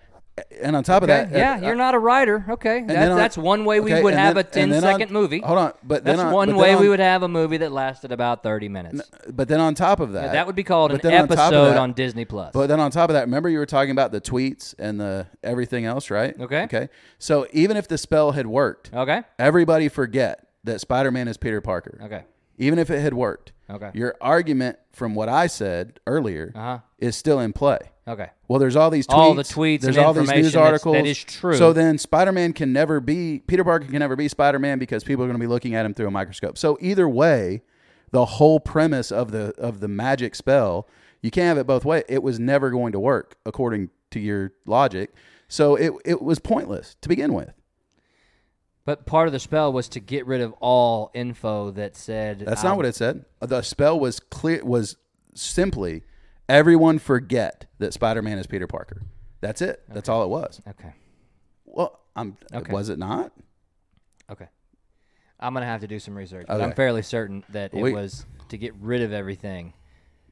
B: and on top
A: Okay,
B: of that,
A: yeah,
B: uh,
A: you're not a writer. Okay,
B: and then
A: that,
B: on-
A: that's one way we
B: okay,
A: would
B: and
A: have
B: then-
A: a
B: and
A: 10
B: then on-
A: second movie.
B: Hold on, but then
A: that's
B: on-
A: one
B: but then
A: way we
B: on-
A: would have a movie that lasted about 30 minutes.
B: But then on top of that,
A: that would be called
B: but
A: an
B: then on top of
A: episode
B: that-
A: on Disney Plus.
B: But then on top of that, remember you were talking about the tweets and the everything else, right?
A: Okay. Oh.
B: Okay. So even if the spell had worked,
A: okay,
B: everybody forget that Spider-Man is Peter Parker.
A: okay,
B: Even if it had worked.
A: Okay.
B: Your argument from what I said earlier
A: Uh-huh.
B: is still in play.
A: okay.
B: Well, there's all these tweets,
A: All the tweets
B: there's
A: and
B: all these news
A: information that's-
B: articles.
A: that is true.
B: So then Spider-Man can never be Peter Parker can never be Spider-Man because people are going to be looking at him through a microscope. So either way, the whole premise of the of the magic spell, you can't have it both ways. It was never going to work according to your logic. So it it was pointless to begin with.
A: But part of the spell was to get rid of all info that said
B: That's
A: I-
B: not what it said. The spell was clear was simply everyone forget that Spider-Man is Peter Parker. That's it. That's all it was.
A: Okay,
B: Well, I'm was it not?
A: okay. I'm gonna have to do some research. But
B: Okay.
A: I'm fairly certain that
B: We-
A: it was to get rid of everything.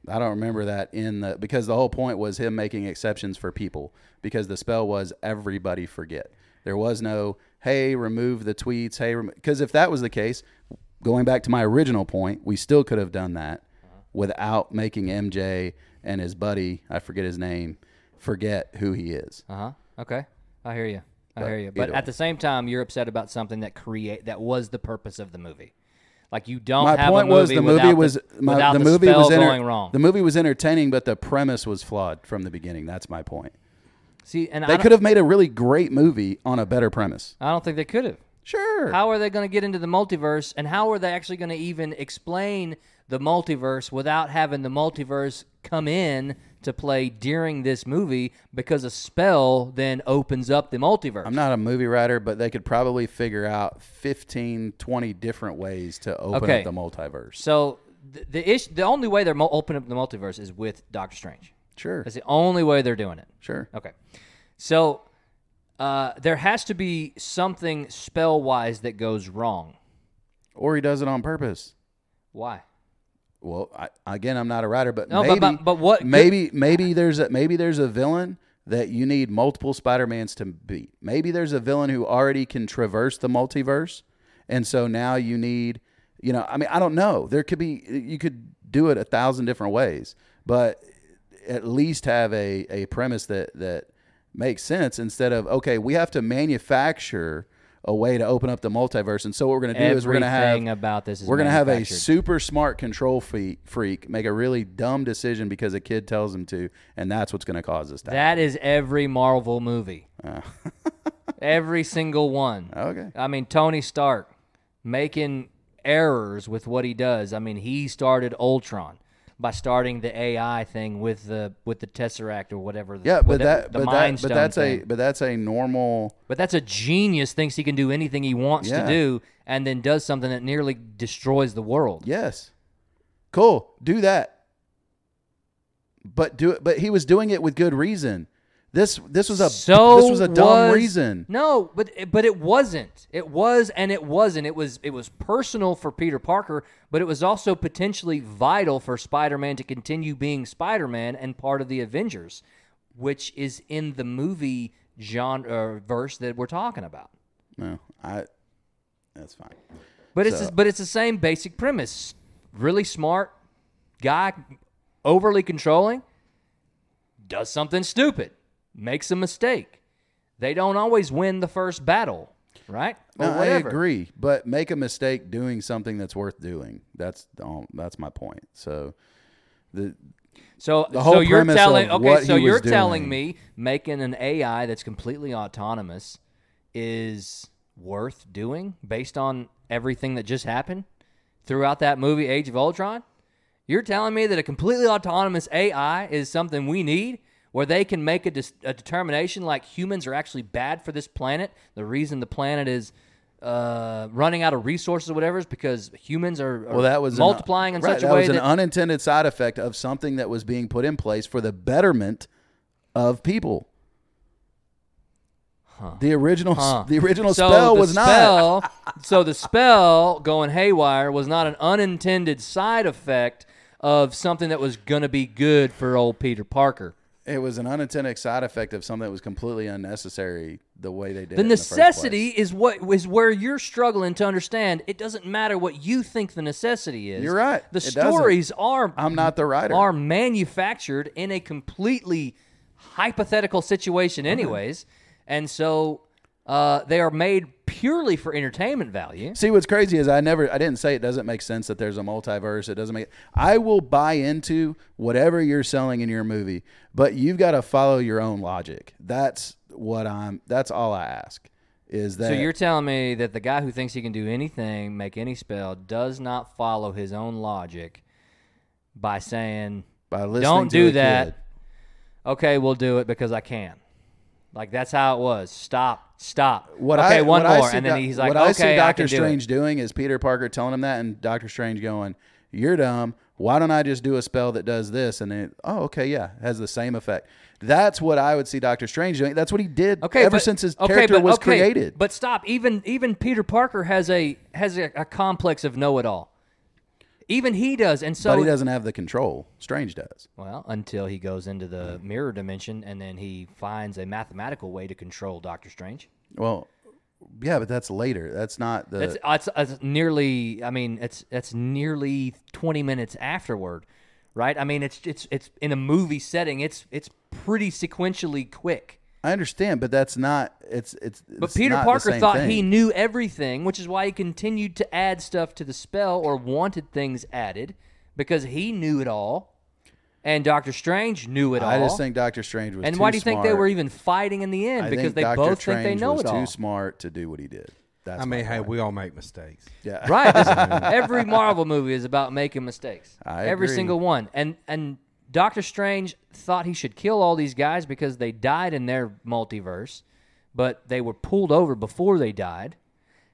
B: I don't remember that in the because the whole point was him making exceptions for people because the spell was everybody forget. There was no hey remove the tweets hey because if that was the case, going back to my original point, we still could have done that without making MJ and his buddy I forget his name forget who he is.
A: Uh huh. Okay, I hear you. I
B: But
A: hear you. But
B: either
A: at
B: way.
A: the same time, you're upset about something that create that was the purpose of the movie. Like you don't.
B: my
A: have
B: point
A: a movie
B: was the
A: without
B: movie was my-
A: without
B: the,
A: the,
B: movie
A: spell
B: was enter-
A: going wrong.
B: The movie was entertaining, but the premise was flawed from the beginning. That's my point.
A: See, and I
B: They
A: don't-
B: could have made a really great movie on a better premise.
A: I don't think they could have.
B: Sure.
A: How are they going to get into the multiverse, and how are they actually going to even explain the multiverse without having the multiverse come in to play during this movie? Because a spell then opens up the multiverse.
B: I'm not a movie writer, but they could probably figure out 15, 20 different ways to open
A: Okay.
B: up the multiverse.
A: So the the, ish, the only way they're mo- opening up the multiverse is with Doctor Strange.
B: Sure.
A: That's the only way they're doing it.
B: Sure.
A: Okay. So uh, there has to be something spell wise that goes wrong.
B: Or he does it on purpose.
A: Why?
B: Well, I, again, I'm not a writer, but
A: No, but-
B: maybe,
A: but- but what-
B: Maybe, maybe there's a maybe there's a villain that you need multiple Spider Mans to beat. Maybe there's a villain who already can traverse the multiverse, and so now you need, you know, I mean, I don't know. There could be you could do it a thousand different ways, but at least have a a premise that that makes sense instead of okay, we have to manufacture a way to open up the multiverse, and so what we're going to do is we're going to have
A: Everything about this is
B: we're gonna have a
A: manufactured.
B: super smart control freak, freak make a really dumb decision because a kid tells him to, and that's what's gonna cause this. To
A: That is every Marvel movie. every single one.
B: happen. okay.
A: I mean, Tony Stark making errors with what he does. I mean, he started Ultron by starting the AI thing with the with the Tesseract or whatever. The,
B: Yeah, but
A: with the-
B: that,
A: the
B: but,
A: Mind
B: that but
A: Stone
B: that's
A: thing.
B: a but that's a normal.
A: But that's a genius. Thinks he can do anything he wants
B: Yeah.
A: to do, and then does something that nearly destroys the world.
B: Yes, cool. Do that, but do it. But he was doing it with good reason. This this was a
A: so
B: this was a dumb
A: was-
B: reason.
A: No, but but it wasn't. It was and it wasn't. It was it was personal for Peter Parker, but it was also potentially vital for Spider-Man to continue being Spider-Man and part of the Avengers, which is in the movie genre or verse that we're talking about.
B: No, I. That's fine.
A: But it's but it's the same basic premise. Really smart guy overly controlling, does something stupid, makes a mistake. They don't always win the first battle, right? Or
B: No, I
A: whatever.
B: agree, but make a mistake doing something that's worth doing. That's the on- that's my point. So the
A: So,
B: The whole
A: so you're
B: premise
A: telling
B: of
A: okay,
B: what
A: so
B: he was
A: you're telling
B: doing.
A: me making an AI that's completely autonomous is worth doing based on everything that just happened throughout that movie Age of Ultron? You're telling me that a completely autonomous AI is something we need where they can make a, dis- a determination like humans are actually bad for this planet. The reason the planet is uh, running out of resources or whatever is because humans are, are
B: well, that was an- uh,
A: multiplying in
B: right,
A: such a
B: that
A: way
B: was an
A: that
B: unintended side effect of something that was being put in place for the betterment of people. The original,
A: Huh.
B: the original spell
A: the
B: was not.
A: spell- so the spell going haywire was not an unintended side effect of something that was going to be good for old Peter Parker.
B: It was an unintended side effect of something that was completely unnecessary. The way they did it
A: The
B: in first place.
A: necessity is what is where you're struggling to understand. It doesn't matter what you think the necessity is.
B: You're right.
A: The
B: It doesn't.
A: stories are
B: I'm not the writer.
A: are manufactured in a completely hypothetical situation, anyways, and so uh, they are made purely for entertainment value.
B: See what's crazy is I never I didn't say it doesn't make sense that there's a multiverse. It doesn't make I will buy into whatever you're selling in your movie, but you've got to follow your own logic. That's what I'm that's all I ask. Is that
A: So you're telling me that the guy who thinks he can do anything, make any spell, does not follow his own logic by saying,
B: by listening
A: "Don't
B: to
A: do
B: a
A: that."
B: kid.
A: "Okay, we'll do it because I can." Like that's how it was. Stop. Stop.
B: What
A: okay,
B: I,
A: one
B: what I
A: more,
B: see
A: and then
B: Doc-
A: he's like,
B: what
A: "Okay,
B: I see Doctor
A: can do it."
B: Strange doing is Peter Parker telling him that, and Doctor Strange going, "You're dumb. Why don't I just do a spell that does this?" And then, oh, okay, yeah, has the same effect. That's what I would see Doctor Strange doing. That's what he did
A: Okay,
B: ever
A: but-
B: since his
A: okay,
B: character
A: but-
B: was
A: okay,
B: created.
A: But stop. Even even Peter Parker has a has a, a complex of know it all. Even he does, and so
B: but he doesn't have the control. Strange does.
A: Well, until he goes into the mirror dimension and then he finds a mathematical way to control Doctor Strange.
B: Well, yeah, but that's later. That's not the.
A: That's, that's, that's nearly. I mean, it's that's nearly twenty minutes afterward, right? I mean, it's it's it's in a movie setting. It's it's pretty sequentially quick.
B: I understand, but that's not. It's it's.
A: But
B: it's
A: Peter
B: not the
A: Parker
B: same
A: thought
B: thing.
A: he knew everything, which is why he continued to add stuff to the spell or wanted things added because he knew it all, and Doctor Strange knew it all.
B: I just think Doctor Strange was.
A: And
B: too
A: why do you think they
B: smart.
A: were even fighting in the end?
B: I
A: because
B: think
A: they
B: Dr.
A: both
B: Strange
A: think they know
B: was
A: it all.
B: Too smart to do what he did. That's
C: I mean,
B: my
C: hey,
B: point.
C: we all make mistakes.
B: yeah,
A: Right. This- every Marvel movie is about making mistakes.
B: I
A: every
B: agree.
A: single one. And and Doctor Strange thought he should kill all these guys because they died in their multiverse, but they were pulled over before they died.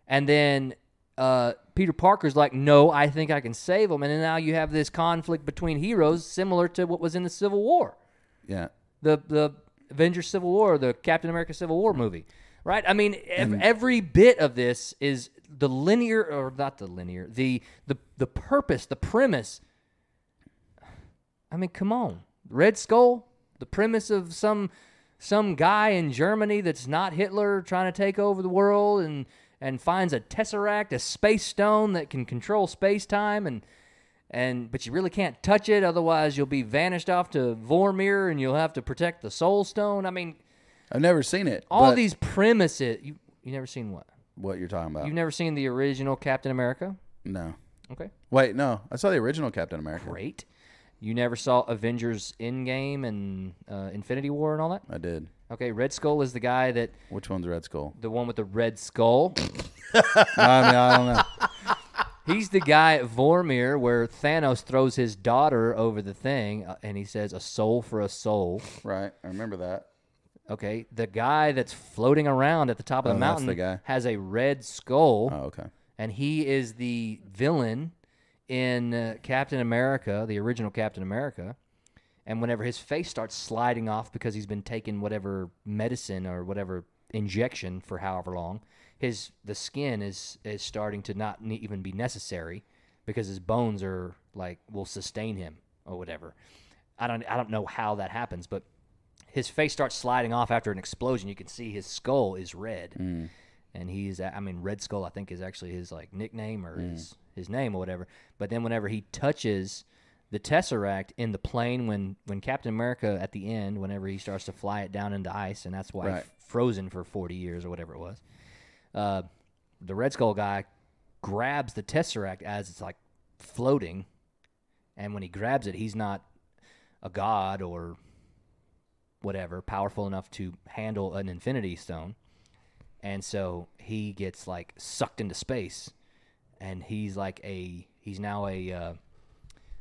A: And then uh, Peter Parker's like, "No, I think I can save them." And then now you have this conflict between heroes, similar to what was in the Civil War.
B: yeah.
A: the the Avengers Civil War, the Captain America Civil War movie, right? I mean, ev- every bit of this is the linear, or not the linear, the the the purpose, the premise. I mean, come on, Red Skull, the premise of some some guy in Germany that's not Hitler trying to take over the world and and finds a tesseract, a space stone that can control space time and and but you really can't touch it otherwise you'll be vanished off to Vormir and you'll have to protect the soul stone. I mean,
B: I've never seen it.
A: all
B: but
A: these premises you you never seen what?
B: What you're talking about?
A: You've never seen the original Captain America?
B: no.
A: Okay.
B: Wait, no. I saw the original Captain America.
A: Great. You never saw Avengers Endgame and uh, Infinity War and all that?
B: I did.
A: Okay, Red Skull is the guy that
B: Which one's Red Skull?
A: the one with the red skull.
B: I mean, I don't know.
A: He's the guy at Vormir where Thanos throws his daughter over the thing uh, and he says a soul for a soul.
B: Right. I remember that.
A: Okay, the guy that's floating around at the top of the
B: Oh, that's
A: mountain
B: the guy.
A: has a red skull,
B: Oh, okay.
A: and he is the villain in uh, Captain America, the original Captain America. And whenever his face starts sliding off because he's been taking whatever medicine or whatever injection for however long, his the skin is is starting to not ne- even be necessary because his bones are like will sustain him or whatever. I don't I don't know how that happens, but his face starts sliding off after an explosion. You can see his skull is red, and he's I mean Red Skull I think is actually his like nickname or his his name or whatever. But then whenever he touches the Tesseract in the plane when when Captain America at the end, whenever he starts to fly it down into ice, and that's why
B: Right.
A: f- frozen for forty years or whatever it was. Uh, the Red Skull guy grabs the Tesseract as it's like floating, and when he grabs it, he's not a god or whatever powerful enough to handle an Infinity Stone, and so he gets like sucked into space, and he's like a he's now a uh,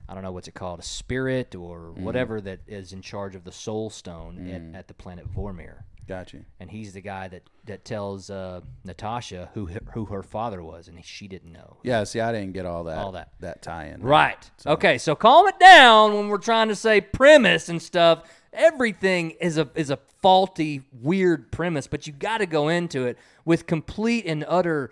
A: I don't know what's it called, a spirit or whatever that is in charge of the Soul Stone at, at the planet Vormir.
B: Gotcha.
A: And he's the guy that, that tells uh, Natasha who her- who her father was, and she didn't know.
B: Yeah. See, I didn't get all that.
A: All that.
B: That tie-in.
A: Right. Okay. So calm it down when we're trying to say premise and stuff. Everything is a is a faulty, weird premise, but you got to go into it with complete and utter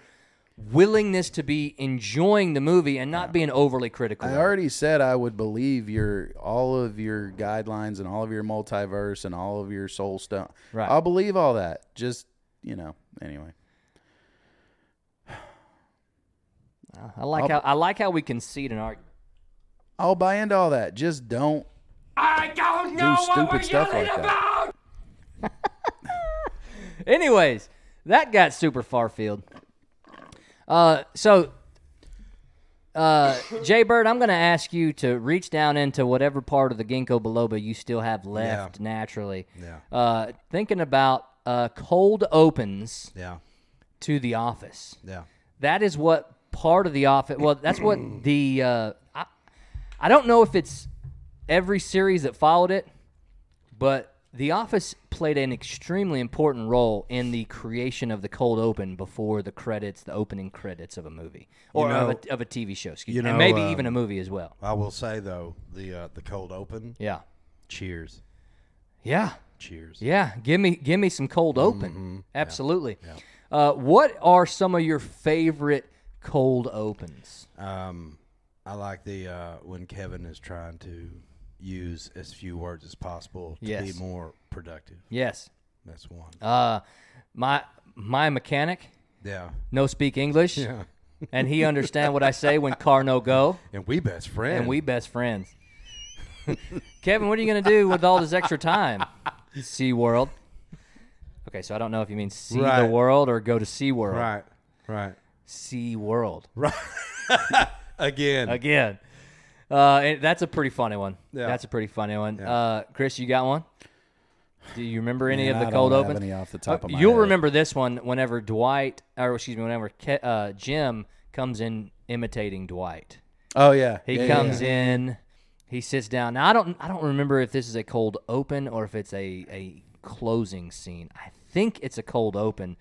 A: willingness to be enjoying the movie and not being overly critical.
B: I already said I would believe your all of your guidelines and all of your multiverse and all of your soul stone.
A: Right.
B: I'll believe all that. Just you know. Anyway.
A: I like how I like how we concede an argument.
B: I'll buy into all that. Just don't. I don't know do stupid stuff like that.
A: Anyways, that got super far field. Uh, so, uh, Jay Bird, I'm going to ask you to reach down into whatever part of the ginkgo biloba you still have left naturally. Yeah. Uh, thinking about uh, cold opens
C: Yeah.
A: to The Office.
C: Yeah.
A: That is what part of the office. Well, that's what the. Uh, I, I don't know if it's every series that followed it, but The Office played an extremely important role in the creation of the cold open before the credits, the opening credits of a movie or of,
C: know-
A: a, uh, of a TV show, excuse
C: you
A: me, and
C: know,
A: maybe
C: um,
A: even a movie as well.
C: I will say though, the uh, the cold open.
A: Yeah,
C: Cheers.
A: yeah, Mm-hmm.
C: Cheers.
A: yeah. Give me, give me some cold open. Absolutely. Uh, what are some of your favorite cold opens?
C: Um, I like the uh, when Kevin is trying to use as few words as possible to
A: Yes.
C: be more productive.
A: Yes.
C: That's one.
A: Uh, my my mechanic
C: yeah.
A: no speak English, and he understand what I say when car no go,
C: And we best friends.
A: and we best friends. Kevin, what are you gonna do with all this extra time? Sea World. Okay, so I don't know if you mean see
C: Right.
A: the world or go to Sea World.
C: right. Right.
A: Sea World
C: Again.
A: again. Uh, and that's a pretty funny one.
C: Yeah.
A: That's a pretty funny one. Uh, Chris, you got one? Do you remember any
B: Man,
A: of the
B: I
A: cold
B: don't have
A: opens? Oh,
B: any off the top of my
A: Uh, You'll
B: head.
A: remember this one whenever Dwight, or excuse me, whenever Ke- uh, Jim comes in imitating Dwight.
B: Oh yeah.
A: He
B: Yeah, yeah,
A: comes
B: yeah.
A: in, he sits down. Now I don't, I don't remember if this is a cold open or if it's a a closing scene. I think it's a cold open,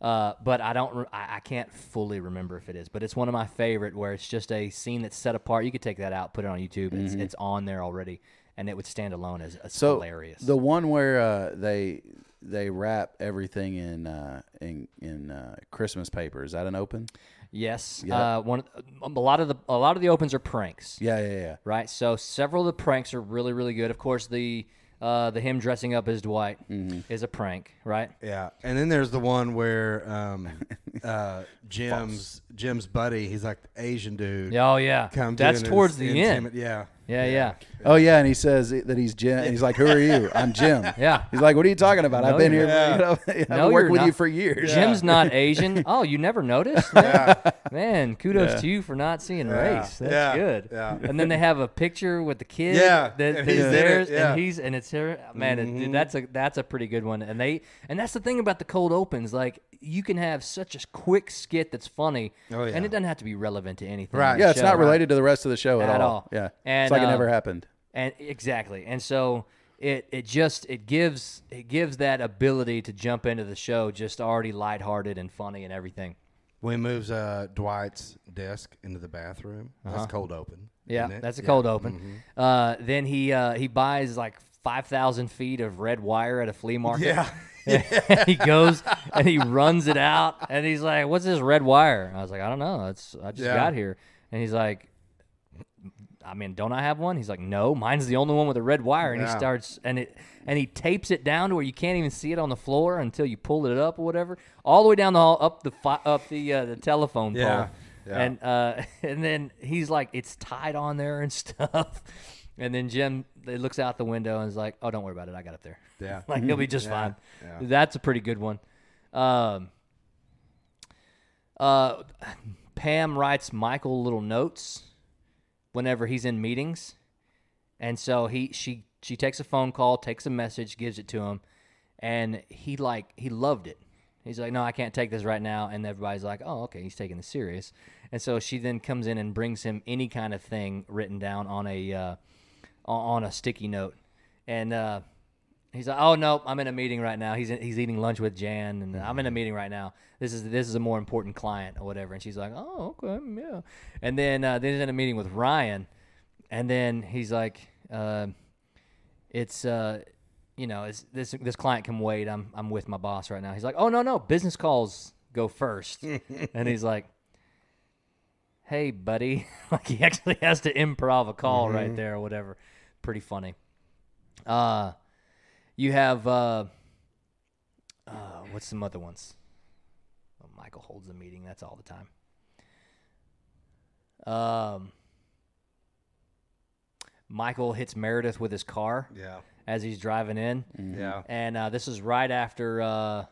A: uh, but I don't, re- I, I can't fully remember if it is. But it's one of my favorite where it's just a scene that's set apart. You could take that out, put it on YouTube. It's it's on there already, and it would stand alone as, as
B: Mm-hmm. So
A: hilarious.
B: the one where uh, they they wrap everything in uh, in in uh, Christmas paper is that an open?
A: Yes. Uh, one a lot of the a lot of the opens are pranks.
B: Yeah, yeah, yeah.
A: Right. So several of the pranks are really really good. Of course the uh, the him dressing up as Dwight is a prank. Right.
C: Yeah, and then there's the one where um, uh, Jim's Jim's buddy, he's like the Asian dude.
A: Yeah, Oh yeah.
C: comes
A: That's
C: in and
A: towards
C: is
A: the
C: intimid-
A: end.
C: Yeah,
A: Yeah, yeah.
B: Oh yeah, and he says that he's Jim. And he's like, "Who are you? I'm Jim."
A: Yeah.
B: He's like, "What are you talking about? I've been
A: you're
B: here. For, you know, I've
A: No,
B: been
A: you're
B: working with you
A: not.
B: for years."
A: Jim's not Asian. Oh, you never noticed? Man, Man, kudos to you for not seeing race. That's
C: Yeah.
A: good.
C: Yeah.
A: And then they have a picture with the kid.
C: Yeah.
A: that,
C: And
A: that's
C: he's in it.
A: theirs,
C: Yeah. Mm-hmm.
A: and he's and it's her. Man, it- dude, that's a that's a pretty good one. And they and that's the thing about the cold opens. Like you can have such a quick skit that's funny,
C: Oh, yeah.
A: and it doesn't have to be relevant to anything.
C: Right.
A: in the
B: Yeah, it's
A: show.
B: not related to the rest of the show at,
A: At
B: all.
A: all.
B: Yeah,
A: And,
B: it's like
A: uh,
B: it never happened.
A: and exactly and so it it just it gives it gives that ability to jump into the show just already lighthearted and funny and everything
C: when he moves uh, Dwight's desk into the bathroom, that's cold open.
A: Uh-huh. yeah
C: isn't it?
A: that's a
C: Yeah. Mm-hmm.
A: cold open uh, then he uh, he buys like 5000 feet of red wire at a flea market
C: Yeah.
A: he goes and he runs it out and he's like what's this red wire And i was like i don't know it's i just
C: Yeah.
A: got here and he's like i mean don't i have one he's like no mine's the only one with a red wire and he
C: Yeah.
A: starts and it and he tapes it down to where you can't even see it on the floor until you pull it up or whatever all the way down the hall up the fi- up the uh, the telephone
C: Yeah.
A: pole And uh, and then he's like, it's tied on there and stuff. And then Jim they looks out the window and is like, oh, don't worry about it. I got up there.
C: Yeah.
A: like he'll be just fine.
C: yeah.
A: That's a pretty good one. Um, uh, Pam writes Michael little notes whenever he's in meetings, and so he she she takes a phone call, takes a message, gives it to him, and he like he loved it. He's like, no, I can't take this right now, and everybody's like, oh, okay, he's taking this serious, and so she then comes in and brings him any kind of thing written down on a uh, on on a sticky note, and. Uh, He's like, oh no, I'm in a meeting right now. He's he's eating lunch with Jan, and I'm in a meeting right now. This is this is a more important client or whatever. And she's like, oh okay, yeah. And then uh, then he's in a meeting with Ryan, and then he's like, uh, it's uh, you know, it's, this this client can wait. I'm I'm with my boss right now. He's like, oh no no, business calls go first. and he's like, hey buddy, like he actually has to improv a call right there or whatever. Pretty funny. Uh you have uh, uh, what's some other ones? Oh, Michael holds the meeting. That's all the time. Um, Michael hits Meredith with his car
C: Yeah.
A: as he's driving in,
C: Yeah.
A: and uh, this is right after. Uh,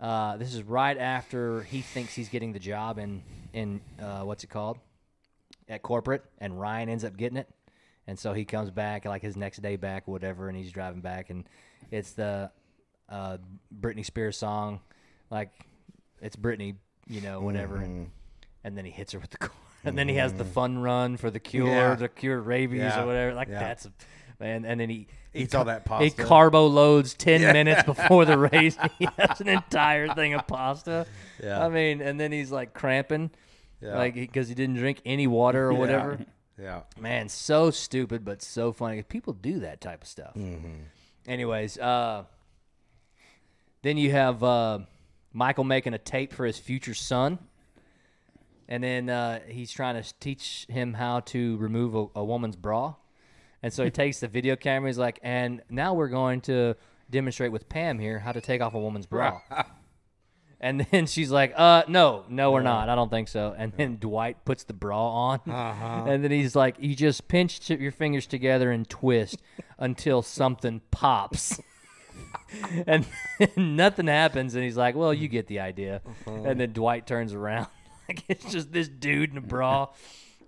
A: uh, this is right after he thinks he's getting the job in in uh, what's it called at corporate, and Ryan ends up getting it. And so he comes back like his next day back, whatever, and he's driving back, and it's the uh, Britney Spears song, like it's Britney, you know, whatever,
C: Mm-hmm.
A: and, and then he hits her with the car, and then he has the fun run for the cure,
C: Yeah.
A: the cure rabies
C: Yeah.
A: or whatever, like
C: Yeah.
A: that's, and and then he
C: Eats all that
A: he
C: pasta.
A: carbo loads ten minutes before the race. He has an entire thing of pasta.
C: Yeah.
A: I mean, and then he's like cramping, like because he didn't drink any water or whatever.
C: yeah.
A: Man, so stupid but so funny. People do that type of stuff. Anyways, uh, then you have uh, Michael making a tape for his future son, and then uh, he's trying to teach him how to remove a, a woman's bra, and so he takes the video camera. He's like, "And now we're going to demonstrate with Pam here how to take off a woman's bra." And then she's like, "Uh, no, no, we're not. I don't think so." And then Dwight puts the bra on, and then he's like, "You just pinch t- your fingers together and twist until something pops." and nothing happens, and he's like, "Well, you get the idea." And then Dwight turns around, like it's just this dude in a bra,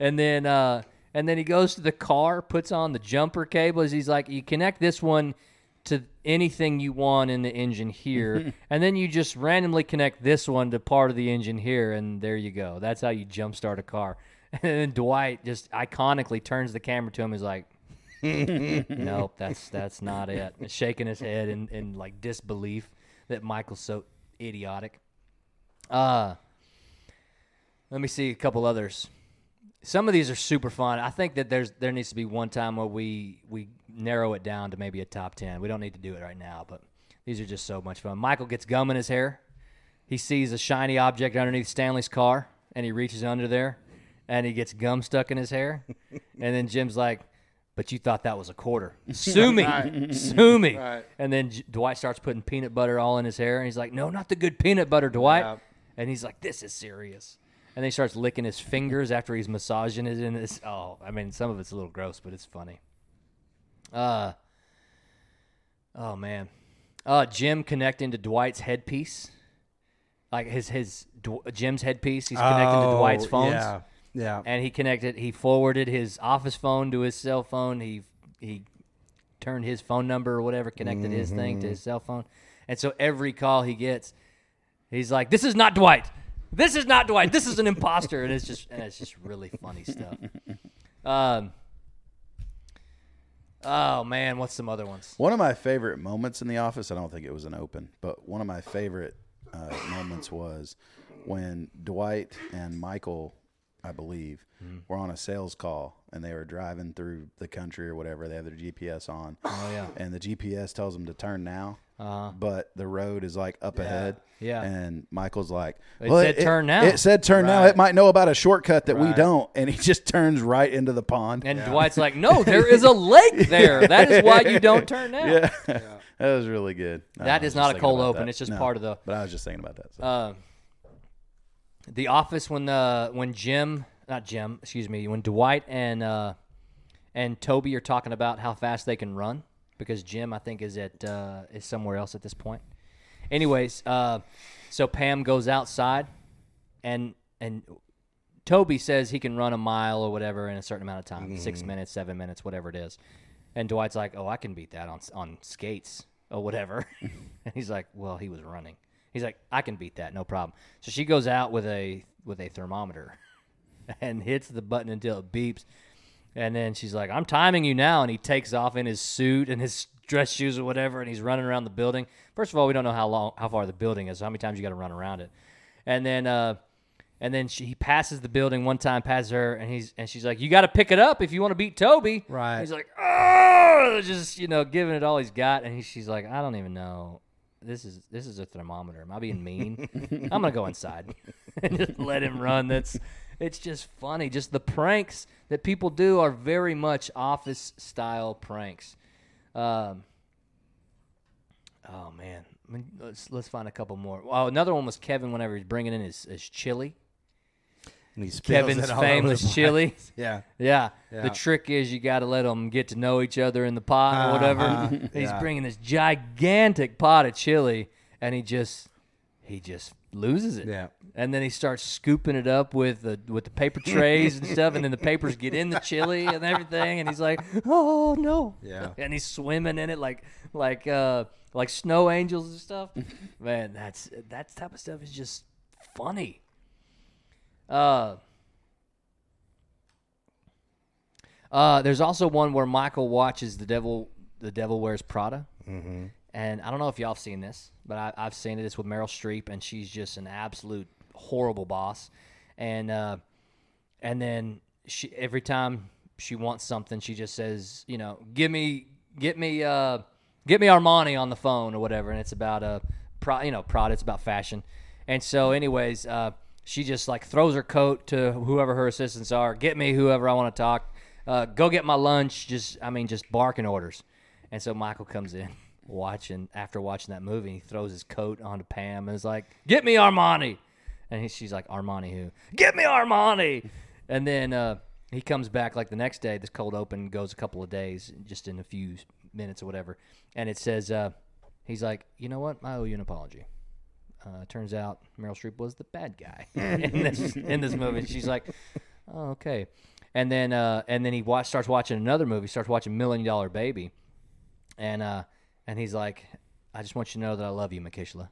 A: and then uh, and then he goes to the car, puts on the jumper cables. He's like, "You connect this one to anything you want in the engine here, and then you just randomly connect this one to part of the engine here, and there you go. That's how you jumpstart a car." And then Dwight just iconically turns the camera to him. Is like, nope, that's that's not it. Shaking his head in, in like disbelief that Michael's so idiotic. Uh let me see a couple others. Some of these are super fun. I think that there's there needs to be one time where we we narrow it down to maybe a top ten. We don't need to do it right now, but these are just so much fun. Michael gets gum in his hair. He sees a shiny object underneath Stanley's car, and he reaches under there, and he gets gum stuck in his hair. and then Jim's like, "But you thought that was a quarter? Sue me, sue me." And then J- Dwight starts putting peanut butter all in his hair, and he's like, "No, not the good peanut butter, Dwight." And he's like, "This is serious." And then he starts licking his fingers after he's massaging it in his. Oh, I mean, some of it's a little gross, but it's funny. Uh, oh man, uh, Jim connecting to Dwight's headpiece, like his his Dw- Jim's headpiece. He's connected to Dwight's phones,
C: Oh, Yeah. Yeah.
A: and he connected. He forwarded his office phone to his cell phone. He he turned his phone number or whatever, connected his
C: Mm-hmm.
A: thing to his cell phone, and so every call he gets, he's like, "This is not Dwight. This is not Dwight. This is an imposter." And it's just and it's just really funny stuff. Um. Oh man, what's some other ones?
B: One of my favorite moments in The Office, I don't think it was an open, but one of my favorite uh, moments was when Dwight and Michael, I believe,
A: Mm-hmm.
B: were on a sales call and they were driving through the country or whatever. They have their GPS on. Oh,
A: yeah. Uh-huh.
B: And the GPS tells them to turn now. But the road is like up ahead,
A: Yeah.
B: And Michael's like,
A: It said turn now."
B: It said turn now. It might know about a shortcut that we don't." And he just turns right into the pond.
A: And Dwight's like, "No, there is a lake there. That is why you don't turn now."
B: yeah. that was really good. I
A: That
B: was
A: is
B: just
A: not a
B: thinking
A: cold
B: about
A: open.
B: that.
A: It's just part of the-
B: But I was just thinking about that. so.
A: Uh, The Office when the when Jim, not Jim, excuse me, when Dwight and uh, and Toby are talking about how fast they can run because Jim I think is at uh, is somewhere else at this point. Anyways, uh, so Pam goes outside and and Toby says he can run a mile or whatever in a certain amount of time, six minutes, seven minutes, whatever it is. And Dwight's like, "Oh, I can beat that on s- on skates or whatever," and he's like, "Well, he was running." He's like, "I can beat that, no problem." So she goes out with a with a thermometer and hits the button until it beeps, and then she's like, "I'm timing you now," and he takes off in his suit and his dress shoes or whatever, and he's running around the building. First of all, we don't know how long, how far the building is, so how many times you got to run around it, and then. uh and then she, he passes the building one time, passes her, and he's and she's like, "You got to pick it up if you want to beat Toby."
C: Right.
A: He's like, "Oh, just you know, giving it all he's got," and he, she's like, "I don't even know. This is this is a thermometer. Am I being mean? I'm gonna go inside and just let him run." That's it's just funny. Just the pranks that people do are very much office style pranks. Um, oh man, I mean, let's let's find a couple more. Oh, another one was Kevin whenever he's bringing in his, his chili.
C: And he spills
A: Kevin's
C: it all over the
A: famous
C: place.
A: chili.
C: Yeah.
A: Yeah.
C: Yeah.
A: The trick is you got to let them get to know each other in the pot or whatever.
C: Uh-huh.
A: He's bringing this gigantic pot of chili and he just he just loses it.
C: Yeah.
A: And then he starts scooping it up with the with the paper trays and stuff and then the papers get in the chili and everything and he's like, "Oh no."
C: Yeah.
A: And he's swimming in it like like uh like snow angels and stuff. Man, that's that type of stuff is just funny. Uh Uh, there's also one where Michael watches the devil. The devil wears Prada, mm-hmm. and I don't know if y'all have seen this, but I, I've seen it. It's with Meryl Streep, and she's just an absolute horrible boss. And uh, and then she every time she wants something, she just says, you know, give me, get me, uh, get me Armani on the phone or whatever. And it's about a, pro, you know, Prada. It's about fashion. And so, anyways, uh, she just like throws her coat to whoever her assistants are. Get me whoever I want to talk. Uh, go get my lunch. Just, I mean, just barking orders. And so Michael comes in watching after watching that movie. He throws his coat onto Pam and is like, "Get me Armani." And he, she's like, Armani who? Get me Armani! And then uh, he comes back like the next day. This cold open goes a couple of days, just in a few minutes or whatever. And it says, uh, he's like, you know what? I owe you an apology. Uh, turns out Meryl Streep was the bad guy in this in this movie. She's like, oh, okay. And then uh, and then he watch, starts watching another movie. Starts watching Million Dollar Baby, and uh, and he's like, I just want you to know that I love you, Makishla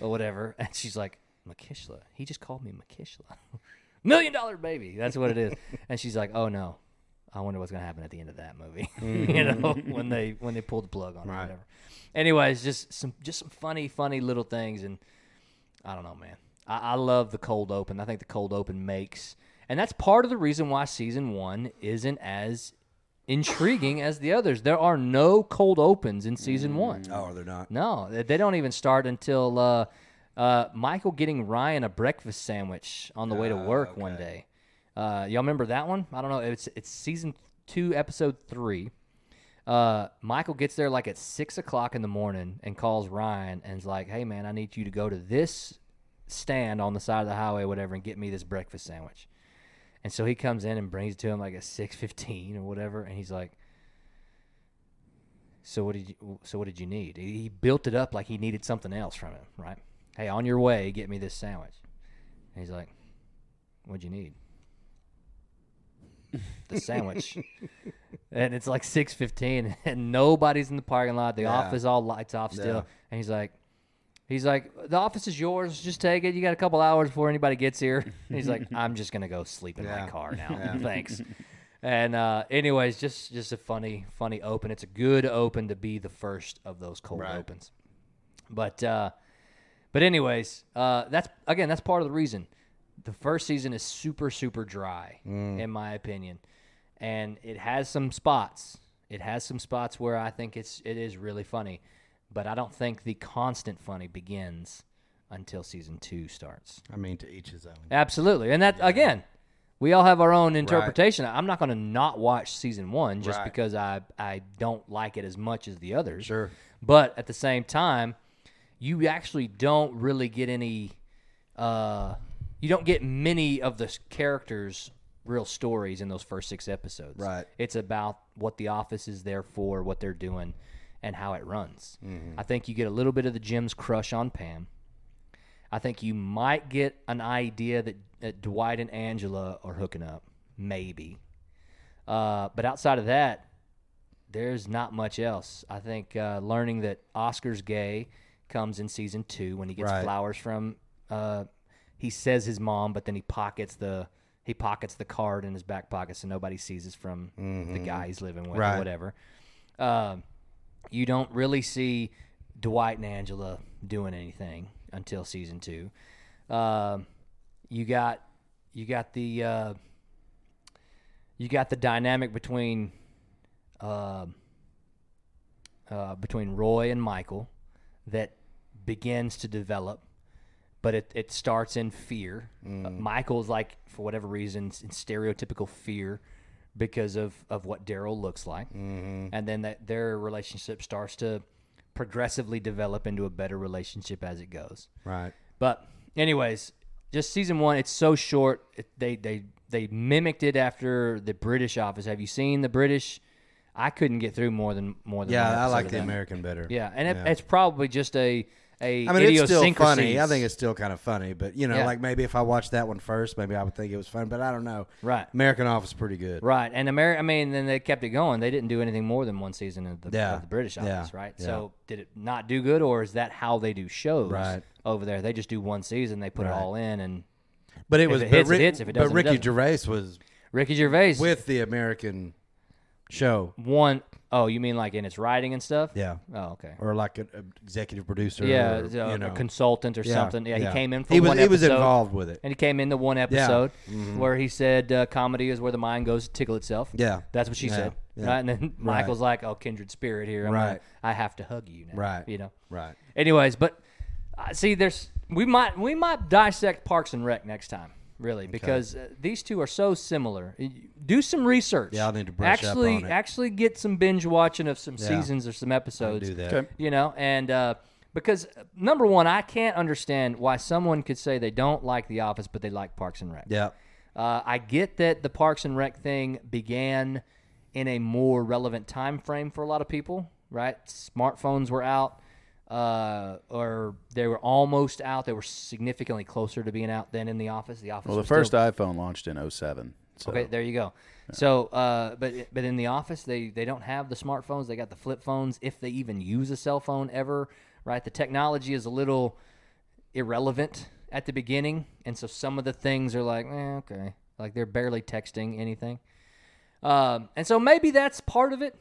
A: or whatever. And she's like, Makishla. He just called me Makishla. Million dollar baby. That's what it is. and she's like, Oh no. I wonder what's gonna happen at the end of that movie. you know, when they when they pull the plug on it or whatever. Anyways, just some just some funny, funny little things and I don't know, man. I, I love the cold open. I think the cold open makes and that's part of the reason why season one isn't as intriguing as the others. There are no cold opens in season one.
C: Oh, they're not.
A: No, they- they don't even start until uh, uh, Michael getting Ryan a breakfast sandwich on the way to work one day. Uh, y'all remember that one? I don't know. It's it's season two, episode three. Uh, Michael gets there like at six o'clock in the morning and calls Ryan and's like, "Hey man, I need you to go to this stand on the side of the highway, whatever, and get me this breakfast sandwich." And so he comes in and brings it to him like at six fifteen or whatever, and he's like, so what did you? So what did you need? He he built it up like he needed something else from him, right? Hey, on your way, get me this sandwich. And he's like, "What'd you need?" The sandwich. and it's like six fifteen, and nobody's in the parking lot. The office all lights off still, and he's like, he's like, "The office is yours. Just take it. You got a couple hours before anybody gets here." And he's like, "I'm just gonna go sleep in my car now. Thanks." And uh, anyways, just just a funny funny open. It's a good open to be the first of those cold opens. But uh, but anyways, uh, that's again that's part of the reason. The first season is super super dry in my opinion, and it has some spots. It has some spots where I think it's it is really funny, but I don't think the constant funny begins until season two starts.
C: I mean, to each his own.
A: Absolutely. And that again, we all have our own interpretation. I'm not going to not watch season 1 just because I I don't like it as much as the others. Sure. But at the same time, you actually don't really get any uh you you don't get many of the s- characters' real stories in those first six episodes.
C: Right.
A: It's about what the office is there for, what they're doing, and how it runs. I think you get a little bit of the Jim's crush on Pam. I think you might get an idea that, that Dwight and Angela are hooking up, maybe. Uh, but outside of that, there's not much else. I think uh, learning that Oscar's gay comes in season two when he gets
C: Right.
A: flowers from. Uh, he says his mom, but then he pockets the he pockets the card in his back pocket so nobody sees it's from the guy he's living with
C: Right.
A: or whatever. Um, you don't really see Dwight and Angela doing anything until season two. Um, you got you got the uh, you got the dynamic between um uh, between Roy and Michael that begins to develop, but it, it starts in fear. Uh, Michael's like, for whatever reason, s- in stereotypical fear because of, of what Daryl looks like. And then that their relationship starts to progressively develop into a better relationship as it goes.
C: Right.
A: But anyways, just season one. It's so short. It, they they they mimicked it after the British Office. Have you seen the British? I couldn't get through more than more than one
C: Yeah, I
A: episode
C: like
A: of
C: the
A: that.
C: American better.
A: Yeah, and it, it's probably just a a
C: I mean, it's still
A: idiosyncrasy.
C: funny. I think it's still kind of funny, but you know,
A: Yeah.
C: like maybe if I watched that one first, maybe I would think it was fun. But I don't know.
A: Right.
C: American Office is pretty good.
A: right. And America. I mean, then they kept it going. They didn't do anything more than one season of the,
C: Yeah.
A: of the British
C: Yeah.
A: Office, right?
C: Yeah.
A: So did it not do good, or is that how they do shows
C: Right.
A: over there? They just do one season. They put it all in, and
C: But it
A: If
C: was
A: it
C: but
A: hits, it
C: Rick-
A: hits. If it
C: but
A: doesn't, it
C: Ricky
A: doesn't.
C: Gervais was
A: Ricky Gervais
C: with the American show
A: one oh you mean like in its writing and stuff?
C: Yeah.
A: Oh, okay.
C: or like an an executive producer.
A: Yeah,
C: or,
A: as a,
C: you
A: a
C: know.
A: consultant or something. Yeah, he came in for
C: he was,
A: one
C: He was
A: episode,
C: involved Mm-hmm. with it.
A: and he came into one episode where he said, uh, "Comedy is where the mind goes to tickle itself."
C: Yeah.
A: that's what she
C: Yeah.
A: said.
C: Yeah.
A: Right? And then Michael's like, "Oh, kindred spirit here. I'm
C: Right.
A: gonna- I have to hug you now."
C: Right.
A: you know.
C: Right.
A: Anyways, but uh, see, there's we might we might dissect Parks and Rec next time, really, because uh, these two are so similar. Y- Do some research.
C: Yeah, I'll need to brush up
A: actually
C: on it.
A: actually get some binge watching of some seasons or some episodes.
C: do that. Okay.
A: You know, and uh, because uh, number one, I can't understand why someone could say they don't like The Office, but they like Parks and Rec.
C: Yeah.
A: Uh, I get that the Parks and Rec thing began in a more relevant time frame for a lot of people, right? Smartphones were out, uh, or they were almost out. They were significantly closer to being out than in the office. The office.
B: Well, the
A: was still-
B: first iPhone launched in 07. So
A: Okay, there you go. So, uh, but but in the office, they they don't have the smartphones. They got the flip phones, if they even use a cell phone ever. Right, the technology is a little irrelevant at the beginning, and so some of the things are like, eh, okay, like they're barely texting anything. Um, and so maybe that's part of it.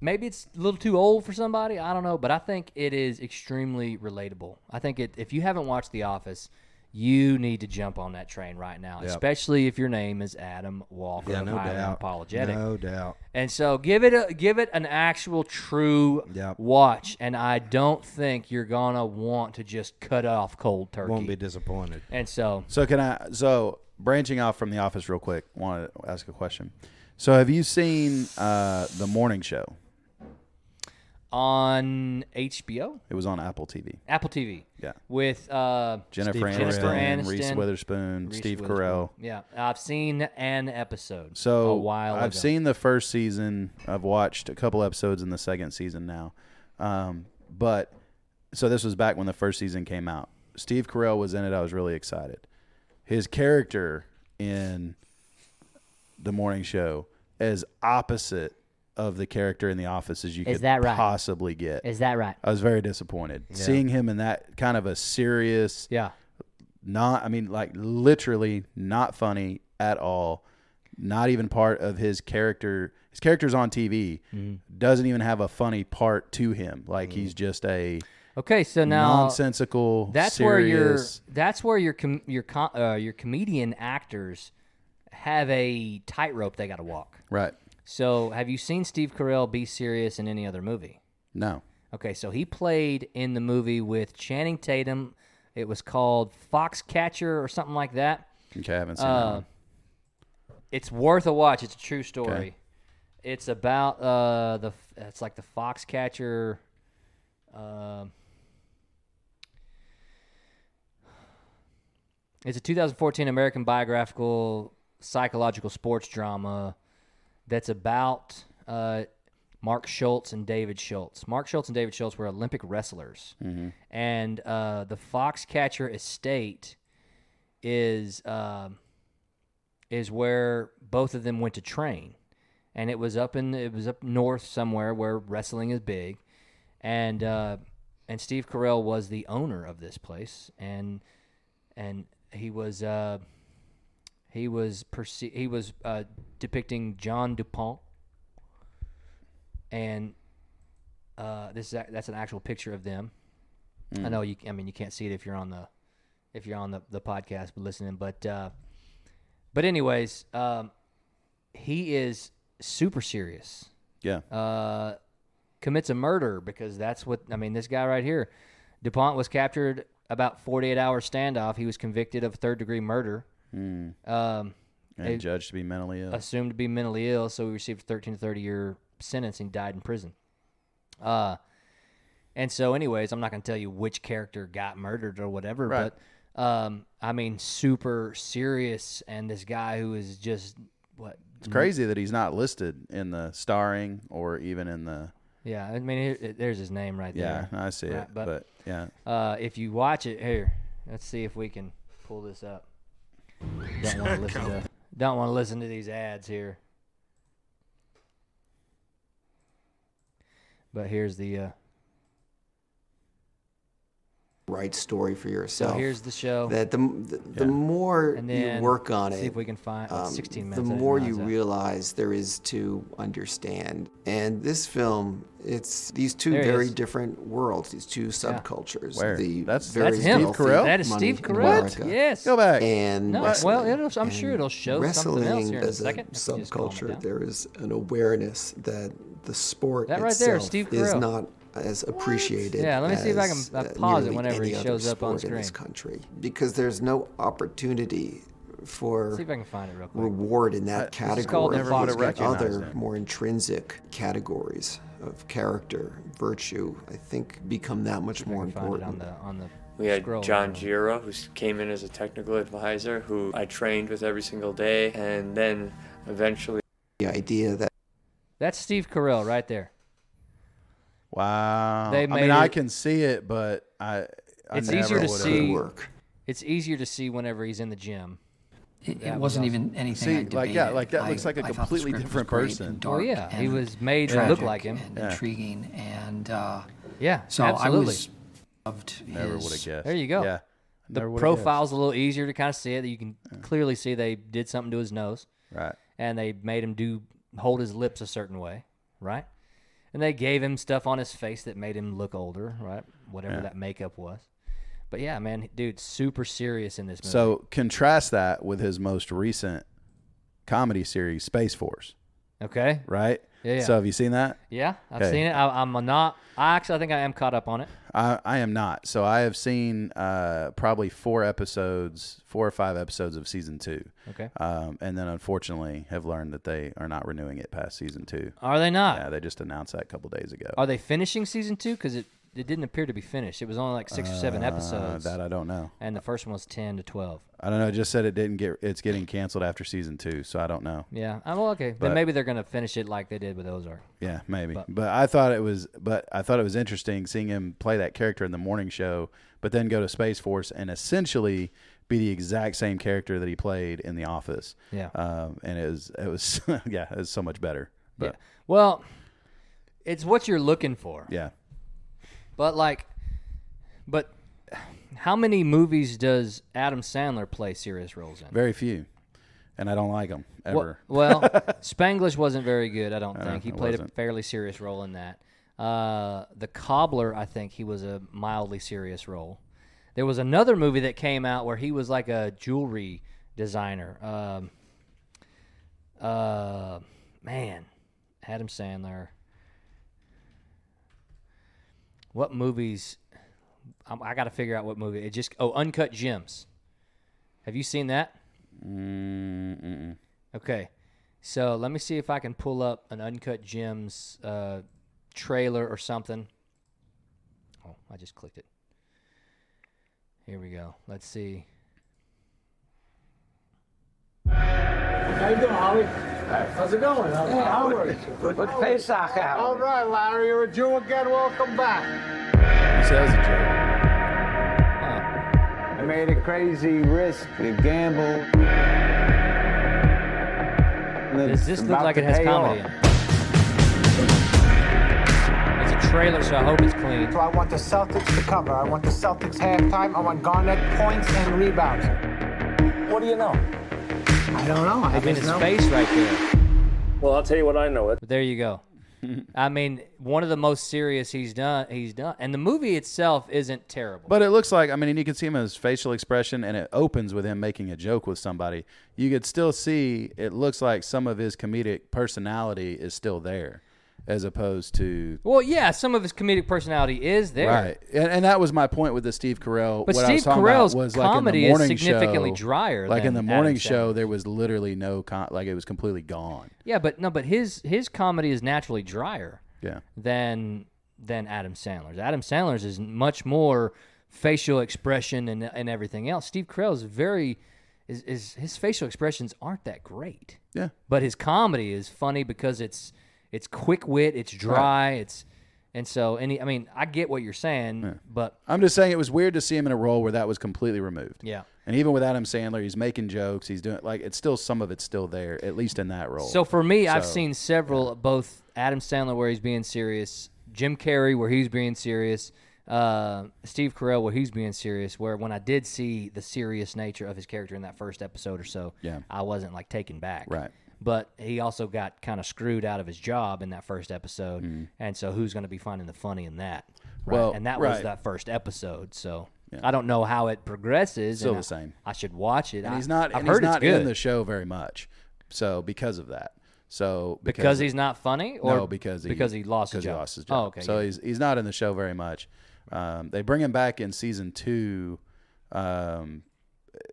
A: Maybe it's a little too old for somebody. I don't know, but I think it is extremely relatable. I think it, if you haven't watched The Office, you need to jump on that train right now, especially if your name is Adam Walker.
C: Yeah, no
A: of Highly
C: doubt.
A: Apologetic.
C: No doubt.
A: And so give it a give it an actual true
C: Yep.
A: watch, and I don't think you're gonna want to just cut off cold turkey.
C: Won't be disappointed.
A: and so
B: So can I? So branching off from the office real quick, want to ask a question. So have you seen uh, the morning show?
A: on HBO,
B: It was on Apple TV.
A: Apple TV,
B: Yeah.
A: with uh,
B: Jennifer,
C: Steve
B: Aniston,
A: Jennifer Aniston,
B: Reese Witherspoon,
A: Reese
B: Steve
A: Witherspoon.
B: Carell.
A: Yeah, I've seen an episode.
B: So
A: a while ago.
B: I've seen the first season. I've watched a couple episodes in the second season now. Um, but so this was back when the first season came out. Steve Carell was in it. I was really excited. His character in the morning show is opposite of the character in the office as you
D: Is
B: could
D: that right?
B: possibly get.
D: Is that right?
B: I was very disappointed seeing him in that kind of a serious
A: Yeah,
B: not i mean like literally not funny at all not even part of his character his character's on tv
A: Mm-hmm.
B: doesn't even have a funny part to him like he's just a
A: Okay, so Mm-hmm. now
B: nonsensical
A: that's
B: serious
A: where your that's where your com- your com- uh, your comedian actors have a tightrope they got to walk.
B: right
A: So, have you seen Steve Carell be serious in any other movie?
B: no
A: Okay, so he played in the movie with Channing Tatum. It was called Foxcatcher or something like that.
B: okay i haven't seen that
A: Uh,
B: one.
A: It's worth a watch. It's a true story.
B: Okay.
A: It's about uh the f- it's like the Foxcatcher. Um, It's a 2014 American biographical psychological sports drama that's about uh, Mark Schultz and David Schultz. Mark Schultz and David Schultz were Olympic wrestlers, and uh, the Foxcatcher Estate is um is where both of them went to train, and it was up in it was up north somewhere where wrestling is big, and uh, and Steve Carell was the owner of this place, and and he was uh, he was perce- he was uh, depicting John Dupont, and uh, this is a- that's an actual picture of them. I know you. I mean, you can't see it if you're on the if you're on the the podcast but listening, but uh, but anyways, um, he is super serious
B: Yeah.
A: uh, commits a murder because that's what I mean. This guy right here, Dupont was captured about 48 hour standoff. He was convicted of third degree murder. Um,
B: and judged to be mentally ill.
A: assumed to be mentally ill, so he received a 13 to 30 year sentence and died in prison. Uh, and so, anyways, I'm not going to tell you which character got murdered or whatever,
B: Right.
A: but um, I mean, super serious, and this guy who is just what
B: It's crazy that he's not listed in the starring or even in the.
A: yeah i mean here- there's his name right
B: Yeah,
A: there
B: I see it.
A: Right,
B: but,
A: but-
B: yeah,
A: Uh, if you watch it here, let's see if we can pull this up. Don't want to listen to don't want to listen to these ads here. But here's the uh,
I: right story
A: so
I: for yourself.
A: here's the show.
I: that the the, the more
A: and then
I: you work on
A: see
I: it,
A: if we can find
I: um,
A: 16
I: the
A: minutes. I didn't
I: more you
A: realize that.
I: realize there is to understand. And this film, it's these two
A: There it
I: very
A: is.
I: different worlds, these two subcultures.
B: Where?
I: The
B: That's-
I: very
A: that's him.
I: Steve
B: Carell?
A: That is Steve Carell. Yes.
B: go back.
I: And
A: No,
I: wrestling.
A: well, it'll- I'm sure
I: And
A: it'll show something else
I: wrestling
A: here in a
I: as
A: second, if you just calm it down.
I: subculture, there is an awareness that the sport
A: That right
I: itself
A: there, Steve
I: is
A: Carell.
I: not as appreciated.
A: Yeah, let me see if I can,
I: as,
A: uh,
I: uh,
A: pause it
I: nearly
A: whenever
I: any
A: he
I: other
A: shows up on
I: sport in this
A: screen.
I: country because there's no opportunity for
A: See if I can find it real quick.
I: reward in that
A: is called
I: category
A: Never Would've
I: against
B: Recognized
I: other
B: Him.
I: more intrinsic categories of character virtue i think become that much more
A: I can find it on
I: important
A: the on the
J: We had
A: scroll
J: John
A: down.
J: Giro, who came in as a technical advisor, who I trained with every single day, and then eventually
I: the idea that
A: That's Steve Carell right there.
B: wow.
A: They
B: I
A: made
B: mean, I
A: it-
B: can see it, but I. I
A: It's
B: never
A: easier to
B: would've-
A: see-
I: could work
A: It's easier to see whenever he's in the gym.
K: It, it
A: That was
K: wasn't
A: awesome.
K: even anything. I
B: See, like, yeah,
K: debated.
B: like, that looks like a
K: I thought the
B: completely
K: script was
B: different
K: great
B: person.
K: and
A: Oh
K: dark
A: yeah, he
K: and
A: was made to look
K: tragic
A: like him.
K: and
B: Yeah.
K: intriguing, and uh,
A: Yeah.
K: so
A: absolutely.
K: I was loved
B: Never
K: his
B: would have guessed.
A: There you go.
B: Yeah.
A: the
B: Never would've
A: profile's a little easier to kind of see it. You can clearly see they did something to his nose,
B: guessed. Right.
A: and they made him do hold his lips a certain way, right? And they gave him stuff on his face that made him look older, right? Whatever that makeup was. But yeah, man, dude, super serious in this movie.
B: So contrast that with his most recent comedy series, Space Force.
A: okay,
B: Right.
A: Yeah, yeah.
B: So have you seen that?
A: yeah, I've
B: Okay.
A: seen it. I, I'm not. I actually, I think I am caught up on it.
B: I, I am not. So I have seen uh, probably four episodes, four or five episodes of season two.
A: Okay,
B: Um, and then unfortunately have learned that they are not renewing it past season two.
A: are they not?
B: Yeah, they just announced that a couple days ago.
A: Are they finishing season two? Because it it didn't appear to be finished. It was only like six or seven
B: Uh,
A: episodes,
B: that I don't know.
A: and the first one was ten to twelve.
B: I don't know. It just said it didn't get. It's getting canceled after season two, so I don't know.
A: Yeah. i well, okay.
B: But-
A: then maybe they're gonna finish it like they did with Ozark.
B: Yeah, maybe. But,
A: But-
B: I thought it was. But I thought it was interesting seeing him play that character in the morning show, but then go to Space Force and essentially be the exact same character that he played in The Office.
A: Yeah.
B: Um, and it was. It was. yeah. It was so much better.
A: yeah.
B: But
A: Well, it's what you're looking for.
B: yeah.
A: But like, but how many movies does Adam Sandler play serious roles in?
B: very few, and I don't like him
A: Wha-
B: ever.
A: Well, Spanglish wasn't very good. I don't think he
B: it
A: played
B: wasn't.
A: a fairly serious role in that. Uh, the cobbler, I think he was a mildly serious role. There was another movie that came out where he was like a jewelry designer. Um, uh, man, Adam Sandler. What movies? I, I got to figure out what movie. It just oh, Uncut Gems. Have you seen that? Okay. So let me see if I can pull up an Uncut Gems uh, trailer or something. Oh, I just clicked it. Here we go. Let's see.
L: How you doing, Holly? How's it going? How's
M: Yeah,
L: how
M: good,
L: are you?
M: good.
L: Good
M: Good
L: Pesach out. All right, Larry, you're a Jew again. Welcome back.
B: says a joke.
L: I made a crazy risk, a gamble.
A: Does this look like it has comedy in it? It's a trailer, so I hope it's clean.
L: So I want the Celtics to cover. I want the Celtics halftime. I want Garnett points and rebounds. What do you know? I don't know. I,
A: I mean,
L: just
A: his
L: know.
A: face right there.
N: Well, I'll tell you what I know. It.
A: But there you go. I mean, one of the most serious he's done. He's done, and the movie itself isn't terrible.
B: But it looks like I mean, and you can see him his facial expression, and it opens with him making a joke with somebody. You could still see it looks like some of his comedic personality is still there, as opposed to
A: Well, yeah, some of his comedic personality is there.
B: right. And, and that was my point with the Steve Carell.
A: But
B: what I was
A: Steve
B: talking
A: Carell's
B: about was
A: comedy is
B: like in the morning
A: significantly
B: show,
A: drier
B: Like in the
A: than
B: morning
A: Adam
B: show, there was literally no con- like it was completely gone.
A: Yeah, but no, but his his comedy is naturally drier.
B: Yeah.
A: Than than Adam Sandler's. Adam Sandler's is much more facial expression and and everything else. Steve Carell's very is, is his facial expressions aren't that great.
B: Yeah.
A: But his comedy is funny because it's it's quick wit, it's dry, it's and so any I mean, I get what you're saying, but
B: I'm just saying it was weird to see him in a role where that was completely removed.
A: Yeah.
B: And even with Adam Sandler, he's making jokes. He's doing like it's still some of it's still there, at least in that role.
A: So for me, I've
B: So-
A: seen several, both Adam Sandler where he's being serious, Jim Carrey where he's being serious, uh, Steve Carell where he's being serious. Where when I did see the serious nature of his character in that first episode or so,
B: Yeah.
A: I wasn't like taken back.
B: Right.
A: But he also got kind of screwed out of his job in that first episode, and so who's going to be finding the funny in that? Right?
B: Mm. Well,
A: and that was
B: right.
A: that first episode. So I don't know how it progresses.
B: Still
A: and
B: the
A: I-
B: same.
A: I, should watch it.
B: and
A: I-
B: he's not.
A: I've
B: and
A: heard
B: he's
A: it's
B: not
A: good.
B: in the show very much. So because of that. So
A: Because he's not funny, or
B: no, because he,
A: because he lost his
B: because he
A: job?
B: lost his
A: Oh,
B: job.
A: okay,
B: So
A: yeah.
B: he's he's not in the show very much. Um, they bring him back in season two, um,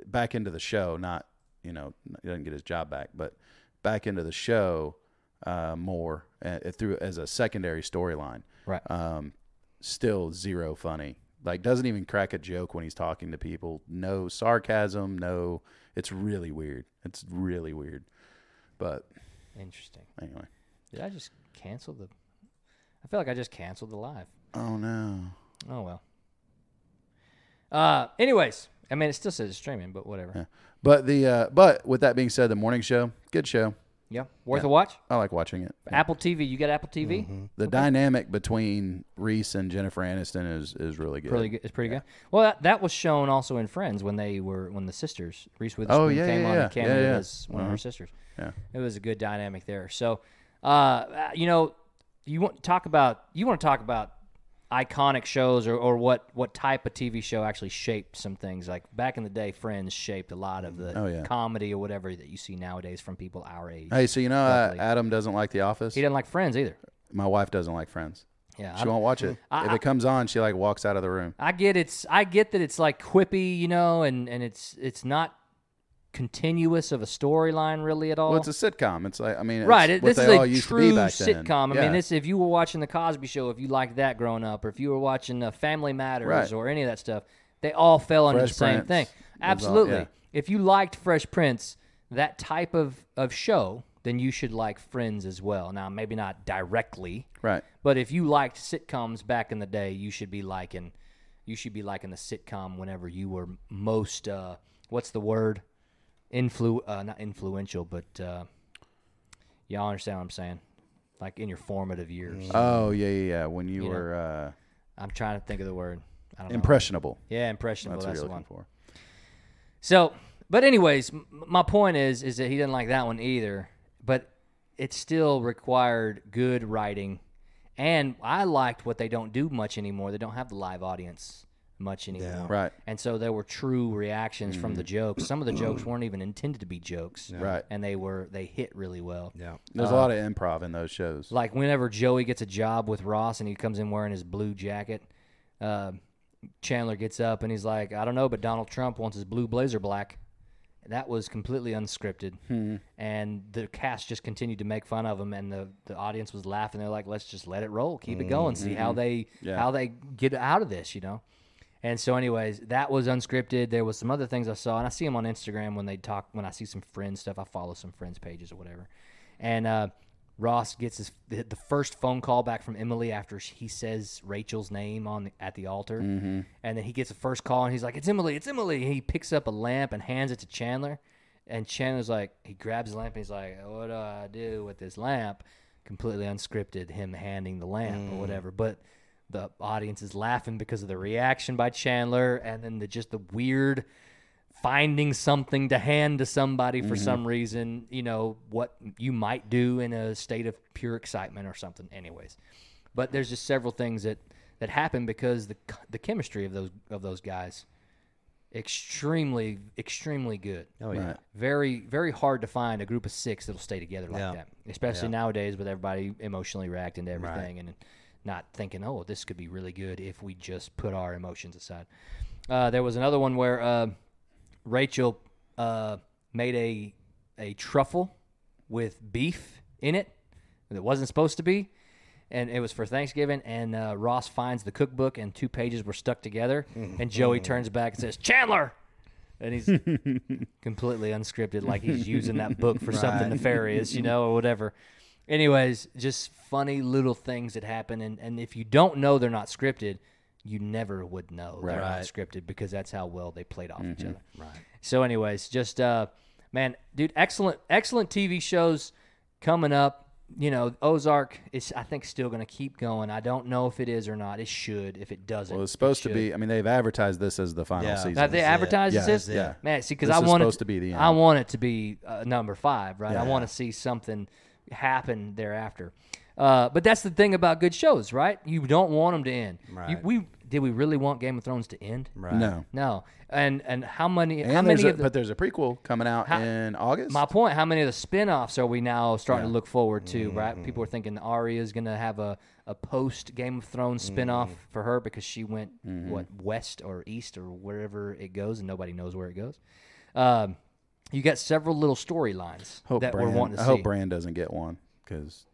B: back into the show. Not you know he doesn't get his job back, but back into the show uh, more uh, through as a secondary storyline.
A: Right.
B: Um, still zero funny. Like doesn't even crack a joke when he's talking to people. No sarcasm. No. It's really weird. It's really weird. But
A: Interesting.
B: anyway.
A: Did I just cancel the? I feel like I just canceled the live.
B: Oh no.
A: Oh well. Uh, anyways, I mean, it still says it's streaming, but whatever. Yeah,
B: But the uh, but with that being said, the morning show, good show.
A: worth
B: Yeah. Mm-hmm.
A: a watch.
B: I like watching it.
A: Apple TV, you got Apple TV?
B: The dynamic between Reese and Jennifer Aniston is is really good.
A: Pretty good. It's pretty good. Well, that, that was shown also in Friends when they were when the sisters Reese Witherspoon
B: Oh, yeah,
A: came
B: yeah,
A: on
B: yeah.
A: and cameoed
B: Yeah, yeah.
A: as one of
B: Uh-huh.
A: her sisters.
B: Yeah.
A: it was a good dynamic there. So, uh, uh, you know, you want to talk about you want to talk about iconic shows or, or what what type of TV show actually shaped some things. Like back in the day, Friends shaped a lot of the
B: Oh, yeah.
A: comedy or whatever that you see nowadays from people our age.
B: Hey, so you know uh,
A: Luckily.
B: Adam doesn't like The Office.
A: he didn't like Friends either.
B: My wife doesn't like Friends.
A: Yeah,
B: she
A: I'm-
B: won't watch it.
A: I-
B: if it comes on, she like walks out of the room.
A: I get it's I get that it's like quippy, you know, and and it's it's not continuous of a storyline really at all.
B: Well, it's a sitcom. It's like I mean, it's
A: right. It, this
B: what they
A: is a
B: all used to
A: true
B: be back then.
A: sitcom. I
B: Yeah.
A: mean, this if you were watching the Cosby Show, if you liked that growing up, or if you were watching uh, Family Matters
B: Right.
A: or any of that stuff, they all fell under
B: Fresh
A: the same
B: Prince
A: thing.
B: was all-
A: Absolutely.
B: yeah.
A: If you liked Fresh Prince, that type of of show, then you should like Friends as well. Now, maybe not directly.
B: right.
A: But if you liked sitcoms back in the day, you should be liking, you should be liking the sitcom whenever you were most, uh, what's the word, influ, uh, not influential, but uh, y'all understand what I'm saying, like in your formative years.
B: Oh yeah, yeah, yeah. When
A: You
B: you,
A: know,
B: were uh,
A: I'm trying to think of the word. I don't know.
B: impressionable.
A: Yeah, impressionable. That's,
B: That's
A: the
B: what you're
A: one.
B: looking for.
A: So, but anyways, m- my point is, is that he didn't like that one either. But it still required good writing, and I liked what they don't do much anymore. They don't have the live audience much anymore.
B: Right.
A: And so there were true reactions from the jokes. Some of the jokes weren't even intended to be jokes.
B: Right.
A: And they were they hit really well.
C: Yeah.
B: There's a lot of improv in those shows.
A: Uh, Like whenever Joey gets a job with Ross and he comes in wearing his blue jacket, uh, Chandler gets up and he's like, "I don't know, but Donald Trump wants his blue blazer black." That was completely unscripted,
B: Hmm.
A: and the cast just continued to make fun of him, and the, the audience was laughing. They're like, "Let's just let it roll, keep it going, see how
B: Mhm.
A: they
B: Yeah.
A: how they get out of this," you know. And so, anyways, that was unscripted. There was some other things I saw, and I see them on Instagram when they talk. When I see some friends stuff, I follow some friends pages or whatever. And uh, Ross gets his the the first phone call back from Emily after sh- he says Rachel's name on the, at the altar,
B: Mhm.
A: and then he gets a first call and he's like, "It's Emily, it's Emily." And he picks up a lamp and hands it to Chandler, and Chandler's like, he grabs the lamp and he's like, "What do I do with this lamp?" Completely unscripted, him handing the lamp or
M: Mm.
A: whatever, but the audience is laughing because of the reaction by Chandler, and then the just the weird finding something to hand to somebody for
M: Mhm.
A: some reason, you know, what you might do in a state of pure excitement or something anyways. But there's just several things that that happen because the c- the chemistry of those of those guys extremely extremely good.
M: Oh, yeah. Right.
A: Very very hard to find a group of 6 that'll stay together like
M: Yeah.
A: that. Especially
M: Yeah.
A: nowadays with everybody emotionally reacting to everything
M: Right.
A: and not thinking, "Oh, this could be really good if we just put our emotions aside." Uh, there was another one where uh, Rachel uh, made a a truffle with beef in it that wasn't supposed to be, and it was for Thanksgiving. And uh, Ross finds the cookbook, and two pages were stuck together. and Joey turns back and says, "Chandler." And he's completely unscripted, like he's using that book for something
M: Right.
A: nefarious, you know, or whatever. Anyways, just funny little things that happen, and, and if you don't know they're not scripted, you never would know they're not
M: Right.
A: scripted because that's how well they played off each
B: Mm-hmm.
M: Mhm.
A: other.
M: Right.
A: So, anyways, just uh, man, dude, excellent, excellent TV shows coming up. You know, Ozark is I think still going to keep going. I don't know if it is or not. It should. If it doesn't,
B: Well, it's supposed to
A: should.
B: be. I mean, they've advertised this as the final
A: Yeah.
B: season.
A: That they advertise
B: yeah.
A: this?
B: Yeah.
A: Man, see, because
B: This
A: I
B: is
A: want
B: supposed to be the end.
A: I want it to be uh, number five, right? I
B: Yeah.
A: want to see something happen thereafter. Uh, but that's the thing about good shows, right? You don't want them to end. You-
M: Right.
A: we did we really want Game of Thrones to end?
M: Right. No.
A: No. And and how many?
B: And
A: how
B: there's
A: many?
B: a-
A: of the,
B: but there's a prequel coming out
A: How-
B: in August.
A: my point, how many of the spin-offs are we now starting to look forward to, right?
B: Mm-hmm.
A: People are thinking Arya is going to have a, a post Game of Thrones spin-off
B: Mm-hmm.
A: for her because she went
M: Mhm.
A: what west or east or wherever it goes and nobody knows where it goes. Um, you got several little storylines
B: hope
A: that
B: Bran,
A: we're wanting to
B: I
A: see.
B: hope Bran doesn't get one because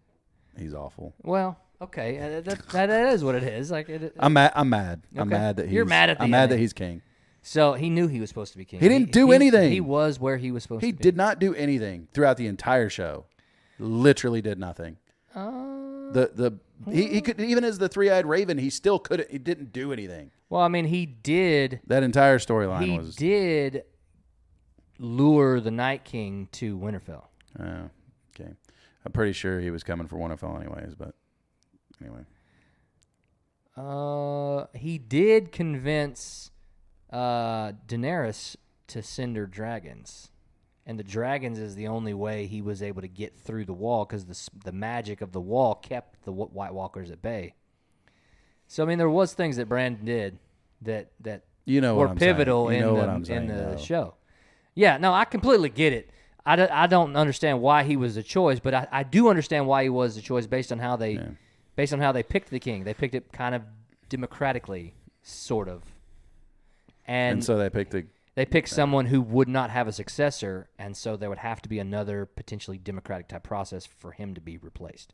B: he's awful.
A: well, okay, uh, that, that, that is what it is. Like it,
B: I'm mad. I'm mad. I'm
A: Okay.
B: mad that he's.
A: You're mad at the
B: I'm mad that
A: ending.
B: he's king.
A: So he knew he was supposed to be king.
B: He didn't do anything.
A: He was where he was supposed
B: He
A: to be.
B: did not do anything throughout the entire show. Literally did nothing.
A: Uh,
B: the the he, he could even as the three eyed raven he still couldn't he didn't do anything.
A: Well, I mean, he did
B: That entire
A: he
B: storyline was
A: did lure the Night King to Winterfell.
B: uh, okay. I'm pretty sure he was coming for Winterfell anyways, but anyway.
A: Uh, he did convince uh, Daenerys to send her dragons, and the dragons is the only way he was able to get through the wall because the s- the magic of the wall kept the Wh- White Walkers at bay. So I mean, there was things that Brandon did that that
B: You know
A: were
B: what I'm saying.
A: pivotal
B: You
A: in
B: know
A: the
B: what I'm saying,
A: in the
B: though.
A: show. Yeah, no, I completely get it. I, do, I don't understand why he was the choice, but I, I do understand why he was the choice based on how they based on how they picked the king. They picked it kind of democratically, sort of. And,
B: And, so they picked the
A: they picked someone who would not have a successor, and so there would have to be another potentially democratic type process for him to be replaced.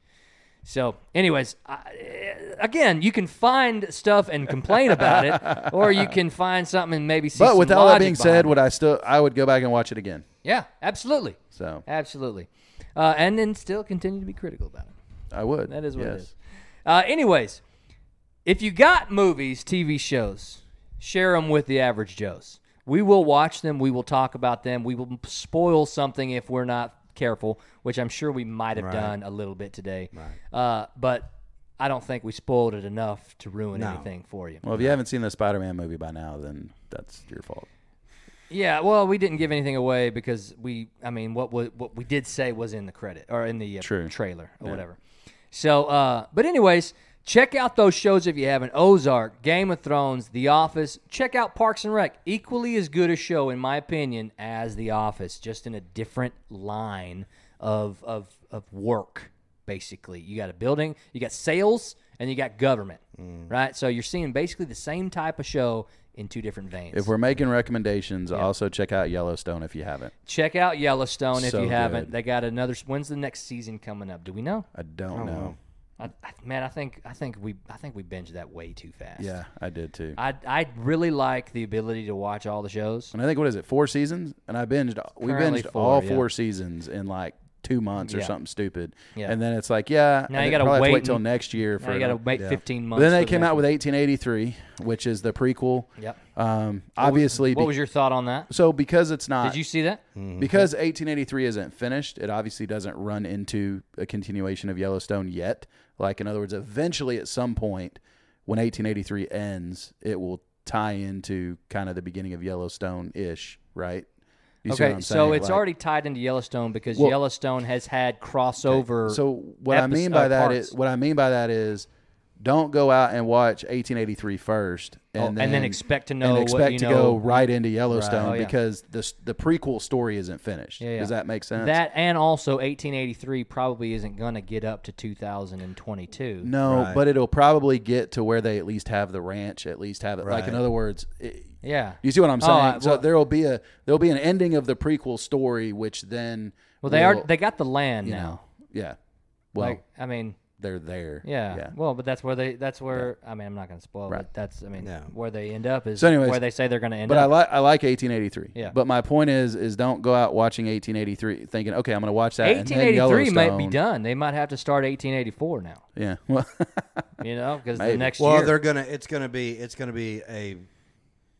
A: So, anyways, I, eh, again, you can find stuff and complain about it, or you can find something and maybe see.
B: But
A: some
B: with all that
A: logic
B: being said,
A: behind it.
B: would I still I would go back and watch it again.
A: yeah, absolutely,
B: So
A: absolutely, uh, and then still continue to be critical about it.
B: I would.
A: That is what it
B: yes.
A: is. Uh, anyways, if you got movies, TV shows, share them with the average Joes. We will watch them. We will talk about them. We will spoil something if we're not careful, which I'm sure we might have
M: Right.
A: done a little bit today. Right. Uh, but I don't think we spoiled it enough to ruin
B: No.
A: anything for you.
B: Well, if you haven't seen the Spider Man movie by now, then that's your fault.
A: Yeah, well, we didn't give anything away because we, I mean, what was what we did say was in the credit or in the uh,
B: True.
A: trailer or
B: Yeah.
A: whatever. So, uh, but anyways, check out those shows if you haven't. Ozark, Game of Thrones, The Office. Check out Parks and Rec. Equally as good a show, in my opinion, as The Office, just in a different line of of of work. Basically, you got a building, you got sales, and you got government,
B: Mm.
A: right? So you're seeing basically the same type of show in two different veins.
B: If we're making recommendations, also check out Yellowstone if you haven't.
A: Check out Yellowstone if
B: So
A: you haven't.
B: good.
A: They got another. When's the next season coming up? Do we know?
B: I don't know.
A: I, I- man, I think I think we I think we binged that way too fast.
B: Yeah, I did too.
A: I I really like the ability to watch all the shows.
B: And I think what is it, four seasons? And I binged. We
A: Currently
B: binged
A: four,
B: all
A: yeah.
B: four seasons in like two months or
A: Yeah.
B: something stupid.
A: Yeah.
B: And then it's like, yeah.
A: Now
B: and
A: you
B: it
A: gotta
B: probably have to
A: wait
B: wait till
A: and-
B: next year.
A: now
B: for
A: you gotta
B: another-
A: wait 15
B: But then
A: months
B: they
A: for the
B: came
A: next
B: out with 1883, which is the prequel.
A: Yep.
B: Um,
A: What was-
B: obviously,
A: what was your thought on that?
B: So because it's not.
A: Did you see that?
B: Because 1883 isn't finished, it obviously doesn't run into a continuation of Yellowstone yet. Like in other words, eventually at some point when 1883 ends, it will tie into kind of the beginning of Yellowstone ish, right? You see what
A: okay,
B: I'm
A: so
B: saying?
A: it's
B: Like-
A: already tied into Yellowstone because
B: Well-
A: Yellowstone has had crossover.
B: So what I
A: epis-
B: mean
A: uh,
B: by that
A: parts.
B: is what I mean by that is don't go out and watch 1883 first and,
A: Oh, and
B: then,
A: then expect to know
B: and
A: what
B: expect
A: you
B: to
A: know.
B: go right into Yellowstone
A: Right. Oh, yeah.
B: because the s- the prequel story isn't finished.
A: Yeah, yeah.
B: Does that make sense?
A: That and also 1883 probably isn't going to get up to 2022.
B: No, but it'll probably get to where they at least have the ranch, at least have it. Like in
A: Right.
B: other words, it,
A: Yeah.
B: you see what I'm
A: Oh,
B: saying.
A: I-
B: so
A: well-
B: there'll be a there'll be an ending of the prequel story, which then
A: Well, they are
B: will-
A: they got the land
B: you
A: now.
B: know, yeah. Well,
A: Like, I mean,
B: they're there.
A: Yeah.
B: yeah.
A: Well, but that's where they that's where I mean, I'm not going to spoil but that's I mean, where they end up is
B: So, anyways,
A: where they say they're going to end
B: but
A: up.
B: I like I like 1883.
A: Yeah.
B: But my point is is don't go out watching 1883 thinking, okay, I'm going to watch that. and then
A: 1883 might be
B: Yellowstone.
A: done. They might have to start 1884 now.
B: Yeah. Well,
A: You know, because the
B: Maybe.
A: next
C: well,
A: year.
C: they're gonna. It's gonna be. It's gonna be a.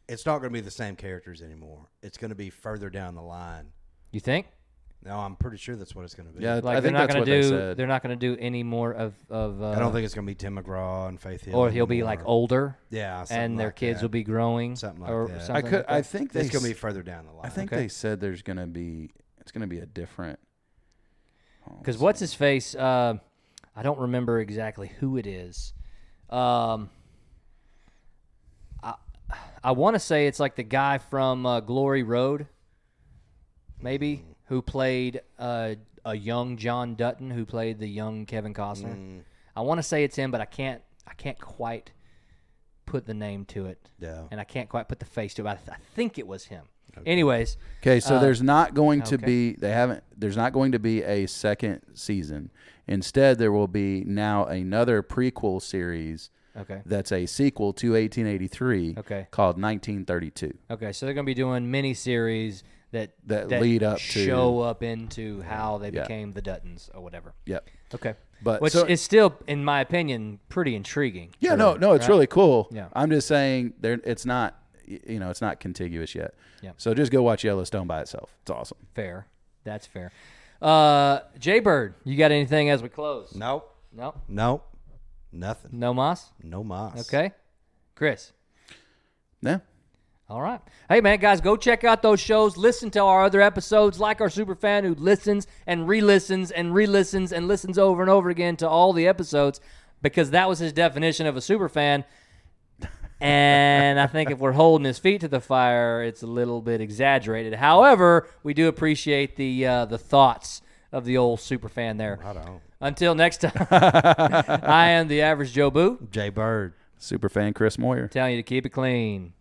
C: It's not gonna be the same characters anymore. It's gonna be further down the line.
A: You think?
C: No, I'm pretty sure that's what it's gonna be.
B: Yeah,
A: like
B: I
A: they're
B: think
A: not
B: that's
A: going
B: what
A: to
B: they
A: do.
B: said.
A: are not going to do any more of of. Uh,
C: I don't think it's gonna be Tim McGraw and Faith Hill.
A: Or he'll be like
C: anymore.
A: older.
C: Yeah, something
A: and their
C: like
A: kids
C: that.
A: will be growing.
C: Something like
A: or
C: that.
A: Something
B: I could.
A: like
B: I
A: that.
B: think
C: It's
B: they
C: gonna
B: s-
C: be further down the line.
B: I think
A: Okay.
B: they said there's going to be it's going to be a different.
A: Because what's his face? Uh, I don't remember exactly who it is. Um, I I want to say it's like the guy from uh, Glory Road, maybe, who played uh, a young John Dutton, who played the young Kevin Costner. I want to say it's him, but I can't. I can't quite put the name to it.
C: Yeah.
A: And I can't quite put the face to it. I, th- I think it was him. Anyways.
B: Okay, so
A: uh,
B: there's not going to
A: okay.
B: be they haven't there's not going to be a second season. Instead, there will be now another prequel series.
A: Okay.
B: That's a sequel to 1883.
A: Okay.
B: Called 1932.
A: Okay, so they're going to be doing mini series that,
B: That lead up to-
A: show up into how they
B: Yeah.
A: became the Duttons or whatever.
B: Yep.
A: Okay,
B: But
A: which
B: so-
A: is still, in my opinion, pretty intriguing.
B: Yeah, no, no, it's
A: Right?
B: really cool.
A: Yeah.
B: I'm just saying there it's not y- you know, it's not contiguous yet.
A: Yeah.
B: So just go watch Yellowstone by itself. It's awesome.
A: Fair, that's fair. Uh, Jay Bird, you got anything as we close?
C: Nope.
A: Nope.
C: Nope. Nothing.
A: No moss.
C: No moss.
A: Okay, Chris.
B: Yeah.
A: All right. Hey, man, guys, go check out those shows. Listen to our other episodes, like our super fan who listens and re listens and re listens and listens over and over again to all the episodes because that was his definition of a super fan. And I think if we're holding his feet to the fire, it's a little bit exaggerated. However, we do appreciate the uh, the thoughts of the old super fan there. Until next time, I am the average Joe Boo,
C: Jay Bird.
B: Super fan Chris Moyer.
A: telling you to keep it clean.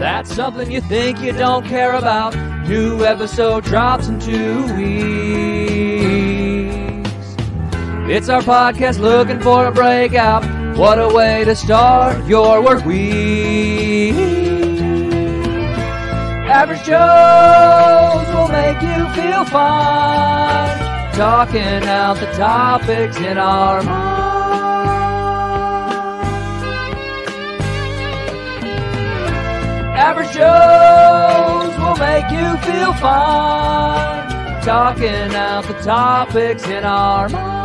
A: That's something you think you don't care about. New episode drops in two weeks. It's our podcast looking for a breakout. What a way to start your work week. Average Joes will make you feel fine. Talking out the topics in our Average Joes will make you feel fine. Talking out the topics in our mind.